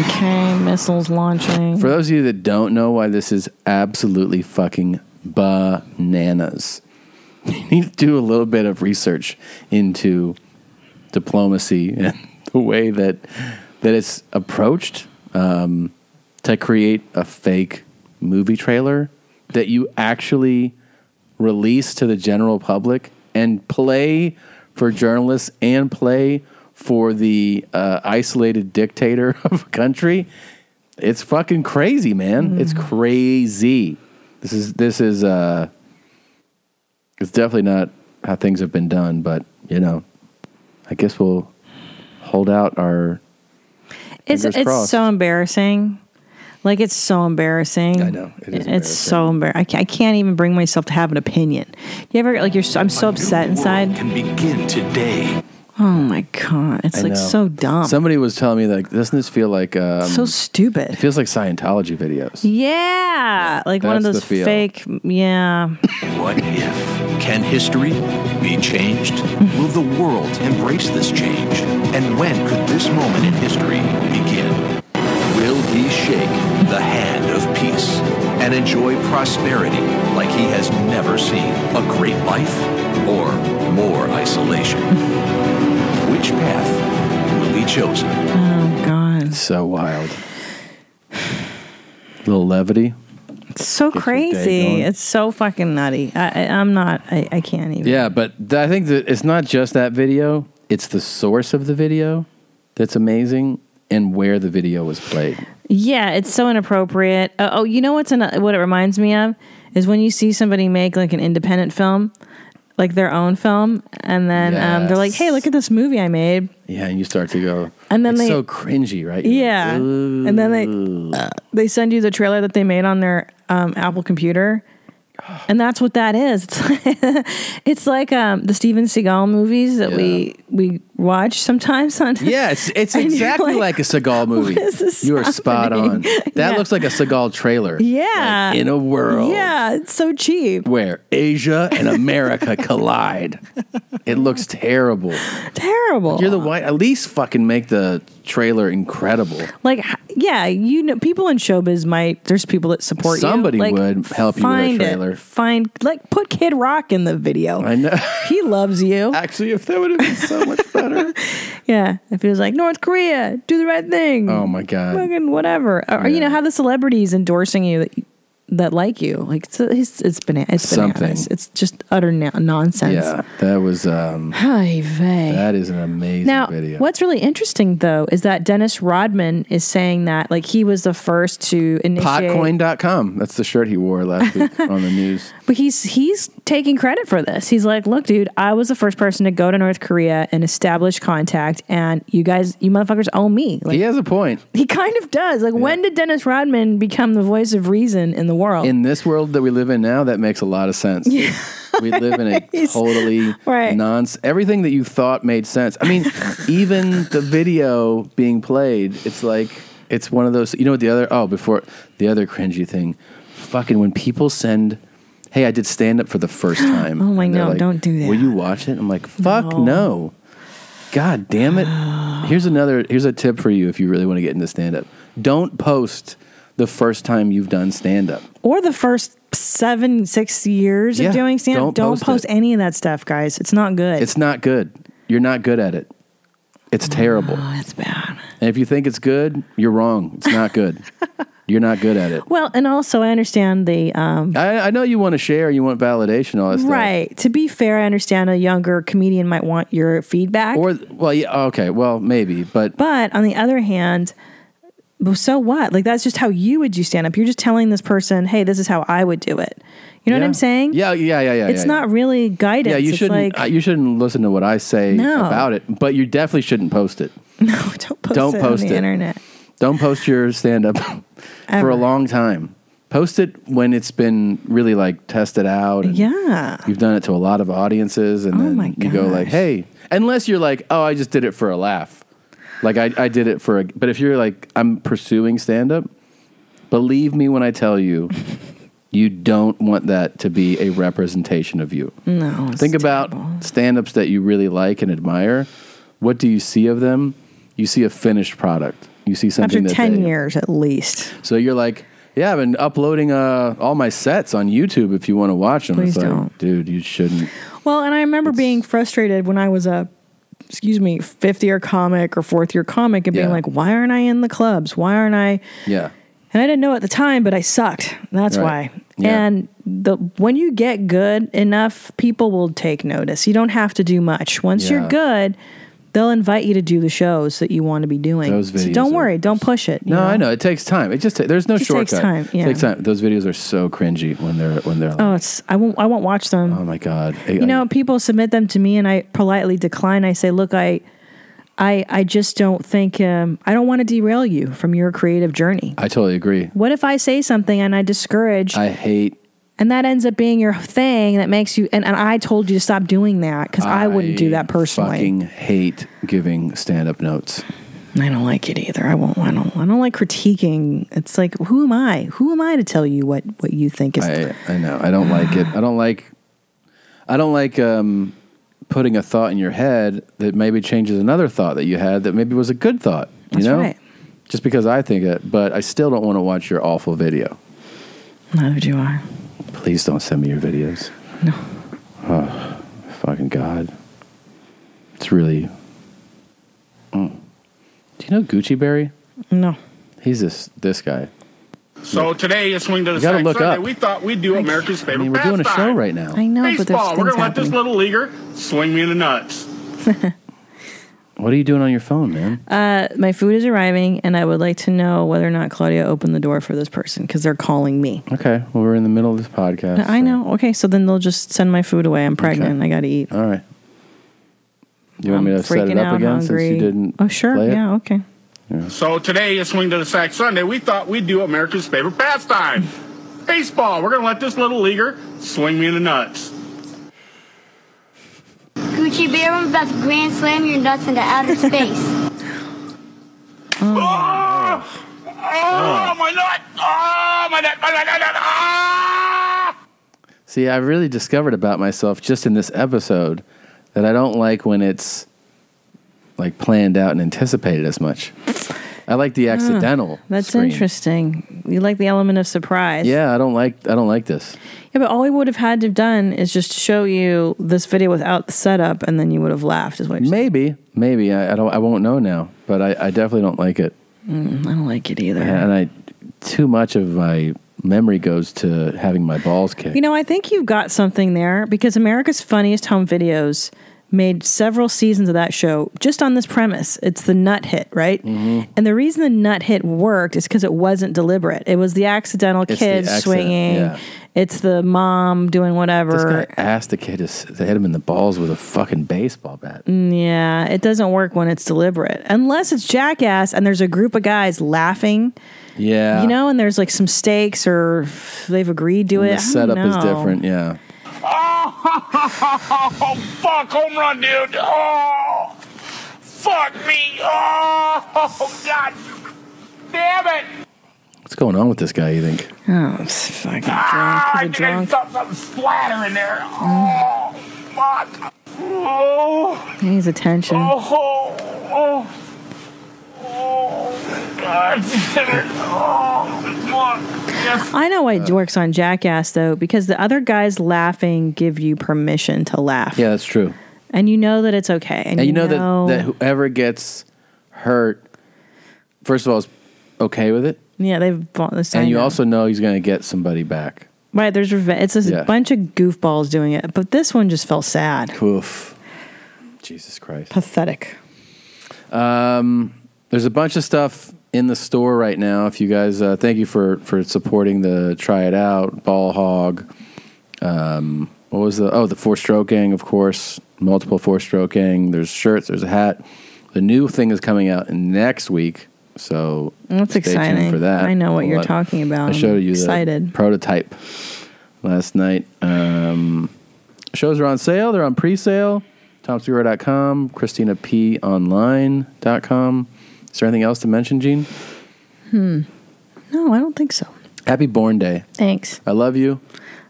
S2: okay, missiles launching.
S1: For those of you that don't know why this is absolutely fucking bananas, you need to do a little bit of research into diplomacy and the way that that it's approached um, to create a fake movie trailer that you actually release to the general public and play for journalists and play for the uh, isolated dictator of a country. It's fucking crazy, man.
S2: Mm-hmm.
S1: It's crazy. This is this is uh it's definitely not how things have been done, but you know, I guess we'll hold out our
S2: It's
S1: fingers
S2: it's
S1: crossed.
S2: so embarrassing. Like it's so embarrassing. I know it is. It's so embarrassing. I ca- I can't even bring myself to have an opinion. You ever like you're? So, I'm so upset inside.
S20: Can begin today.
S2: Oh my god, it's
S1: I
S2: like
S1: know.
S2: so dumb.
S1: Somebody was telling me like, doesn't this feel like um,
S2: So stupid?
S1: It feels like Scientology videos.
S2: yeah, like one of
S1: That's
S2: those
S1: the feel.
S2: fake. Yeah.
S20: What if? Can history be changed? Will the world embrace this change? And when could this moment in history begin? Will he shake the hand of peace and enjoy prosperity like he has never seen? A great life or more isolation? Which path will be chosen?
S2: Oh God. It's
S1: so wild. little levity.
S2: It's so
S1: Get your day
S2: crazy.
S1: going.
S2: It's so fucking nutty. I, I, I'm not. I, I can't even.
S1: Yeah, but th- I think that it's not just that video; it's the source of the video that's amazing and where the video was played.
S2: Yeah, it's so inappropriate. Uh, oh, you know what's an, what it reminds me of is when you see somebody make like an independent film, like their own film, and then um, they're like, "Hey, look at this movie I made."
S1: Yeah, and you start to go,
S2: And then
S1: it's
S2: they-
S1: so cringy, right?
S2: Yeah, and then they uh, they send you the trailer that they made on their um, Apple computer, and that's what that is. It's like, it's like um, the Steven Seagal movies that we we watch sometimes on.
S1: Yeah, it's it's
S2: And you're
S1: exactly like, a Seagal movie.
S2: is this
S1: You are spot on. That
S2: Yeah.
S1: looks like a Seagal trailer.
S2: Yeah.
S1: In a world
S2: Yeah, it's so cheap.
S1: where Asia and America collide, it looks terrible.
S2: Terrible.
S1: You're the white. At least fucking make the trailer incredible.
S2: Like, h- yeah, you know, people in showbiz might. There's people that support
S1: Somebody
S2: you. Like,
S1: would help you with a
S2: find it.
S1: trailer.
S2: Find like put Kid Rock in the video. I
S1: know
S2: he loves you.
S1: Actually, if that would have been so much better.
S2: yeah, if he was like North Korea, do the right thing.
S1: Oh my god.
S2: fucking whatever. Or you know, have the celebrities endorsing you that that like you. Like it's it's, it's bananas. It's
S1: Something.
S2: bananas. It's just utter na- nonsense.
S1: Yeah, that was um.
S2: Ay vey.
S1: That is an amazing
S2: Now,
S1: video.
S2: what's really interesting though is that Dennis Rodman is saying that like he was the first to initiate
S1: Potcoin.com. That's the shirt he wore last week on the news.
S2: But he's he's taking credit for this. He's like, "Look, dude, I was the first person to go to North Korea and establish contact, and you guys, you motherfuckers, owe me." Like,
S1: he has a point.
S2: He kind of does. Like, when did Dennis Rodman become the voice of reason in the world?
S1: In this world that we live in now, that makes a lot of sense. We live in a
S2: He's-
S1: totally
S2: Right.
S1: nonsense. Everything that you thought made sense. I mean, even the video being played, it's like it's one of those. You know what the other? Oh, before the other cringy thing, fucking when people send, "Hey, I did stand up for the first time."
S2: Oh my
S1: and they're
S2: no, don't do that.
S1: Will you watch it? I'm like, fuck no. God damn it. Here's another. Here's a tip for you if you really want to get into stand up. Don't post the first time you've done stand up.
S2: or the first seven, six years
S1: Yeah,
S2: of doing stand
S1: don't
S2: up. Don't
S1: post
S2: post, any of that stuff, guys. It's not good.
S1: It's not good. You're not good at it. It's terrible.
S2: it's bad.
S1: And if you think it's good, you're wrong. It's not good. you're not good at it.
S2: well, and also I understand the um,
S1: I, I know you want to share, you want validation, all that stuff.
S2: right. To be fair, I understand a younger comedian might want your feedback.
S1: Or, well, Oh, yeah, okay, well, maybe, but
S2: But on the other hand, well, so what? Like that's just how you would do stand up. You're just telling this person, "Hey, this is how I would do it." You know what
S1: Yeah.
S2: I'm saying?
S1: Yeah, yeah, yeah, yeah.
S2: it's
S1: yeah,
S2: not really guidance.
S1: Yeah, you
S2: it's
S1: shouldn't.
S2: Like,
S1: uh, you shouldn't listen to what I say
S2: No.
S1: about it, but you definitely shouldn't post it.
S2: post
S1: uh, don't
S2: it on
S1: post
S2: the
S1: it.
S2: internet.
S1: Don't post your stand up for
S2: Ever.
S1: a long time. Post it when it's been really like tested out. And
S2: Yeah.
S1: You've done it to a lot "Oh, of audiences, and then you go like, "Hey," unless you're like, "Oh, I just did it for a laugh." Like I, I did it for a. But if you're like, I'm pursuing stand up, believe me when I tell you, you don't want that to be a representation of you.
S2: No.
S1: Think about stand ups that you really like and admire. What do you see of them? You see a finished product. You see something
S2: After
S1: that
S2: 10
S1: they-
S2: years at least.
S1: so you're like, yeah, I've been uploading uh, all my sets on YouTube. If you want to watch them,
S2: Please
S1: it's
S2: don't.
S1: like, dude, you shouldn't.
S2: Well, and I remember being frustrated when I was a, excuse me, fifth year comic or fourth year comic and being
S1: Yeah.
S2: like, why aren't I in the clubs? Why aren't I?
S1: Yeah,
S2: And I didn't know at the time, but I sucked. That's
S1: Right.
S2: why.
S1: Yeah.
S2: And the when you get good enough, people will take notice. You don't have to do much. Once
S1: Yeah.
S2: you're good, they'll invite you to do the shows that you want to be doing.
S1: Those
S2: so
S1: videos
S2: don't
S1: are-
S2: worry, don't push it. you
S1: No, I know it takes time. It just ta- there's no
S2: Just
S1: shortcut.
S2: takes time, yeah.
S1: takes time. Those videos are so cringy when they're when they're. Like,
S2: Oh, it's I won't I won't watch them.
S1: oh my god. I-
S2: you know, people submit them to me, and I politely decline. I say, "Look, I, I, I just don't think um, I don't want to derail you from your creative journey.
S1: I, I totally agree.
S2: What if I say something and I discourage,
S1: I hate.
S2: and that ends up being your thing that makes you? And, and I told you to stop doing that because I, wouldn't do that personally.
S1: Fucking hate giving stand up notes.
S2: I don't like it either. I won't. I don't. I don't like critiquing. It's like, who am I? Who am I to tell you what what you think is?
S1: I, I know. I don't like it. I don't like. I don't like um, putting a thought in your head that maybe changes another thought that you had that maybe was a good thought. You
S2: That's
S1: know,
S2: right.
S1: just because I think it, but I still don't want to watch your awful video.
S2: Neither do I.
S1: Please don't send me your videos.
S2: No.
S1: Oh, fucking God. It's really. Mm. Do you know Gucci Berry?
S2: No.
S1: He's this this guy.
S21: So today is swing to the
S1: You gotta
S21: Sack
S1: look
S21: Sunday.
S1: up.
S21: We thought we'd do America's favorite.
S1: mean, we're doing a
S21: pastime.
S1: show right now. I
S2: know, but there's
S21: baseball. we're
S2: things
S21: gonna let this little leaguer swing me in the nuts.
S1: What are you doing on your phone, man?
S2: Uh, my food is arriving, and I would like to know whether or not Claudia opened the door for this person because they're calling me.
S1: Okay, well we're in the middle of this podcast.
S2: I know. Okay, so then they'll just send my food away. I'm pregnant. I got to eat.
S1: All right. You want
S21: I'm
S1: me to set
S21: freaking
S1: it up
S21: out,
S1: again since
S21: hungry.
S1: you didn't?
S2: Oh, sure.
S1: play it?
S2: Yeah. Okay.
S21: So today is swing to the sack Sunday. We thought we'd do America's favorite pastime. baseball. We're gonna let this little leaguer swing me in the nuts.
S10: Gucci Bear, I'm about to grand slam your nuts into outer space.
S2: Oh.
S21: Ah! Ah, my nut! Ah, my nut! My nut! My nut! Ah.
S1: See, I've really discovered about myself just in this episode that I don't like when it's like planned out and anticipated as much. I like the accidental.
S2: Ah, that's
S1: screen.
S2: interesting. You like the element of surprise.
S1: Yeah, I don't like I don't like this.
S2: Yeah, but all we would have had to have done is just show you this video without the setup, and then you would have laughed. Is what? You're
S1: Maybe, maybe I, I don't. I won't know now, but I, I definitely don't like it.
S2: Mm, I don't like it either.
S1: And I too much of my memory goes to having my balls kicked.
S2: You know, I think you've got something there because America's Funniest Home Videos made several seasons of that show just on this premise. It's the nut hit, right?
S1: Mm-hmm.
S2: And the reason the nut hit worked is because it wasn't deliberate. It was the accidental
S1: It's the
S2: kids
S1: accident,
S2: swinging.
S1: yeah.
S2: It's the mom doing
S1: this
S2: whatever.
S1: guy asked the kid to s- to hit him in the balls with a fucking baseball bat.
S2: Mm, Yeah, it doesn't work when it's deliberate. Unless it's jackass and there's a group of guys laughing,
S1: Yeah,
S2: you know, and there's like some stakes or they've agreed to it. I
S1: the
S2: don't
S1: setup is
S2: know.
S1: different. Yeah.
S21: Oh, fuck, home run, dude. Oh, fuck me. Oh, God. Damn it.
S1: What's going on with this guy? You think?
S2: Oh, it's fucking
S21: Ah, I think I felt something splatter in there. Oh, fuck. Oh,
S2: He needs attention.
S21: oh, oh. Oh, God. Oh, fuck. Yes.
S2: I know it works on Jackass though, because the other guys laughing give you permission to laugh,
S1: Yeah, that's true.
S2: and you know that it's okay, and,
S1: And, you know, that that whoever gets hurt, first of all, is okay with it,
S2: yeah, they've bought the
S1: and
S2: same.
S1: you also know he's going to get somebody back.
S2: right, there's revenge. It's just
S1: Yeah.
S2: a bunch of goofballs doing it, but this one just felt sad,
S1: Oof. Jesus Christ.
S2: pathetic.
S1: Um, there's a bunch of stuff in the store right now. If you guys, uh, thank you for for supporting the try it out ball hog. Um, what was the oh the four stroke gang of course multiple four stroke gang. There's shirts. There's a hat. The new thing is coming out next week, so
S2: That's
S1: stay tuned
S2: exciting.
S1: for that.
S2: I know what
S1: I'll
S2: you're
S1: let-
S2: talking about.
S1: I showed
S2: I'm
S1: you the
S2: excited.
S1: prototype last night. Um, shows are on sale. They're on pre-sale. TomSegura.com, ChristinaPOnline.com. Is there anything else to mention, Gene?
S2: Hmm. No, I don't think so.
S1: Happy Born Day.
S2: Thanks.
S1: I love you.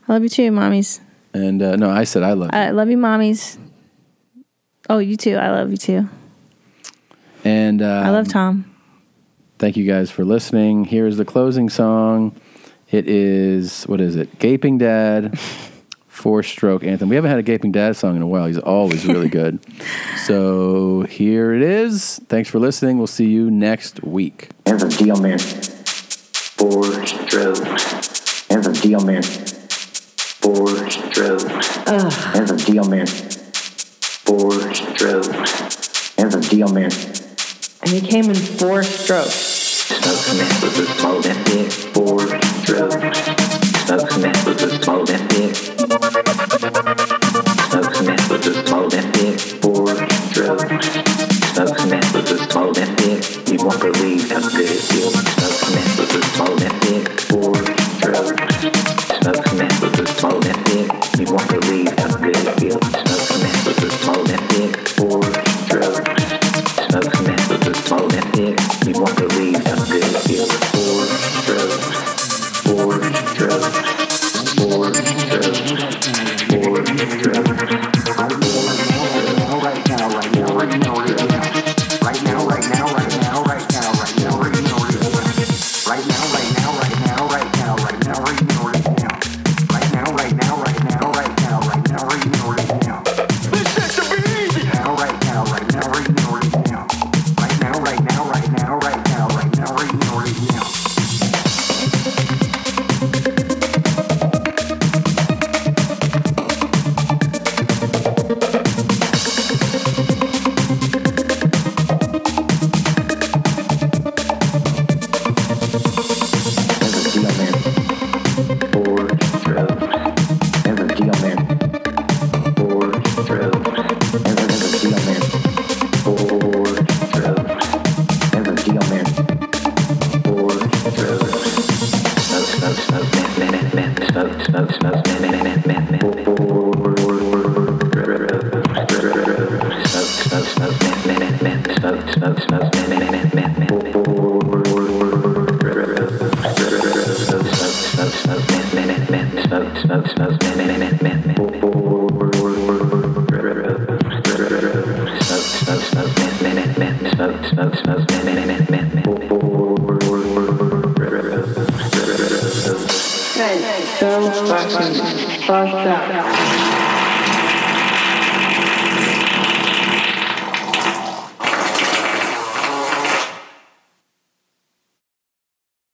S2: I love you too, mommies.
S1: And uh, no, I said I love you.
S2: I love you, mommies. Oh, you too. I love you too.
S1: And uh,
S2: I love Tom.
S1: Thank you guys for listening. Here is the closing song. It is what is it? Gaping Dad, Four Stroke Anthem. We haven't had a Gaping Dad song in a while. He's always really good. so here it is. Thanks for listening. We'll see you next week.
S3: Here's a deal, man. Four strokes. Here's a deal, man. Four strokes. Here's a deal, man. Four strokes. Here's a deal, man.
S22: And he came in four strokes.
S3: Smokesmith was a small that big. Four strokes. Smokesmith was a small that big.